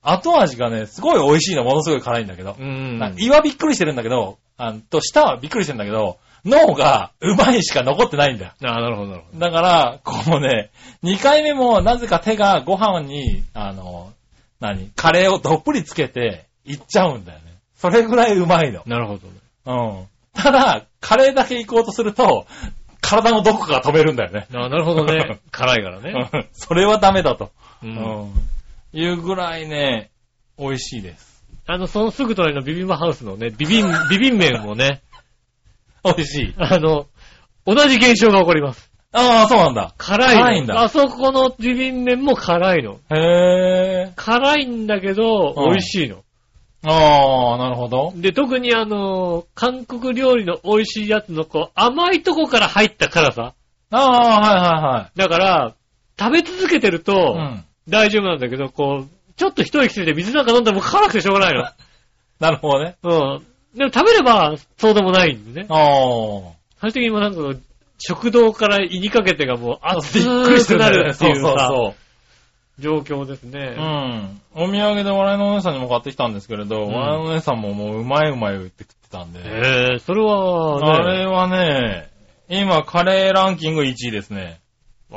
Speaker 3: 後味がね、すごい美味しいの、ものすごい辛いんだけど
Speaker 2: う。ん。
Speaker 3: なんか胃はびっくりしてるんだけど、あんと、舌はびっくりしてるんだけど、脳がうまいしか残ってないんだよ。
Speaker 2: ああ、なるほど、なるほ
Speaker 3: だから、こうね、2回目もなぜか手がご飯に、あの、何カレーをどっぷりつけて、いっちゃうんだよね。それぐらいうまいの
Speaker 2: ど。。なるほどね。
Speaker 3: うん。ただ、カレーだけ行こうとすると、体のどこかが止めるんだよね。
Speaker 2: ああ、なるほど ね。辛いからね。
Speaker 3: うん それはダメだと。
Speaker 2: う。
Speaker 3: うんいうぐらいね、美味しいです。
Speaker 2: あの、そのすぐ隣のビビンバハウスのね、ビビン、ビビン麺もね、
Speaker 3: 美味しい。
Speaker 2: あの、同じ現象が起こります。
Speaker 3: ああ、そうなんだ。
Speaker 2: 辛いの
Speaker 3: 辛いんだ
Speaker 2: あそこのビビン麺も辛いの。
Speaker 3: へえ。
Speaker 2: 辛いんだけど、
Speaker 3: うん
Speaker 2: 美味しいの。
Speaker 3: ああ、なるほど。
Speaker 2: で、特にあの、韓国料理の美味しいやつの、こう、甘いとこから入った辛さ。
Speaker 3: ああ、
Speaker 2: だから、食べ続けてる
Speaker 3: はい
Speaker 2: と
Speaker 3: はいはい。う、ん。
Speaker 2: 大丈夫なんだけど、こう、ちょっと一息ついて水なんか飲んだらもう辛くてしょうがないの。
Speaker 3: なるほどね。
Speaker 2: うん。でも食べれば、そうでもないんでね。
Speaker 3: あ
Speaker 2: 最終的にもうなんかこう、食堂から胃にかけてがもう
Speaker 3: あ。
Speaker 2: 熱くなるって
Speaker 3: そう
Speaker 2: いう
Speaker 3: そう
Speaker 2: さ、
Speaker 3: そ
Speaker 2: 状況ですね
Speaker 3: う。う。ん。お土産で笑いのお姉さんにも買ってきたんですけれど、
Speaker 2: うん
Speaker 3: 笑いのお姉さんももううまいうまい言って食ってたんで。
Speaker 2: えー、それ
Speaker 3: あ
Speaker 2: は、
Speaker 3: れ
Speaker 2: ね、
Speaker 3: はね、今カレーランキング1位ですね。
Speaker 2: ああ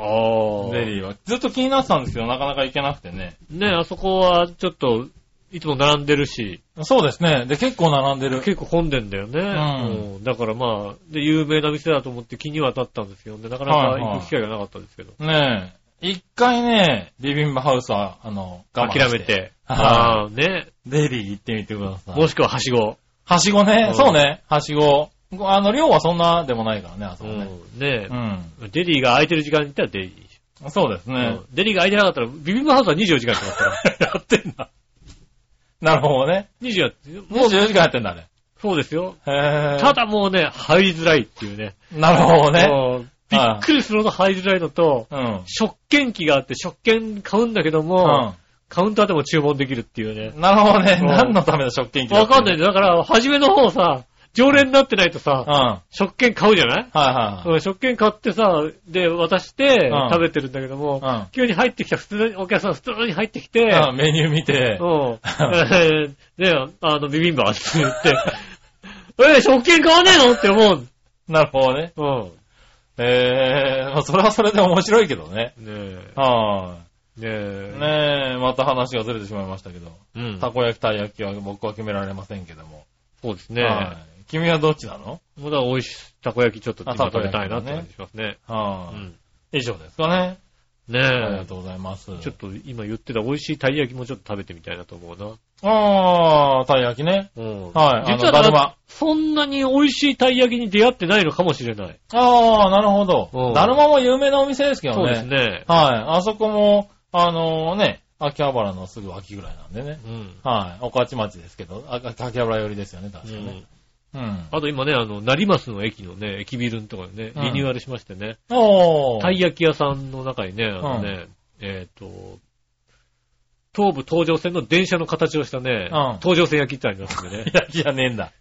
Speaker 3: ゼリーは。ずっと気になってたんですけど、なかなか行けなくてね。
Speaker 2: ねあそこはちょっと、いつも並んでるし、
Speaker 3: そうですね。で、結構並んでる。
Speaker 2: 結構混んでんだよね。
Speaker 3: うん
Speaker 2: だからまあ、で、有名な店だと思って気には立ったんですよ。で、なかなか
Speaker 3: はいはい
Speaker 2: 行く機会がなかったですけど。
Speaker 3: ねえ。一回ね、ビビンバハウスは、あの、我慢して
Speaker 2: 諦め。て。あ
Speaker 3: は
Speaker 2: あ、ね。
Speaker 3: デリー行ってみてください。
Speaker 2: もしくは、はしご。
Speaker 3: はしごね
Speaker 2: う、ん
Speaker 3: そうね、はしご。あの、量はそんなでもないからね、あそうこね。
Speaker 2: ん。ね
Speaker 3: うん。
Speaker 2: デリーが空いてる時間に行ったらデリー。
Speaker 3: そうですね。
Speaker 2: うんデリーが空いてなかったら、ビビンバハウスは24時間やってますから。
Speaker 3: やってんだ。なるほどね。
Speaker 2: 24時間、もう、
Speaker 3: 24時間やってんだね。
Speaker 2: そうですよ。
Speaker 3: へぇ
Speaker 2: ただもうね、入りづらいっていうね。
Speaker 3: なるほどね。
Speaker 2: もうびっくりするほど入りづらいのと、
Speaker 3: うん。
Speaker 2: 食券機があって食券買うんだけども、カウンターでも注文できるっていうね
Speaker 3: う。ん。なるほどね。
Speaker 2: うん
Speaker 3: 何のための食券機だ
Speaker 2: わかんないん
Speaker 3: い。
Speaker 2: だよだから、初めの方さ、常連になってないと
Speaker 3: うん。
Speaker 2: さ、
Speaker 3: はい
Speaker 2: 食券買うじゃない
Speaker 3: はい
Speaker 2: うん食券買ってさ、で、渡して
Speaker 3: うん
Speaker 2: 食べてるんだけども、
Speaker 3: うん
Speaker 2: 急に入ってきた普通のお客さん、普通に入ってきて、
Speaker 3: はいうん。メニュー見て。
Speaker 2: うん。えーで、あの、ビビンバって言って、 えー、食券買わねえのって思う。
Speaker 3: なるほどね。
Speaker 2: うん。
Speaker 3: えー、まあそれはそれで面白いけどね。
Speaker 2: ねえ。
Speaker 3: は
Speaker 2: ね
Speaker 3: い。
Speaker 2: え。
Speaker 3: ねえ、また話がずれてしまいましたけど。
Speaker 2: うん。
Speaker 3: たこ焼き、たい焼きは僕は決められませんけども。
Speaker 2: そうですね。
Speaker 3: はい君はどっちなの
Speaker 2: まだ美味しい、たこ焼きちょっと今
Speaker 3: あたこ
Speaker 2: 食べ
Speaker 3: 焼き
Speaker 2: たいなっ
Speaker 3: ね
Speaker 2: て感じしますね。う
Speaker 3: はい、
Speaker 2: ん。
Speaker 3: 以上ですかね。
Speaker 2: ね
Speaker 3: ありが
Speaker 2: え。
Speaker 3: とうございます。
Speaker 2: ちょっと今言ってた美味しいたい焼きもちょっと食べてみたいなと思うな。
Speaker 3: ああ、たい焼きね。
Speaker 2: うん。
Speaker 3: は
Speaker 2: 実
Speaker 3: いあの
Speaker 2: はだ
Speaker 3: だるま
Speaker 2: そんなに美味しいたい焼きに出会ってないのかもしれない。
Speaker 3: ああ、なるほ
Speaker 2: うん
Speaker 3: ど。だるまも有名なお店ですけどね。
Speaker 2: そうです。ね。
Speaker 3: はい。あそこも、あのね、秋葉原のすぐ秋ぐらいなんでね。
Speaker 2: うん。
Speaker 3: はい。御徒町ですけど、あ秋葉原寄りですよね、確
Speaker 2: う
Speaker 3: かね
Speaker 2: ん。
Speaker 3: うん。
Speaker 2: あと今ね、あの、成増の駅のね、駅ビルのところにね、
Speaker 3: うん
Speaker 2: リニューアルしましてね、
Speaker 3: おー。
Speaker 2: たい焼き屋さんの中にね、あのね、えっ、と、東武東上線の電車の形をしたね、
Speaker 3: うん
Speaker 2: 東上線焼きってありますんでね。
Speaker 3: 焼きじゃねえんだ。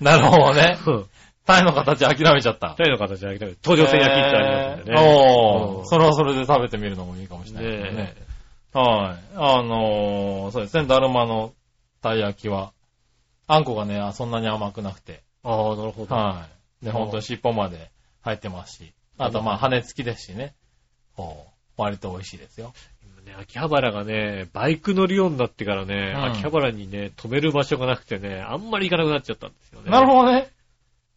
Speaker 3: なるほど ね。
Speaker 2: うん
Speaker 3: タイの形諦めちゃった。
Speaker 2: タイの形で焼きたい。東上線焼きってありますんで
Speaker 3: へ
Speaker 2: ね。
Speaker 3: ーお
Speaker 2: う
Speaker 3: ー。
Speaker 2: ん
Speaker 3: それはそれで食べてみるのもいいかもしれないですね。
Speaker 2: ね
Speaker 3: はい。あのー、そうですね、だるまのたい焼きは、あんこがね、あそんなに甘くなくて、
Speaker 2: ああ、なるほど。
Speaker 3: はい。で、
Speaker 2: うん
Speaker 3: ほんと尻尾まで入ってますし、あとまあ、羽付きですしね、こう、割と美味しいですよ。
Speaker 2: ね、秋葉原がね、バイク乗るようになってからね、
Speaker 3: うん
Speaker 2: 秋葉原にね、止める場所がなくてね、あんまり行かなくなっちゃったんですよね。
Speaker 3: なる
Speaker 2: ど。
Speaker 3: ほどね。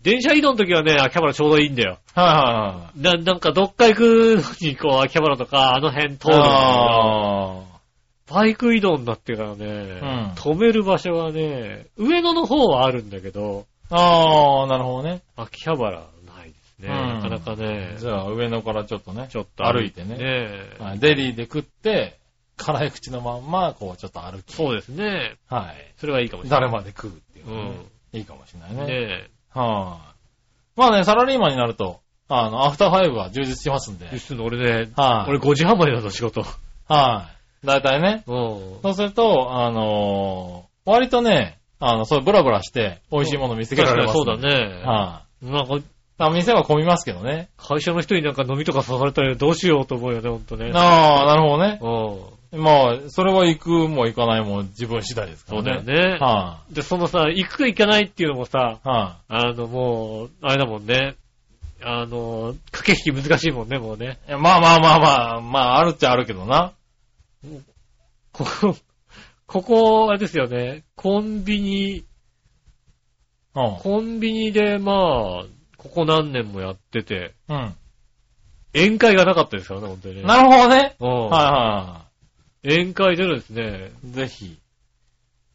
Speaker 2: 電車移動の時はね、秋葉原ちょうどいいんだよ。
Speaker 3: はいはいはい。
Speaker 2: な、なんかどっか行くのに、こう、秋葉原とか、あの辺通るんだけど
Speaker 3: あ
Speaker 2: バイク移動になってからね、
Speaker 3: ん
Speaker 2: 止める場所はね、上野の方はあるんだけど、
Speaker 3: ー。あー、なるほどね。
Speaker 2: 秋葉原はないですね。
Speaker 3: うん
Speaker 2: なかなかね、
Speaker 3: じゃあ、上野からちょっとね、
Speaker 2: ちょっと
Speaker 3: 歩いてね。
Speaker 2: え
Speaker 3: はいデリーで食って、辛い口のまんま、こう、ちょっと歩き。
Speaker 2: そうですね。
Speaker 3: はい。
Speaker 2: それはいいかもしれない。
Speaker 3: 誰まで食うっていううね、
Speaker 2: ん。
Speaker 3: いいかもしれない
Speaker 2: ね
Speaker 3: ね。
Speaker 2: え。
Speaker 3: はい、まあね、サラリーマンになると、あの、アフターファイブは充実しますんで。は
Speaker 2: 実
Speaker 3: い、
Speaker 2: するの俺ね、俺5時半までだと仕事。
Speaker 3: はい、だいたいね。
Speaker 2: うん。
Speaker 3: そうすると、あのー割とね、あの、そういうブラブラして、美味しいもの見つけられます、
Speaker 2: 確かにそうだね。
Speaker 3: は
Speaker 2: なんか、
Speaker 3: い、あ店は混みますけどね。
Speaker 2: 会社の人になんか飲みとか誘われたらどうしようと思うよね、ほんとね。
Speaker 3: ああ、なるほどね。
Speaker 2: うん。
Speaker 3: まあ、それは行くも行かないも自分次第ですか
Speaker 2: そ
Speaker 3: ら
Speaker 2: うだよ
Speaker 3: ね。
Speaker 2: ね。
Speaker 3: は
Speaker 2: で、そのさ、行くか行かないっていうのもさ、
Speaker 3: い、は
Speaker 2: あの、もう、あれだもんね。あの、駆け引き難しいもんね、もうね。
Speaker 3: い、いやまあまあまあまあ、まあ、あるっちゃあるけどな。
Speaker 2: ここ、ここ、あれですよね。コンビニ、
Speaker 3: うん。
Speaker 2: コンビニで、まあ、ここ何年もやってて、
Speaker 3: うん。
Speaker 2: 宴会がなかったですからね、本当にね。
Speaker 3: なるほどね。
Speaker 2: うん
Speaker 3: は
Speaker 2: 宴会でですね、
Speaker 3: いはい。ぜひ。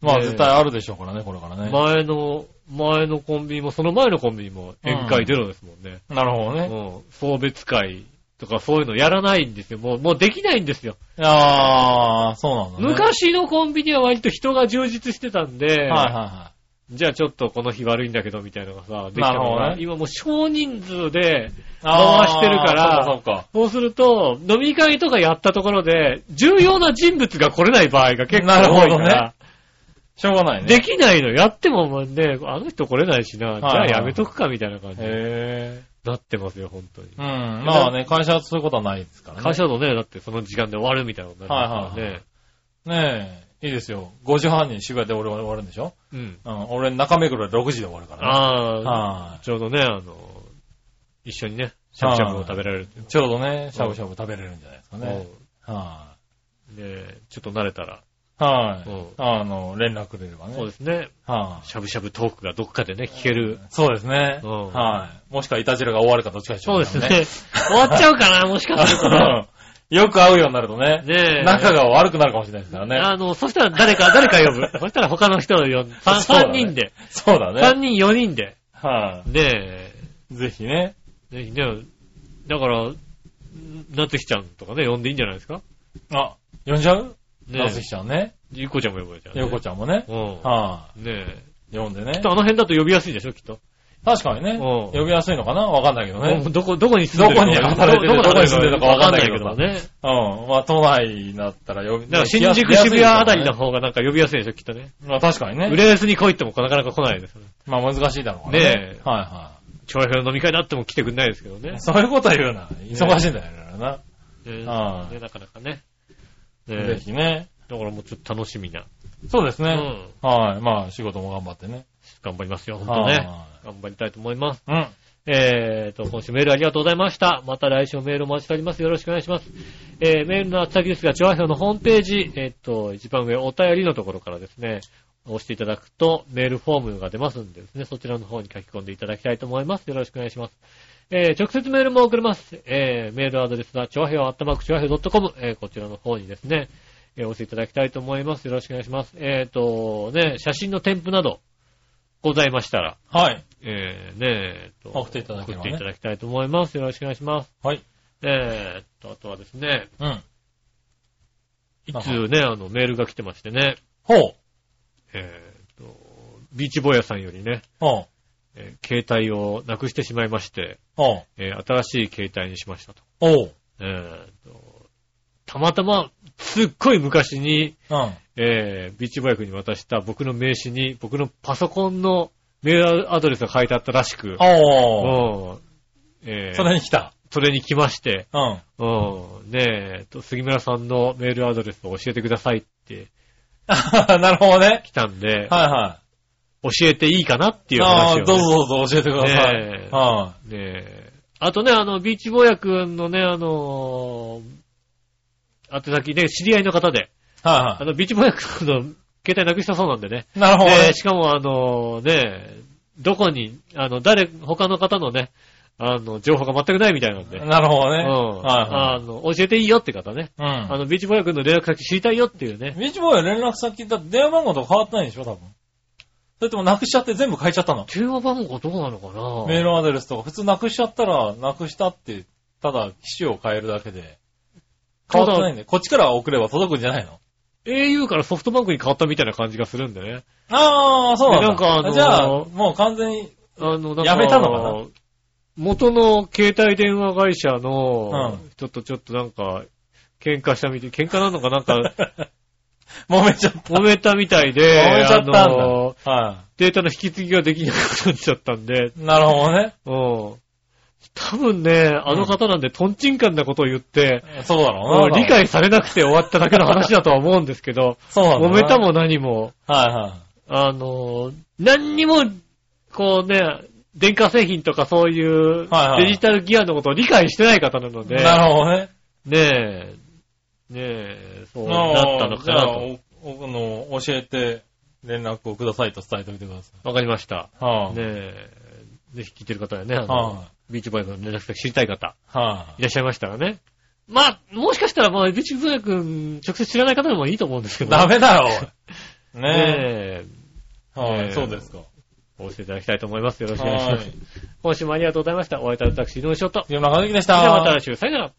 Speaker 3: まあ、
Speaker 2: ねえ
Speaker 3: 絶対あるでしょうからね、これからね。
Speaker 2: 前の、前のコンビニも、その前のコンビニも宴会ゼロですもんね。
Speaker 3: なるほど
Speaker 2: う
Speaker 3: ね。
Speaker 2: ん。送別会とかそういうのやらないんですよ。もう、もうできないんですよ。
Speaker 3: ああ、そうなんだ、ね。
Speaker 2: 昔のコンビニは割と人が充実してたんで、
Speaker 3: はいはいは
Speaker 2: じゃあちょっとこの日悪いんだけどみたいなのがさ、できたの
Speaker 3: なるほ
Speaker 2: が、
Speaker 3: どね
Speaker 2: 今もう少人数で、
Speaker 3: い。あー
Speaker 2: 回してるから
Speaker 3: そうかそうか。
Speaker 2: そうすると、飲み会とかやったところで、重要な人物が来れない場合が結構
Speaker 3: なるほ
Speaker 2: 多い
Speaker 3: どね
Speaker 2: から、
Speaker 3: しょうがないね。
Speaker 2: できないの。やってももうね、あの人来れないしな、じゃあ
Speaker 3: はいはい
Speaker 2: やめとくかみたいな感じに
Speaker 3: へ
Speaker 2: なってますよ、本当に。
Speaker 3: ぇー。うん。まあね、会社はそういうことはないですからね。
Speaker 2: 会社のね、だってその時間で終わるみたいなことになるから
Speaker 3: はいは
Speaker 2: ね。
Speaker 3: ねえ、いいですよ。5時半に渋谷で俺は終わるんでしょ
Speaker 2: うん。
Speaker 3: うん。俺、中目黒で6時で終わるからね。
Speaker 2: ああ、
Speaker 3: は
Speaker 2: ちょうどね、あの、一緒にね、しゃぶしゃぶを食べられる。
Speaker 3: い。ちょうどね、しゃぶしゃぶ食べれるんじゃないですか
Speaker 2: うん
Speaker 3: ね。は
Speaker 2: ねちょっと慣れたら。
Speaker 3: い。は
Speaker 2: うん
Speaker 3: い。あの、連絡くれればね。
Speaker 2: そうですね。
Speaker 3: は
Speaker 2: しゃぶしゃぶトークがどっかでね、聞ける
Speaker 3: い。。そうですね。
Speaker 2: うん
Speaker 3: はい。もしくはイタジラが終わるかどっちかでし
Speaker 2: そ
Speaker 3: ょ
Speaker 2: うです。 ね。終わっちゃうかな、もしかするとね。
Speaker 3: うんよく会うようになるとね。
Speaker 2: ねえ。
Speaker 3: 仲が悪くなるかもしれないですからね。
Speaker 2: あの、そしたら誰か、誰か呼ぶ。 そしたら他の人を呼ぶ。3,
Speaker 3: そうだね
Speaker 2: 人で。
Speaker 3: そうだね。
Speaker 2: 3人、4人で。
Speaker 3: は
Speaker 2: ね
Speaker 3: い。ぜひね。
Speaker 2: え、ぜひね、だから、んなつきちゃんとかね、呼んでいいんじゃないですか
Speaker 3: あ、呼んじゃう
Speaker 2: ね
Speaker 3: なずきちゃんね。
Speaker 2: ゆっこちゃんも呼ばれちゃう、ね。
Speaker 3: ゆうこちゃんもね。
Speaker 2: うん。
Speaker 3: は
Speaker 2: ねえ。
Speaker 3: い。呼んで
Speaker 2: き
Speaker 3: ね
Speaker 2: っと。あの辺だと呼びやすいでしょ、きっと。
Speaker 3: 確かにね。
Speaker 2: うん
Speaker 3: 呼びやすいのかなわかんないけどね
Speaker 2: も。うどこ、どこに住んでる
Speaker 3: どこに働いてる
Speaker 2: どこに住んでるかわかんないけ
Speaker 3: わか
Speaker 2: ど
Speaker 3: んな
Speaker 2: ね。
Speaker 3: うん。まあ、都内だったら呼び、
Speaker 2: だから新
Speaker 3: ね
Speaker 2: 宿、渋谷あたりの。
Speaker 3: 来やすいでしょう
Speaker 2: 方がなんか呼びやすいでしょ、きっとね。
Speaker 3: ねまあ、確かにね。
Speaker 2: 浦安に来いってもなかなか来ないですよね。
Speaker 3: まあ、難しいだろうから
Speaker 2: ねえ
Speaker 3: はいは
Speaker 2: 調和表の飲み会だっても来てくんないですけどね
Speaker 3: い。。 そういうことは言うな。忙しいんだよな。
Speaker 2: ね
Speaker 3: ああ
Speaker 2: ねなかなかね。
Speaker 3: ぜ
Speaker 2: ね
Speaker 3: ひね。
Speaker 2: だからもうちょっと楽しみな。
Speaker 3: そうです
Speaker 2: う
Speaker 3: ね。
Speaker 2: ん。
Speaker 3: はい。まあ、仕事も頑張ってね。
Speaker 2: 頑張りますよ、本当ね。
Speaker 3: は
Speaker 2: 頑張りたいと思います。
Speaker 3: いうん。
Speaker 2: えーと、今週メールありがとうございました。また来週もメールお待ちしております。よろしくお願いします。えーメールの宛先ですが、調和表のホームページ、えっと、一番上お便りのところからですね、押していただくとメールフォームが出ますんでですね、そちらの方に書き込んでいただきたいと思います。よろしくお願いします。えー直接メールも送れます。えーメールアドレスは、調和表、アットマーク、調和表 .com、えーこちらの方にですね、えーお寄せいただきたいと思います。よろしくお願いします。えーと、ね、写真の添付など、ございましたら、
Speaker 3: はい。
Speaker 2: えー、ねえ、えっと
Speaker 3: 送っていただければ
Speaker 2: 送
Speaker 3: ね
Speaker 2: っていただきたいと思います。よろしくお願いします。
Speaker 3: はい。
Speaker 2: えー、っと、あとはですね、
Speaker 3: うん。
Speaker 2: いつね、あの、メールが来てましてね、
Speaker 3: ほう。
Speaker 2: えー、っと、ビーチボーヤさんよりね、
Speaker 3: ほう。
Speaker 2: えー携帯をなくしてしまいまして、
Speaker 3: おう。
Speaker 2: えー新しい携帯にしましたと。
Speaker 3: おう。
Speaker 2: えーとたまたま、すっごい昔に、
Speaker 3: うん。
Speaker 2: えービーチボヤクに渡した僕の名刺に、僕のパソコンのメールアドレスが書いてあったらしく、
Speaker 3: おう。
Speaker 2: うんえー
Speaker 3: それに来た。
Speaker 2: それに来まして、
Speaker 3: うん。
Speaker 2: うんねええっと、杉村さんのメールアドレスを教えてくださいって
Speaker 3: なるほどね。
Speaker 2: 来たんで、
Speaker 3: はいは
Speaker 2: 教えていいかなって
Speaker 3: い。
Speaker 2: いう
Speaker 3: あ
Speaker 2: 話を
Speaker 3: あ
Speaker 2: ね、
Speaker 3: どうぞどうぞ教えてください。
Speaker 2: ねえ
Speaker 3: は
Speaker 2: ねえあとね、あの、ビーチボーヤくんのね、あのー、宛先ね、知り合いの方で、
Speaker 3: い。はい
Speaker 2: あ
Speaker 3: は
Speaker 2: の、ビーチボーヤくんの携帯なくしたそうなんでね。
Speaker 3: い。なるほど
Speaker 2: ね
Speaker 3: ね
Speaker 2: え。しかもあのー、ねえどこに、あの、誰、他の方のね、あの、情報が全くないみたいなんで。
Speaker 3: なるほど
Speaker 2: う
Speaker 3: ね。
Speaker 2: ん。
Speaker 3: は
Speaker 2: あの、教えていいよって方ね。
Speaker 3: いはい。
Speaker 2: あの、ビーチボーヤくんの連絡先知りたいよっていうね
Speaker 3: う。ん。ビーチボーイは連絡先だって電話番号とか変わってないでしょ、多分。それともなくしちゃって全部変えちゃったの。
Speaker 2: 電話番号どうなのかな
Speaker 3: メールアドレスとか普通なくしちゃったら、なくしたって、ただ機種を変えるだけで。変わってないんで、こっちから送れば届くんじゃないの
Speaker 2: au からソフトバンクに変わったみたいな感じがするんでね。
Speaker 3: ああ、そうなんだ。
Speaker 2: なんかあのー
Speaker 3: じゃあ、もう完全に、
Speaker 2: あの、なんか
Speaker 3: やめたのかな
Speaker 2: 元の携帯電話会社の
Speaker 3: う
Speaker 2: 人とちょっとなんか、喧嘩したみたい、喧嘩なのかなん か、
Speaker 3: 揉めちゃった。
Speaker 2: 揉めたみたいで、
Speaker 3: 揉めちゃったんだ
Speaker 2: あの
Speaker 3: は
Speaker 2: データの引き継ぎができなくなっちゃったんで、
Speaker 3: い。なるほどね。
Speaker 2: うん。多分ね、あの方なんで、トンチンカンなことを言って、
Speaker 3: そうだ
Speaker 2: も
Speaker 3: ろ
Speaker 2: う
Speaker 3: うな。
Speaker 2: 理解されなくて終わっただけの話だとは思うんですけど、
Speaker 3: そうなんだ
Speaker 2: 揉
Speaker 3: な。
Speaker 2: めたも何も、
Speaker 3: はいはい。
Speaker 2: あの、何にも、こうね、電化製品とかそういう
Speaker 3: はいはい
Speaker 2: デジタルギアのことを理解してない方なので、
Speaker 3: なるほどね。
Speaker 2: ねえ、ねえ、そうなったのかな
Speaker 3: じ
Speaker 2: と。
Speaker 3: ゃあおおあの、教えて、連絡をくださいと伝えておいてくださ
Speaker 2: わかりました。
Speaker 3: い。はあ、
Speaker 2: ねえ、ぜひ聞いてる方やね、あの
Speaker 3: は
Speaker 2: ビーチボーイの連絡先知りたい方、
Speaker 3: あ、はい
Speaker 2: らっしゃいましたらね。まあ、もしかしたら、まあ、ビーチボーイ君、直接知らない方でもいいと思うんですけ
Speaker 3: あ。
Speaker 2: ど、
Speaker 3: ダメだろ、 おい
Speaker 2: ね
Speaker 3: ね
Speaker 2: え、
Speaker 3: え。は
Speaker 2: ねえ
Speaker 3: い、そうですか。
Speaker 2: お教えていただきたいと思います。よろしくお願いし
Speaker 3: は
Speaker 2: ます。今週もありがとうございました。お会いいたい私、井上翔と。
Speaker 3: い。山中できでし
Speaker 2: じ
Speaker 3: た。
Speaker 2: ゃあまた来週、さよなら。